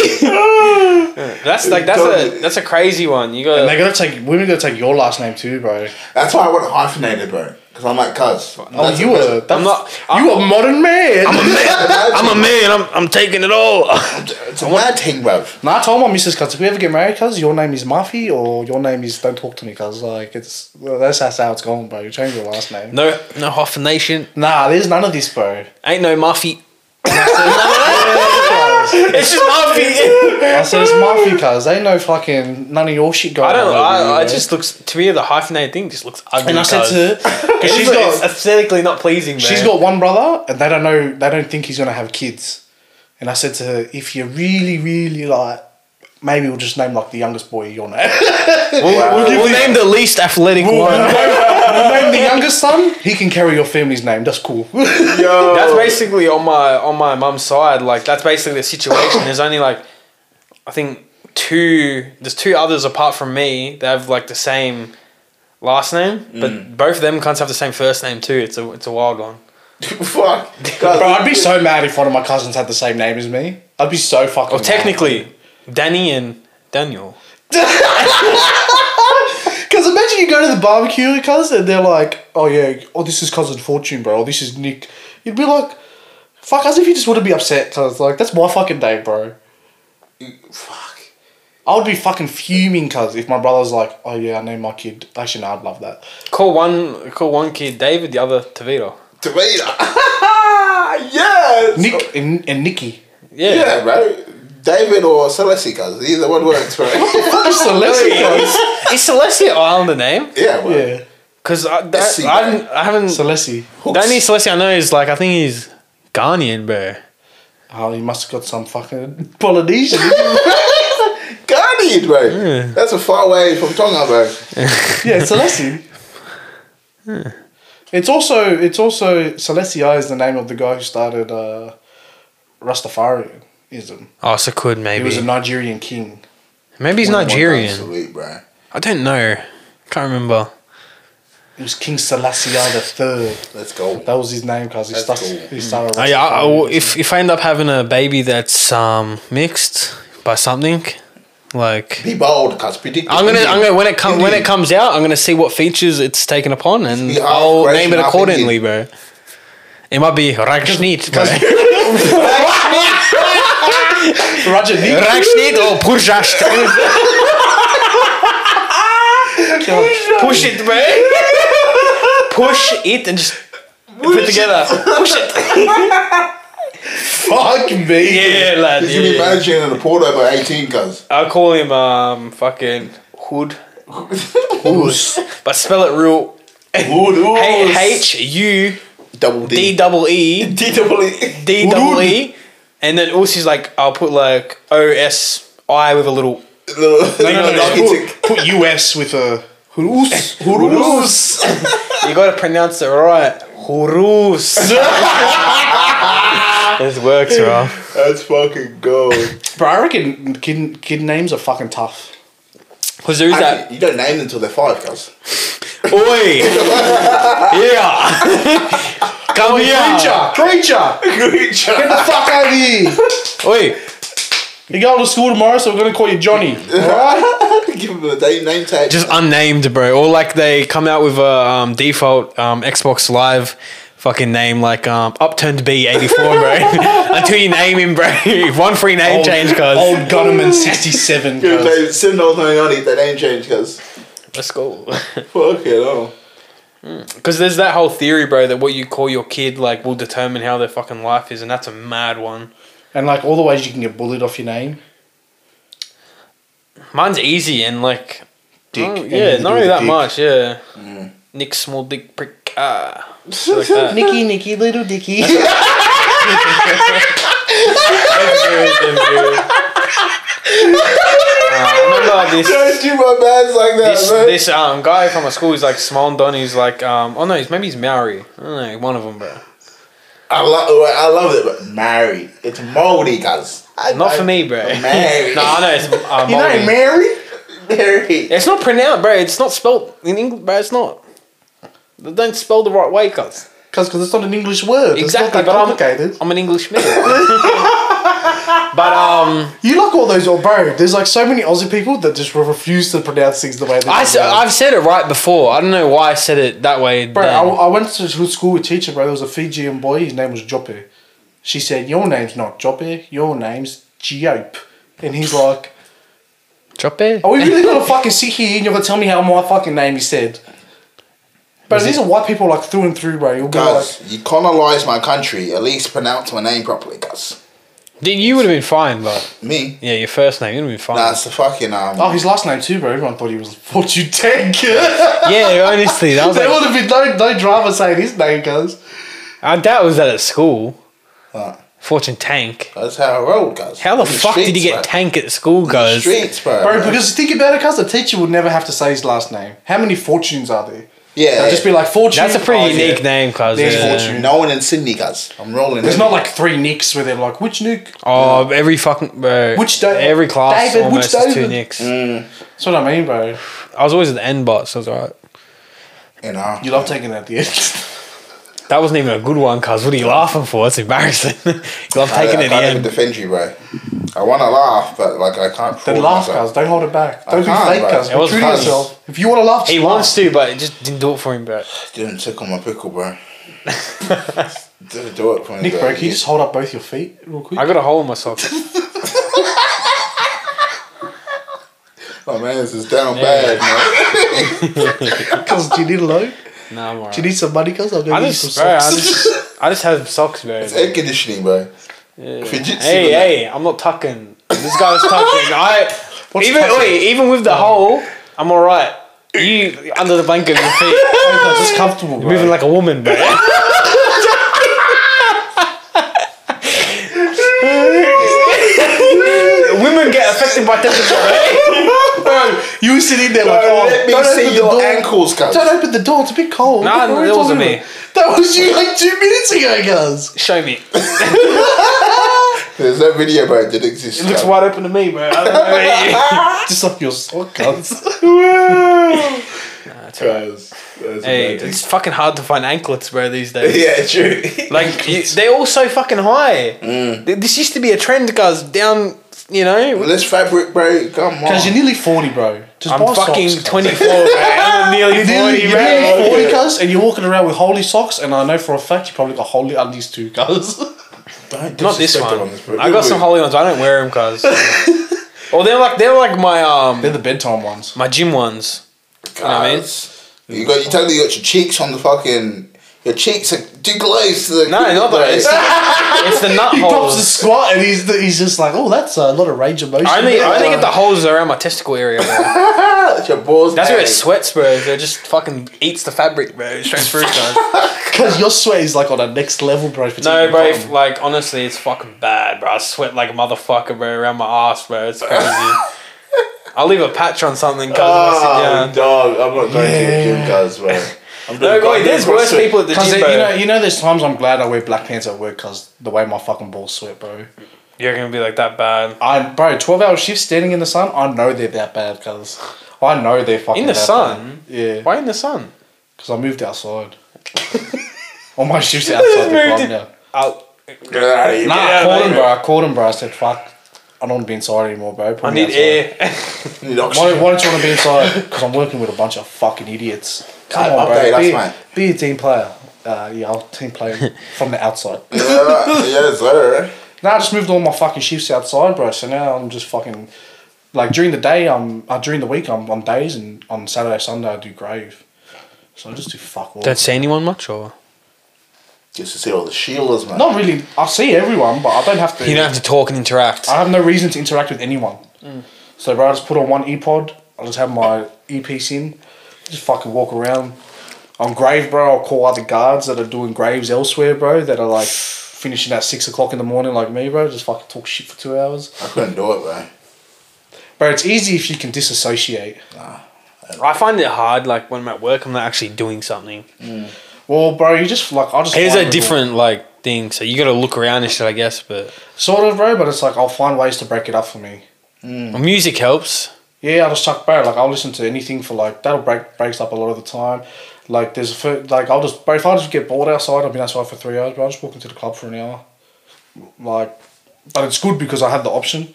A: that's like that's a that's a crazy one. You
B: They
A: got
B: gotta take women. Gotta take your last name too, bro.
C: That's why I want hyphenated, bro. Because I'm like, cuz.
B: Oh, you were.
A: I'm not. I'm,
B: You a modern man.
A: I'm a man. I'm I'm taking it all.
C: It's a mad thing, bro.
B: nah, I told my missus, cuz if we ever get married, cuz your name is Muffy or your name is Don't Talk to Me, cuz like it's well, that's, that's how it's going, bro. You change your last name.
A: No no hyphenation.
B: Nah, there's none of this, bro.
A: Ain't no Muffy.
B: I
A: It's just Muffy.
B: said it's Muffy, cuz they know fucking none of your shit going
A: I
B: on.
A: don't.
B: over here,
A: I, I
B: bro.
A: just looks to me the hyphenated thing just looks ugly.
B: and I said
A: cuz.
B: to her,
A: It's
B: because she's
A: just- it's
B: got
A: aesthetically not pleasing. Man.
B: She's got one brother, and they don't know. They don't think he's gonna have kids. And I said to her, if you really, really like, maybe we'll just name like the youngest boy your name.
A: We'll, we'll, we'll name the least athletic one.
B: name the youngest son. He can carry your family's name. That's cool.
C: Yo.
A: That's basically on my on my mum's side. Like that's basically the situation. There's only like, I think two. There's two others apart from me that have like the same last name, but both of them cunts have the same first name too. It's a it's a wild one.
C: Fuck.
B: Bro,
C: Cuz.
B: I'd be so mad if one of my cousins had the same name as me. I'd be so fucking.
A: Well, technically, Danny and Daniel.
B: because imagine you go to the barbecue, cuz, and they're like, "Oh yeah, oh this is cousin Fortune, bro. Or this is Nick." You'd be like, "Fuck," as if you just wouldn't be upset, cuz like that's my fucking name, bro.
C: Fuck.
B: I would be fucking fuming, cuz if my brother's like, oh yeah, I named my kid. Actually, no, I'd love that.
A: Call one call one kid David, the other Tavito.
C: Tomato. yes.
B: Nick and, and Nikki.
A: Yeah.
C: Yeah, bro. David or Celestia, cuz. Either one works, bro.
B: Just a Celessi,
A: Is Celestia Islander name?
C: yeah, bro.
B: cuz. Yeah.
A: Because I, that-
C: Celestia.
A: I, haven't- I haven't.
B: Celessi.
A: The only Celestia I know is like I think he's Ghanaian, bro.
B: Oh, you must have got some fucking Polynesian.
C: Guardian, bro. That's a far way from Tonga, bro.
B: yeah, Celessi. It's also it's also Celestia is the name of the guy who started uh, Rastafarianism.
A: Oh, so could
B: He
A: maybe.
B: was a Nigerian king.
A: Maybe he's
C: One- one times
A: Nigerian.
C: a week, bro.
A: I don't know. Can't remember.
B: It was King Selassie the Third.
C: Let's go.
B: That was his name because he,
C: That's
B: started.
C: cool.
B: he started.
A: I, Oh, Uh, I- I- if if I end up having a baby that's um mixed by something, like
C: Be bold, cuz predict.
A: I'm gonna I'm gonna when it comes when it
C: Indian.
A: comes out, I'm gonna see what features it's taken upon, and
C: Yeah,
A: I'll
C: Croatian,
A: name it
C: half
A: accordingly, bro. It might be Rakshnit, bro.
B: Roger Nick.
A: Rakshnit or Purzhasht. Push it, bro. Push it and just put it together. Push it.
C: Fuck me.
A: Yeah, lad.
C: He's gonna be managing in the Porto by 18, cuz.
A: I'll call him um fucking Hood. Hoos. But spell it real. H U
C: Double
A: D
C: D.
A: double E
C: D double E.
A: D double E, and then also is like I'll put like O S I with a little
C: No,
A: no, no,
B: Put, put US with a. Hurus. Hurus.
A: You gotta pronounce it right. Horus. this works, bro.
C: That's fucking gold.
B: Bro, I reckon kid, kid names are fucking tough.
A: Cause there is that.
C: Actually, you don't name them until they're five, cuz.
A: Oi! yeah! Come here!
B: Creature. Get the fuck out of here.
A: Oi!
B: You're going to school tomorrow, so we're going to call you Johnny.
C: Give him a name, name tag.
A: Just unnamed, bro. Or like they come out with a um, default um, Xbox Live fucking name, like um, Upturned B84, bro. Until you name him, bro. One free name change, cuz.
B: Old Gunnerman 67.
C: Give
B: cuz.
C: him name- send all the money, that name change, cuz.
A: Let's go.
C: Fuck it all.
A: Because there's that whole theory, bro, that what you call your kid like will determine how their fucking life is, and that's a mad one.
B: And like all the ways you can get bullied off your name.
A: Mine's easy and like,
B: Dick.
A: oh, yeah,
B: Anything to
A: not
B: do
A: really
B: with
A: that
B: dick. Mm.
A: much, yeah. Nick, small dick prick, ah, like that.
B: Nicky, Nicky, little Dicky.
A: Uh, I remember this.
C: Don't do my bands like that,
A: This,
C: man.
A: this um guy from my school is like small Don. He's like um oh no he's maybe he's Maori. I don't know one of them bro.
C: I, lo- I love it, but married. It's moldy, cuz. I-
A: Not
C: I-
A: for me bro. no
C: Maori.
A: I know it's uh,
C: You
A: Maori.
C: know Mary? Mary.
A: It's not pronounced, bro. It's not spelled in English, bro. It's not. They don't spell the right way, cuz.
B: Because it's not an English word.
A: Exactly,
B: it's not that
A: but I'm,
B: complicated.
A: I'm an Englishman. but um,
B: You like all those, old bro. There's like so many Aussie people that just refuse to pronounce things the way they
A: I
B: pronounce.
A: have said it right before. I don't know why I said it that way.
B: Bro,
A: then.
B: I, I went to school with teacher, bro. There was a Fijian boy. His name was Joppe. She said, "Your name's not Joppe. Your name's Giope." And he's like,
A: Drop it.
B: "Are we really gonna fucking sit here and you're gonna tell me how my fucking name is said?" But these are white people like through and through, bro. You'll be like,
C: Cuz, you colonized my country. At least pronounce my name properly, cuz.
A: Dude, you would have been fine, but
C: Me?
A: yeah, your first name, you'd have been fine.
C: Nah, it's the fucking, um...
B: "Oh, his last name too, bro." Everyone thought he was fortune tanker.
A: yeah, honestly, that was
B: there
A: like,
B: would have been no no drama saying his name, cuz.
A: I doubt it was that at school.
C: uh,
A: Fortune tank.
C: that's how I rolled,
A: Oh.
C: cuz.
A: How the,
C: In
A: fuck did you
C: streets,
A: get
C: bro.
A: tank at school,
C: In
A: guys?
C: Streets, bro.
B: Bro, because think about it, cuz the teacher would never have to say his last name. How many fortunes are there?
C: Yeah.
B: They'll just be like fortune.
A: That's a pretty
B: oh, yeah.
A: unique name, cuz.
B: There's
A: yeah.
B: fortune.
C: No one in Sydney, cuz. I'm rolling.
B: There's not like three nicks where they're like, which nick?
A: Oh, every fucking bro.
B: Which David?
A: Every class
B: David,
A: almost
B: which
A: is two
B: David?
A: nicks.
B: That's what I mean, bro.
A: I was always at the end bot, so it's alright.
C: You know.
B: You love taking that at the end.
A: That wasn't even a good one, cuz. What are you laughing for? That's embarrassing. you love
C: I,
A: taking
C: I
A: it
C: can't even
A: in.
C: defend you, bro. I want to laugh, but like I can't.
B: then
C: prove
B: laugh,
C: myself.
B: cuz. Don't hold it back. Don't be
C: can't,
B: fake,
C: bro.
B: cuz.
A: It
B: Be
A: was
B: true to
A: fun.
B: yourself. If you want to laugh,
A: He
B: just
A: wants to, but it just didn't do it for him, bro.
C: Didn't tickle my pickle, bro. Didn't do it for me.
B: laugh. Nick,
C: bro.
B: bro, can you just hold up both your feet real quick?
A: I got a hole in my sock.
C: My man's is down bad, man.
B: Cuz, do you need a loan?
A: nah, I'm
B: Do
A: alright.
B: you need some money, cuz? I'm
A: I
B: going to need some
A: just, bro, I
B: socks.
A: just, I just have socks, bro.
C: It's air conditioning, bro. Fidget
A: Hey,
C: spinner.
A: hey, I'm not tucking. This guy was tucking. I
B: What's
A: even
B: tucking?
A: wait, even with the hole, I'm alright. You under the blanket of your feet,
B: Cuz, It's comfortable, bro.
A: moving like a woman, bro. Women get affected by temperature.
B: bro, you were sitting there like,
C: Bro,
B: oh,
C: let me
B: don't
C: see
B: open
C: your
B: the door.
C: ankles, cuz.
B: Don't open the door, it's a bit cold.
A: Nah,
B: What the fuck are
A: that
B: you
A: wasn't
B: talking
A: me.
B: about? That was you like two minutes ago, cuz.
A: Show me.
C: There's no video, bro. It didn't exist.
A: It looks
C: bro.
A: wide open to me, bro. I don't know.
D: Just like your sock cuts.
A: Nah, it's alright.
C: Guys, that's
A: Hey,
C: amazing.
A: it's fucking hard to find anklets, bro, these days.
C: yeah, true.
A: Like you, they're all so fucking high. Th- This used to be a trend, guys. Down, you know.
C: Less fabric, bro. Come
B: Because you're
C: on.
B: nearly 40, bro. Just
A: I'm
B: buy socks,
A: fucking
B: cuz.
A: 24, bro. I'm nearly
B: You're nearly,
A: 40,
B: you're
A: bro.
B: nearly 40, cuz, and you're walking around with holy socks, and I know for a fact you probably got holy undies too, cuz.
C: Don't
A: Not this
C: disrespect
A: one.
C: them on bro.
A: I got some holy ones. I don't wear them, cause. oh, they're like they're like my
B: They're
A: um
B: the bedtime ones.
A: my gym ones. You know what I mean?
C: You got. You totally got your cheeks on the fucking. Your cheeks are too close to the.
A: No, not that. It's, it's the nut
B: He pops a
A: holes.
B: squat, and he's he's just like, oh, that's a lot of range of motion.
A: I only,
B: there."
A: I only get the holes around my testicle area. Bro.
C: It's your balls.
A: That's where it
C: hang.
A: sweats, bro. It just fucking eats the fabric, bro. Straight through, guys.
B: Because your sweat is like on a next level, bro. if it's
A: No,
B: even
A: bro.
B: cotton.
A: if- like honestly, it's fucking bad, bro. I sweat like a motherfucker, bro, around my ass, bro. It's crazy. I'll leave a patch on something, cause
B: Ah.
A: I
C: Oh,
A: sit down.
C: dog. I'm not going to the gym,
B: Yeah.
C: guys, bro. I'm doing
A: No, wait,
C: goddamn
A: there's worse
C: CrossFit.
A: people at the
B: Cause
A: gym,
B: you
A: bro. You
B: know, you know, there's times I'm glad I wear black pants at work because the way my fucking balls sweat, bro.
A: You're gonna be like that bad.
B: I bro, twelve hour shifts standing in the sun. I know they're that bad, cause I know they're fucking
A: In the
B: that
A: sun?
B: bad. Yeah,
A: Why in the sun?
B: because I moved outside. All my shifts are outside the
A: moved
B: club
A: it.
B: now.
A: I'll,
C: Get out of here.
B: Nah,
A: Yeah,
B: I called
A: mate.
B: him, bro. I called him, bro. I said, "Fuck, I don't want to be inside anymore, bro." Put
A: I
B: me
A: need
B: outside."
A: air.
C: You need oxygen.
B: Why, why don't you want to be inside? Because I'm working with a bunch of fucking idiots. Come
C: God,
B: on, bro.
C: update us,
B: be,
C: mate.
B: be a team player. Uh, yeah, I'll team play from the outside.
C: yeah, yeah, sir.
B: Now I just moved all my fucking shifts outside, bro. So now I'm just fucking like during the day. I'm uh, during the week. I'm on days and on Saturday, Sunday I do grave. So I just do fuck all.
A: Don't see anyone much, or
C: Just to see all the shielders, man.
B: Not really. I see everyone, but I don't have to.
A: you don't have to talk and interact.
B: I have no reason to interact with anyone. So, bro, I just put on one E ePod. I just have my earpiece in. Just fucking walk around. On grave, bro, I'll call other guards that are doing graves elsewhere, bro, that are like finishing at six o'clock in the morning, like me, bro. Just fucking talk shit for two hours.
C: I couldn't do it, bro.
B: Bro, it's easy if you can disassociate.
A: I find it hard, like when I'm at work, I'm not actually doing something.
B: Well, bro, you just like I'll just.
A: It is
B: find
A: a
B: little-
A: different like thing, so you got to look around and shit, I guess. But
B: sort of, bro, but it's like I'll find ways to break it up for me.
A: music helps.
B: Yeah, I'll just chuck bro. Like I'll listen to anything for like that'll break breaks up a lot of the time. Like there's a fir- like I'll just bro, if I just get bored outside, I've been outside for three hours, bro. I'll just walk into the club for an hour. Like, but it's good because I have the option.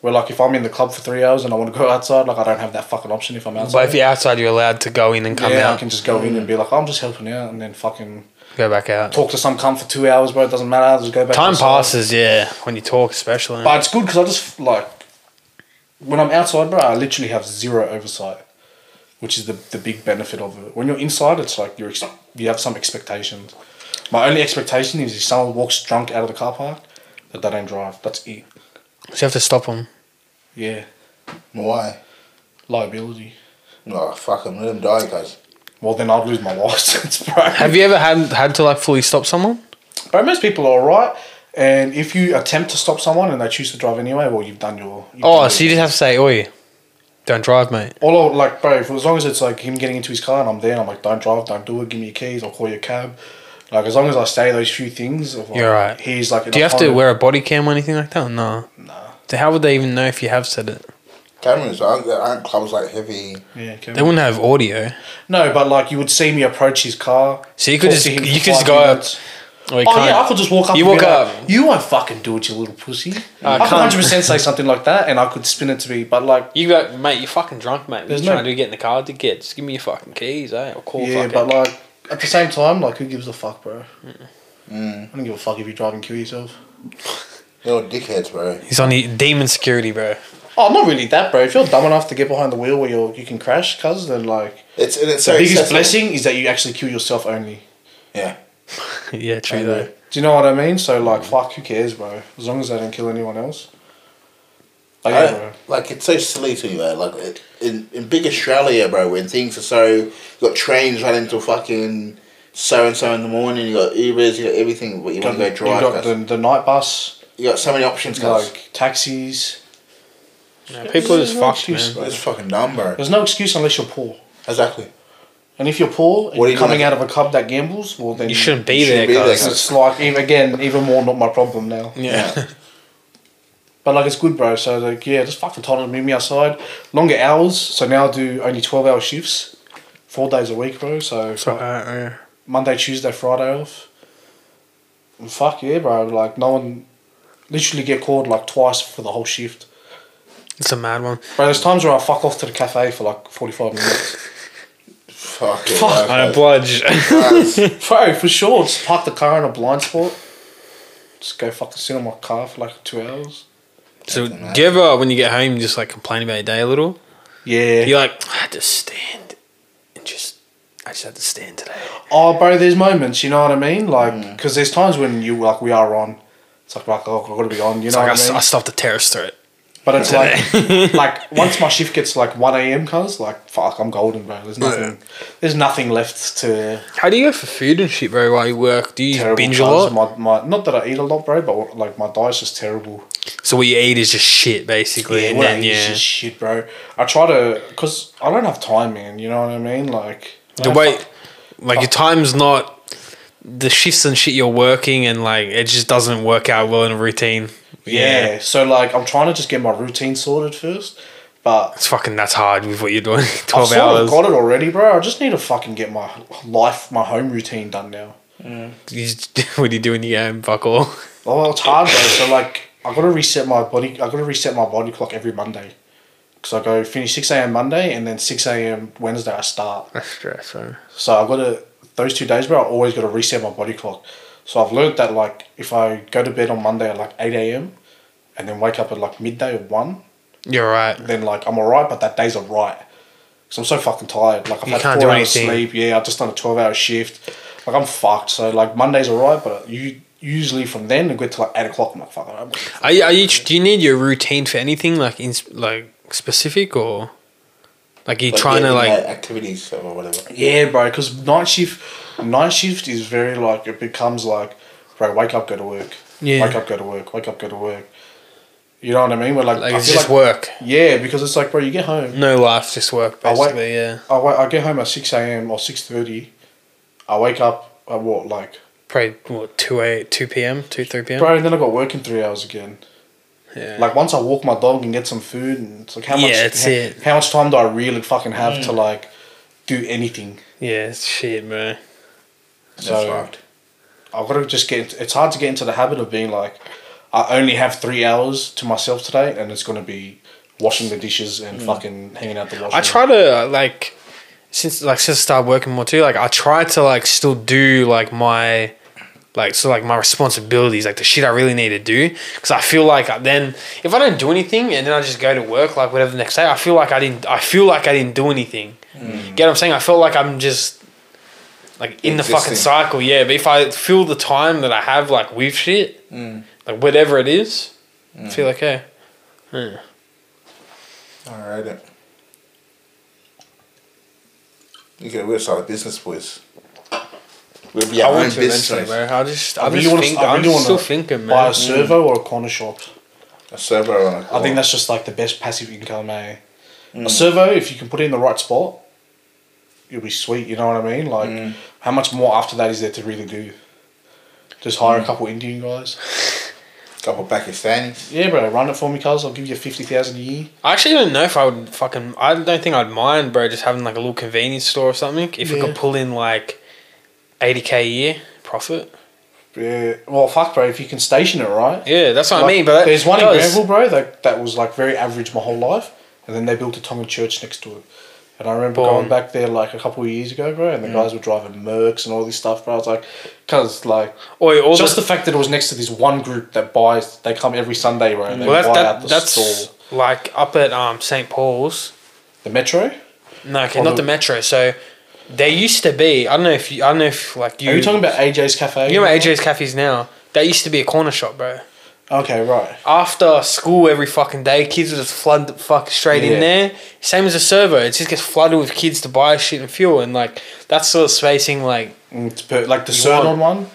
B: Where like if I'm in the club for three hours and I want to go outside, like I don't have that fucking option if I'm outside.
A: But if you're outside, you're allowed to go in and come
B: yeah, I
A: out, Mm.
B: can just go in and be like, "Oh, I'm just helping out, and then fucking
A: go back out.
B: talk to some cunt for two hours, bro. It doesn't matter. I'll just go back.
A: Time
B: inside.
A: passes, yeah, when you talk, especially.
B: But it's good because I just like when I'm outside, bro. I literally have zero oversight, which is the the big benefit of it. When you're inside, it's like you're ex- you have some expectations. My only expectation is if someone walks drunk out of the car park, that they don't drive. That's it.
A: so you have to stop them.
B: Yeah,
C: Why?
B: liability.
C: No, fuck them. Let them die, guys.
B: Well, then I'd lose my license, bro.
A: Have you ever had had to like fully stop someone?
B: But most people are alright, and if you attempt to stop someone and they choose to drive anyway, well, you've done your. you've done
A: Oh,
B: your-
A: so you just have to say, "Oi, don't drive, mate."
B: All I would- like, bro, for as long as it's like him getting into his car and I'm there, I'm like, don't drive, don't do it, give me your keys, I'll call your cab. Like, as long as I say those few things, of, like,
A: You're right.
B: He's like,
A: Do you have to wear a body cam or anything like that? No.
B: Nah.
A: So how would they even know if you have said it?
C: Cameras aren't, aren't clubs like heavy.
A: They
B: Yeah, okay.
A: wouldn't have audio.
B: No, but like, you would see me approach his car.
A: So you could
B: talk
A: just-
B: to him
A: you
B: for
A: could just
B: five
A: go up,
B: minutes.
A: Oh, you
B: Oh
A: can't.
B: yeah, I could just walk up.
A: You
B: and be
A: walk
B: like,
A: up.
B: you won't fucking do it, you little pussy. I could
A: cunt.
B: hundred percent say something like that, and I could spin it to be. But like,
A: You go, mate. You're fucking drunk, mate. What
B: There's
A: you
B: no-
A: trying to do? Get in the car to get? Just give me your fucking keys, eh? Or call.
B: yeah,
A: fucking.
B: but like at the same time, like, who gives a fuck, bro?
A: Mm.
B: I don't give a fuck if you drive and kill yourself.
C: They're all dickheads, bro.
A: he's on the demon security, bro.
B: Oh, not really that, bro. If you're dumb enough to get behind the wheel where you you can crash, cuz then like
C: It's and it's
B: the
C: so
B: biggest
C: accessible.
B: blessing is that you actually kill yourself only.
C: Yeah.
A: yeah, true
C: I
A: though.
C: know.
B: Do you know what I mean? So like, fuck, who cares, bro? As long as they don't kill anyone else. Like, Oh, yeah,
C: I,
B: bro.
C: like it's so silly to me, man. Like it, in in big Australia, bro, when things are so you got trains running till fucking so and so in the morning. You got Ubers, you got everything, but you want to go
B: you
C: drive.
B: got the,
C: guys.
B: the night bus,
C: You got so many options, guys.
B: like taxis.
A: Yeah, people are just
B: no
A: fucked,
B: excuse,
A: man.
B: bro.
C: it's fucking dumb, bro.
B: There's no excuse unless you're poor.
C: Exactly.
B: And if you're poor and
C: What are
B: you're
C: you
B: coming out
C: gonna-
B: of a club that gambles, well then
A: You shouldn't be
C: shouldn't
A: there,
C: be there,
B: e-,
A: guys.
C: guys.
B: It's like even, again even more not my problem now.
A: Yeah.
B: But like it's good, bro. So like yeah, just fucking tired of meet me outside. Longer hours. So now I do only twelve hour shifts, four days a week, bro. So
A: So, uh,
B: Monday, Tuesday, Friday off. And fuck yeah, bro. Like no one, literally get called like twice for the whole shift.
A: it's a mad one.
B: Bro, there's times where I fuck off to the cafe for like forty five minutes.
C: Fuck. it,
B: Fuck.
A: I don't
C: okay.
A: bludge.
C: Guys,
B: bro, for sure. Just park the car in a blind spot. Just go fucking sit on my car for like two hours.
A: so, do you ever, when you get home, just like complain about your day a little?
B: Yeah.
A: You're like, I had to stand and just, I just had to stand today.
B: Oh, bro, there's moments, you know what I mean? Like,
A: Mm.
B: because there's times when you, like, we are on. It's like, like oh, I've got to be on, you
A: It's
B: know
A: like I,
B: what I
A: s-
B: mean?
A: I stopped a terrorist threat.
B: but it's like, like, once my shift gets, like, 1 a.m. comes, like, fuck, I'm golden, bro. There's nothing, there's nothing left to
A: How do you go for food and shit, bro, while you work? Do you
B: terrible
A: binge a
B: times.
A: lot?
B: My, my, not that I eat a lot, bro, but, like, my diet's just terrible.
A: so, what you eat is just shit, basically. and
B: what
A: then,
B: I eat is
A: yeah.
B: just shit, bro. I try to, because I don't have time, man, you know what I mean? Like, I
A: the
B: don't
A: way,
B: fuck-
A: like your time's not the shifts and shit you're working, and like it just doesn't work out well in a routine.
B: yeah. So, like, I'm trying to just get my routine sorted first, but
A: it's fucking that's hard with what you're doing.
B: I've
A: Twelve
B: sort of
A: hours,
B: got it already, bro. I just need to fucking get my life, my home routine done now.
A: You just- what do you do when you get home? Fuck all.
B: Oh, it's hard though. So like, I gotta reset my body. I gotta reset my body clock every Monday. Cause I go finish six a.m. Monday and then six a.m. Wednesday I start.
A: That's stress, bro.
B: So I gotta those two days, bro. I always gotta reset my body clock. So I've learned that like, if I go to bed on Monday at like eight a.m. and then wake up at like midday or one,
A: You're right.
B: then like I'm alright, but that day's alright. Cause I'm so fucking tired. Like I've
A: You
B: had
A: can't
B: four
A: do
B: hours
A: anything.
B: sleep. Yeah, I've just done a twelve hour shift. Like I'm fucked. So like Monday's alright, but you usually from then it get to like eight o'clock. I'm like fuck. I'm
A: Are you, are you? Do you need your routine for anything like in like specific or like you
C: but
A: trying
C: yeah,
A: to like?
C: midnight uh, activities or whatever.
B: yeah, bro. Cause night shift, night shift is very like it becomes like, bro, wake up, go to work.
A: Yeah.
B: Wake up, go to work. Wake up, go to work. You know what I mean? We're like,
A: Like
B: I
A: it's
B: feel
A: just
B: like-
A: work.
B: Yeah, because it's like, bro, you get home.
A: No life, just work
B: I wait-
A: basically. Yeah.
B: I, wa- I get home at six a.m. or six thirty. I wake up at what like,
A: Probably what two eight two p.m. two three p.m.
B: bro, and then I got work in three hours again.
A: yeah.
B: Like once I walk my dog and get some food, and it's like how much
A: Yeah, that's
B: how,
A: it.
B: how much time do I really fucking have to
C: Mm.
B: like do anything?
A: yeah, it's shit, bro.
C: That's
B: So-
C: fucked.
B: I've got to just get. It's hard to get into the habit of being like, I only have three hours to myself today, and it's gonna be washing the dishes and
C: Mm.
B: fucking hanging out the washroom.
A: I try to uh, like since like since I started working more too. Like I try to like still do like my like so like my responsibilities, like the shit I really need to do. Because I feel like I- then if I don't do anything and then I just go to work like whatever the next day, I feel like I didn't. I feel like I didn't do anything. Get what I'm saying? I feel like I'm just like in the fucking
C: Existing.
A: cycle. Yeah, but if I feel the time that I have like with shit, like whatever it is, I feel okay. Yeah.
C: Alright. then. You get a weird side of business, boys. We'll be
A: I
C: our own
A: want to eventually,
C: business.
A: bro. I just, I,
B: really
A: just
B: wanna-
A: think,
B: I
A: I am
B: really wanna
A: still thinking,
B: buy a
C: Mm.
A: man.
B: servo or a corner shop.
C: A server on a
B: I think that's just like the best passive income, eh?
A: Mm.
B: A servo, if you can put it in the right spot, you'll be sweet. You know what I mean? Like,
A: Mm.
B: how much more after that is there to really do? Just hire
A: Mm.
B: a couple Indian guys.
C: couple Pakistanis.
B: Yeah, bro, run it for me, cuz. I'll give you fifty thousand a year.
A: I actually don't know if I would fucking. I don't think I'd mind, bro. Just having like a little convenience store or something. If you
B: Yeah.
A: could pull in like, eighty k a year profit.
B: Yeah. Well, fuck, bro. If you can station it right.
A: Yeah, that's what I
B: Like,
A: mean. But
B: there's one in
A: because-
B: Granville, bro, that, that was like very average my whole life, and then they built a Tongan church next to it. And I remember
A: Boom. Mm.
B: going back there like a couple of years ago, bro, and the guys were driving Mercs and all this stuff, bro. I was like, because like
A: Oi, all
B: just
A: the,
B: the fact that it was next to this one group that buys, they come every Sunday, bro, and they
A: well,
B: buy
A: that,
B: out
A: that,
B: the
A: that's
B: store,
A: like up at um St Paul's.
B: the metro.
A: No, okay,
B: On
A: not
B: the-
A: the metro. So there used to be. I don't know if you. I don't know if like you.
B: Are you talking about AJ's cafe?
A: You know where AJ's cafes now? That used to be a corner shop, bro.
B: Okay, right.
A: after school every fucking day, kids would just flood the fuck straight
B: Yeah.
A: in there. Same as a servo, it just gets flooded with kids to buy shit and fuel, and like that sort of spacing, like
B: Mm, it's per- like the
A: You
B: Cerdon
A: want-
B: one.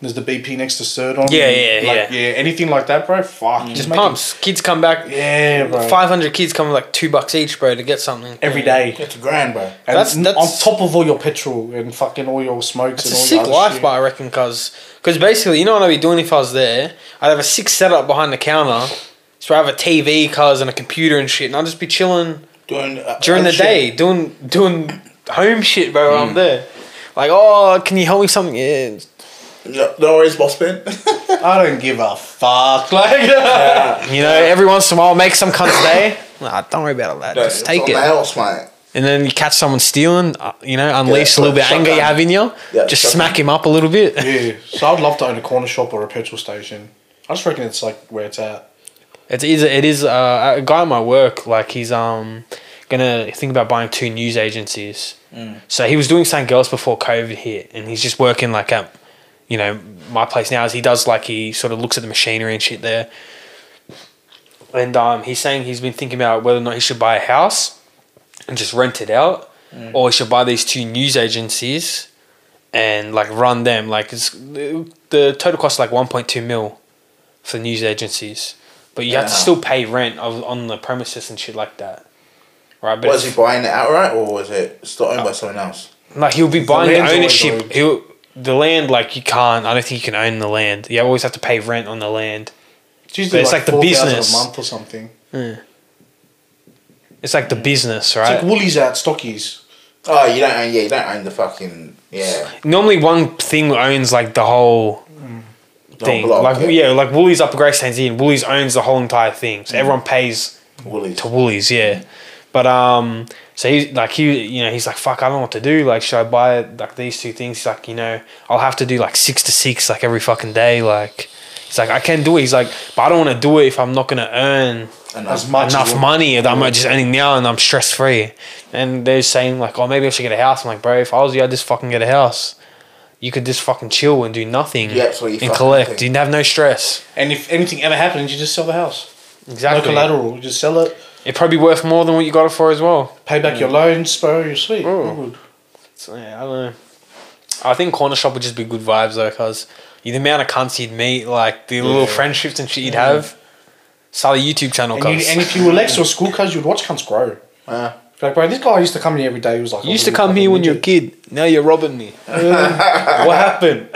B: There's the BP next to Cerdon.
A: Yeah, yeah,
B: like,
A: yeah.
B: yeah. Anything like that, bro? Fuck,
A: just
B: make it-
A: pumps. Kids come back,
B: Yeah, bro.
A: five hundred kids come with like two bucks each, bro, to get something.
B: every day.
C: That's a grand, bro.
B: And
A: That's-
B: n-
A: that's-
B: on top of all your petrol and fucking all your
A: It's
B: smokes
A: a
B: and all
A: sick
B: your
A: life,
B: shit.
A: but I reckon, cause, 'cause basically, you know what I'd be doing if I was there? I'd have a six setup behind the counter, So I have a TV, cars, and a computer and shit, and I'll just be chilling
C: Doing, uh,
A: during
C: oh,
A: the
C: shit.
A: day doing doing home shit, bro. I'm there. Like, oh, can you help me something? Yeah.
C: No, no worries, boss man.
B: I don't give a fuck. Like,
A: You know, every once in a while, make some cunt's day. Nah, don't worry about it, lad.
C: No,
A: Just take it.
C: Else, mate.
A: And then you catch someone stealing, uh, you know, unleash a
C: Yeah,
A: little bit of anger you
C: shotgun.
A: have in you.
C: Yeah,
A: just
C: shotgun.
A: smack him up a little bit.
B: yeah. So I'd love to own a corner shop or a petrol station. I just reckon it's like where it's at.
A: It is, it is uh, a guy at my work, like, he's um gonna think about buying two news agencies.
C: Mm.
A: So he was doing something else before COVID hit, and he's just working like at, you know, my place now. Is he does like he sort of looks at the machinery and shit there. And um, he's saying he's been thinking about whether or not he should buy a house and just rent it out, or he should buy these two news agencies and like run them. Like it's the the total cost is like one point two mil for news agencies, but you have to
C: Yeah.
A: still pay rent of, on the premises and shit like that, right? But
C: Was
A: it's-
C: he buying it outright or was it still owned by someone else?
A: like he'll be buying the
B: land's always
A: ownership. He'll the land like you can't. I don't think you can own the land. You always have to pay rent on the land.
B: It's
A: But
B: usually
A: it's like the
B: 4,000
A: business.
B: a month or something.
A: It's like the business,
B: It's
A: right?
B: like Woolies at Stockies.
C: Oh, you don't own. Yeah, you don't own the fucking. Yeah.
A: Normally, one thing owns like the whole thing.
C: block,
A: like uh,
C: yeah.
A: yeah. like Woolies Upper Greystanes in. Woolies owns the whole entire thing, so everyone pays
C: Woolies.
A: to Woolies. Yeah, but um, so he's like he, you know, he's like, fuck, I don't know what to do. Like, should I buy like these two things? He's like, you know, I'll have to do like six to six like every fucking day. Like, he's like, I can do it. He's like, but I don't want to do it if I'm not gonna earn
C: And
B: As
C: that's
B: much as
A: enough
B: what-
A: money that I'm just earning now and I'm stress free. And they're saying like, oh, maybe I should get a house. I'm like, bro, if I was you, I'd just fucking get a house. You could just fucking chill and do nothing
C: Yeah, that's what you
A: and
C: fucking
A: collect.
C: think.
A: You'd have no stress.
B: And if anything ever happens, you just sell the house. No
A: Exactly.
B: collateral. You just sell it,
A: It'd probably be worth more than what you got it for as well.
B: pay back your loans, bro. You're sweet.
A: Mm.
B: Good.
A: So, yeah, I don't know. I think corner shop would just be good vibes though, cause you- the amount of cunts you'd meet, like the little friendships and shit you'd have. Start a YouTube channel,
B: And, you,
A: cause
B: and if you were Lex or school cuz, you'd watch cunts grow.
C: Uh,
B: Like, bro, this guy used to come here every day. He was like,
A: you used to come here when you were a kid. Now you're robbing me. what happened?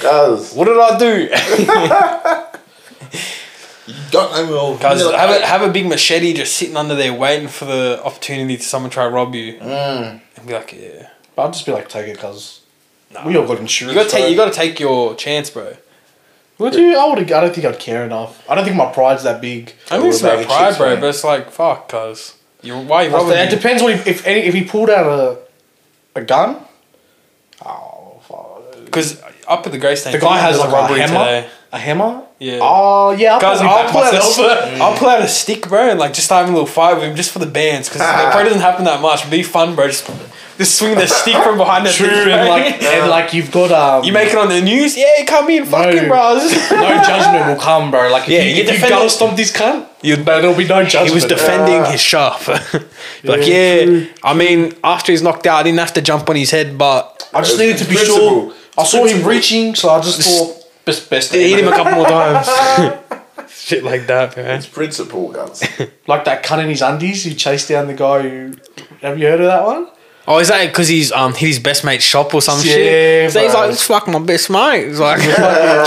C: does.
A: What did I do?
C: Don't know me all.
A: Guys, have a, have a big machete just sitting under there waiting for the opportunity to someone try to rob you
C: Mm.
A: and be like, yeah.
B: But I'd just be like, take it, cuz. We all got
A: You
B: insurance.
A: gotta take
B: bro.
A: you gotta take your chance, bro.
B: Would you? I would. I don't think I'd care enough. I don't think my pride's that big.
A: I think it's
C: Well,
A: about
C: that
A: pride,
C: chicks,
A: bro,
C: man.
A: but it's like fuck, cuz you why are you
B: Well,
A: robbing
B: it
A: me?
B: depends what he, if any, if he pulled out a a gun. Oh, fuck.
A: Because up at the Grey Stain,
B: the guy has like a hammer. A hammer.
A: Yeah.
B: Oh yeah. I'll
A: Guys,
B: probably
A: I'll
B: back
A: pull, out a,
B: myself.
A: s- I'll pull out a stick, bro, and like just have a little fight with him just for the bands, because it probably doesn't happen that much. It'd be fun, bro. Just, just swing the stick from behind the
B: True,
A: thing, bro.
B: and like and like you've got um.
A: you make it on the news, yeah, come in, fucking,
B: No.
A: bro. I was just-
B: no judgment will come, bro. Like if
A: Yeah,
B: you,
A: you
B: if you
A: defend
B: gutter
A: it.
B: stomp this cunt,
A: You'd-
B: but there'll be no judgment.
A: he was defending
B: Ah.
A: his shop. like, yeah, I mean, after he's knocked out, I didn't have to jump on his head, but
B: I just needed to be
C: Principle.
B: sure. I saw him reaching, so I just thought best best.
A: I hit him a couple more times. Shit like that, man.
C: It's principle, guys.
B: Like that cunt in his undies, who chased down the guy who. Have you heard of that one?
A: Oh, is that because he's um hit his best mate's shop or some
B: Yeah,
A: shit? So he's
B: bro.
A: like, it's fuck my best mate. He's like,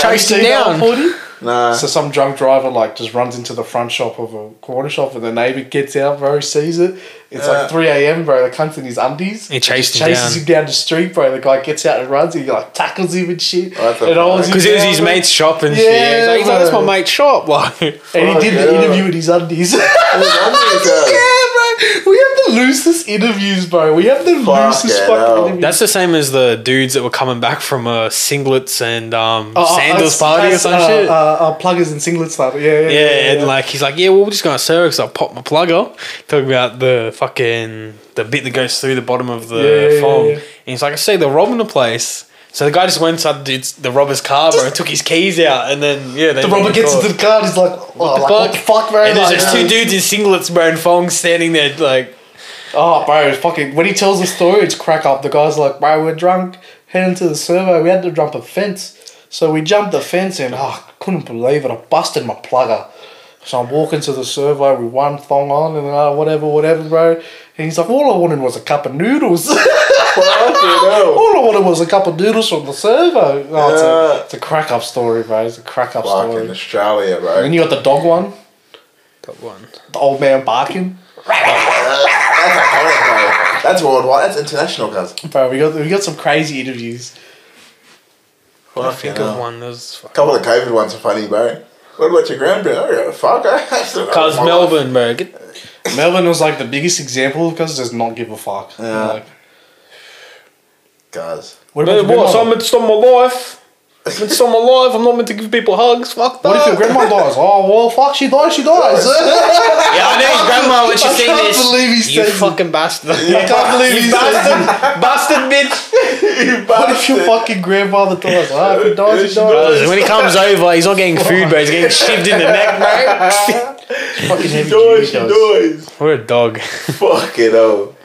A: chased him down.
C: nah.
B: So some drunk driver like just runs into the front shop of a corner shop, and the neighbor gets out, bro, sees it. It's
C: Uh.
B: like three a.m., bro. The cunt's in his undies.
A: He chased
B: Just
A: him
B: chases
A: down.
B: him down the street, bro. The guy gets out and runs. He like tackles him and shit.
C: What the
B: and holds
C: fuck?
B: him
A: Because it was
B: down,
A: his
B: bro.
A: mate's shop and
B: Yeah,
A: shit. He's like, he's like, that's
B: bro.
A: my mate's shop. Like,
B: and he did
C: Fuck,
B: the
C: Oh, yeah.
B: interview in his undies. yeah,
C: That's
B: bro. We have the loosest interviews, bro. We have the
C: Fuck
B: loosest
C: it,
B: fucking
C: hell.
B: interviews.
A: that's the same as the dudes that were coming back from uh, singlets and um,
B: Oh, oh,
A: sandals
B: oh,
A: party or
B: that's,
A: some
B: uh,
A: shit.
B: Uh, uh, pluggers and singlets stuff. Yeah, yeah, yeah.
A: Yeah,
B: yeah,
A: and
B: yeah.
A: like he's like, yeah, well, we're just gonna serve because I popped my plug up. Talking about the fucking the bit that goes through the bottom of the
B: Yeah, yeah,
A: foam,
B: yeah.
A: and he's like, I see they're robbing the place. So the guy just went inside the, dude's- the robber's car, bro, and took his keys out, and then yeah, they
B: the robber gets
A: caught.
B: into the car. And he's like, oh,
A: the
B: like, what the
A: fuck? um,
B: fuck, bro?
A: And there's
B: Like, uh,
A: just
B: yeah.
A: two dudes in singlets, bro, and Fong standing there like,
B: Oh, bro, it's fucking. When he tells the story, it's crack up. The guy's like, bro, we're drunk, heading to the servo. We had to jump a fence. So we jumped the fence and, oh, I couldn't believe it. I busted my plugger. So I'm walking to the servo with one thong on and uh, whatever, whatever, bro. And he's like, all I wanted was a cup of noodles. all I wanted was a cup of noodles from the servo. Oh, it's,
C: Yeah.
B: a, it's a crack up story, bro. It's a crack up
C: Fucking
B: story.
C: Australia,
B: And
C: bro.
B: you got the dog one.
A: Top one.
B: The old man barking.
C: That's, that's worldwide. That's international, guys.
B: Bro, we got we got some crazy interviews.
A: I think of
C: hell.
A: one. That was fuck.
C: couple of COVID ones are funny, bro. What about your grandpa? Oh, yeah, fuck. I still-
A: Cause
C: my life.
A: Melbourne, bro. Get
B: Melbourne was like the biggest example because it does not give a fuck.
C: Yeah.
B: Like,
C: Guys.
B: what
A: But
B: about your
A: what? So I'm
B: grandma?
A: meant to stop my life. I'm meant to stop my life. I'm not meant to give people hugs. Fuck that.
B: What if your grandma dies? Oh well, fuck, she dies. She dies.
A: Yeah, I know his grandma when she
B: I
A: seen
B: can't
A: this.
B: believe he
A: you
B: said-
A: fucking bastard.
B: I can't believe
A: you
B: he said
A: bastard, bastard bitch.
B: What if your fucking grandfather dies? Ah, if he dies, he dies.
A: When he comes over, he's not getting food, bro. He's getting shivved in the neck,
B: Ah. Fucking heavy duty,
C: Noise,
B: she does.
C: noise.
A: bro. What a dog.
C: Fuck it, oh.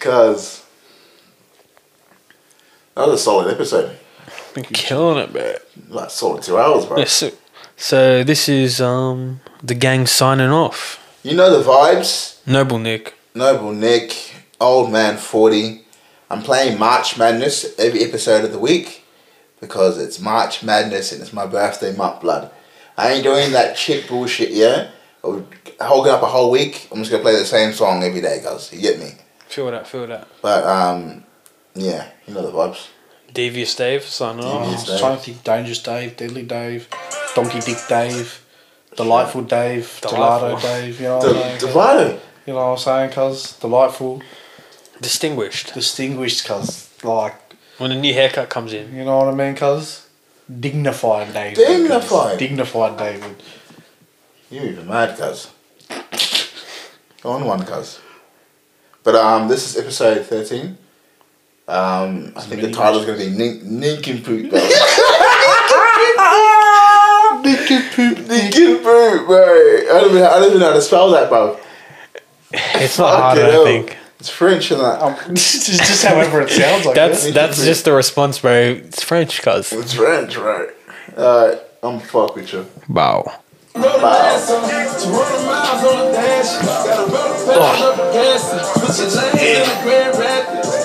C: Cuz. That was a solid episode.
A: Been killing it, bro.
C: Like, solid two hours, bro.
A: Yeah, so, so this is um the gang signing off.
C: You know the vibes.
A: Noble Nick.
C: Noble Nick, Old Man 40. I'm playing March Madness every episode of the week because it's March Madness and it's my birthday month, blood. I ain't doing that shit bullshit, yeah? Of holding up a whole week. I'm just gonna play the same song every day, guys. You get me?
A: Feel that, feel that.
C: But, um, yeah, you know the vibes.
A: Devious Dave signing
B: Oh, I
A: off.
C: Devious.
B: was trying to think Dangerous Dave, Deadly Dave, Donkey Dick Dave, Delightful Dave,
A: Delightful.
B: Gelato Dave, you know what I'm
C: The,
B: saying?
C: the vibe.
B: You know what I'm saying, cuz? Delightful,
A: Mm. Distinguished.
B: distinguished, cuz. Like,
A: When a new haircut comes in.
B: you know what I mean, cuz? Dignified David.
C: Dignified.
B: cuz. Dignified David.
C: You even mad, cuz. Go on one, cuz. But um, this is episode thirteen. Um, I think the title's gonna be Nink Nincompoop. bro. Nincompoop, Nincompoop, bro. I don't even I don't even know how to spell that, bro.
A: It's not hard, I
C: Fucking hell.
A: don't think.
C: It's French and that.
B: Um, just, just however it sounds like
A: That's
C: Nick
A: that's
C: Nick.
A: just the response, bro. It's French, cuz.
C: It's French, right? Uh, I'm fuck with you.
A: Wow.
F: Oh.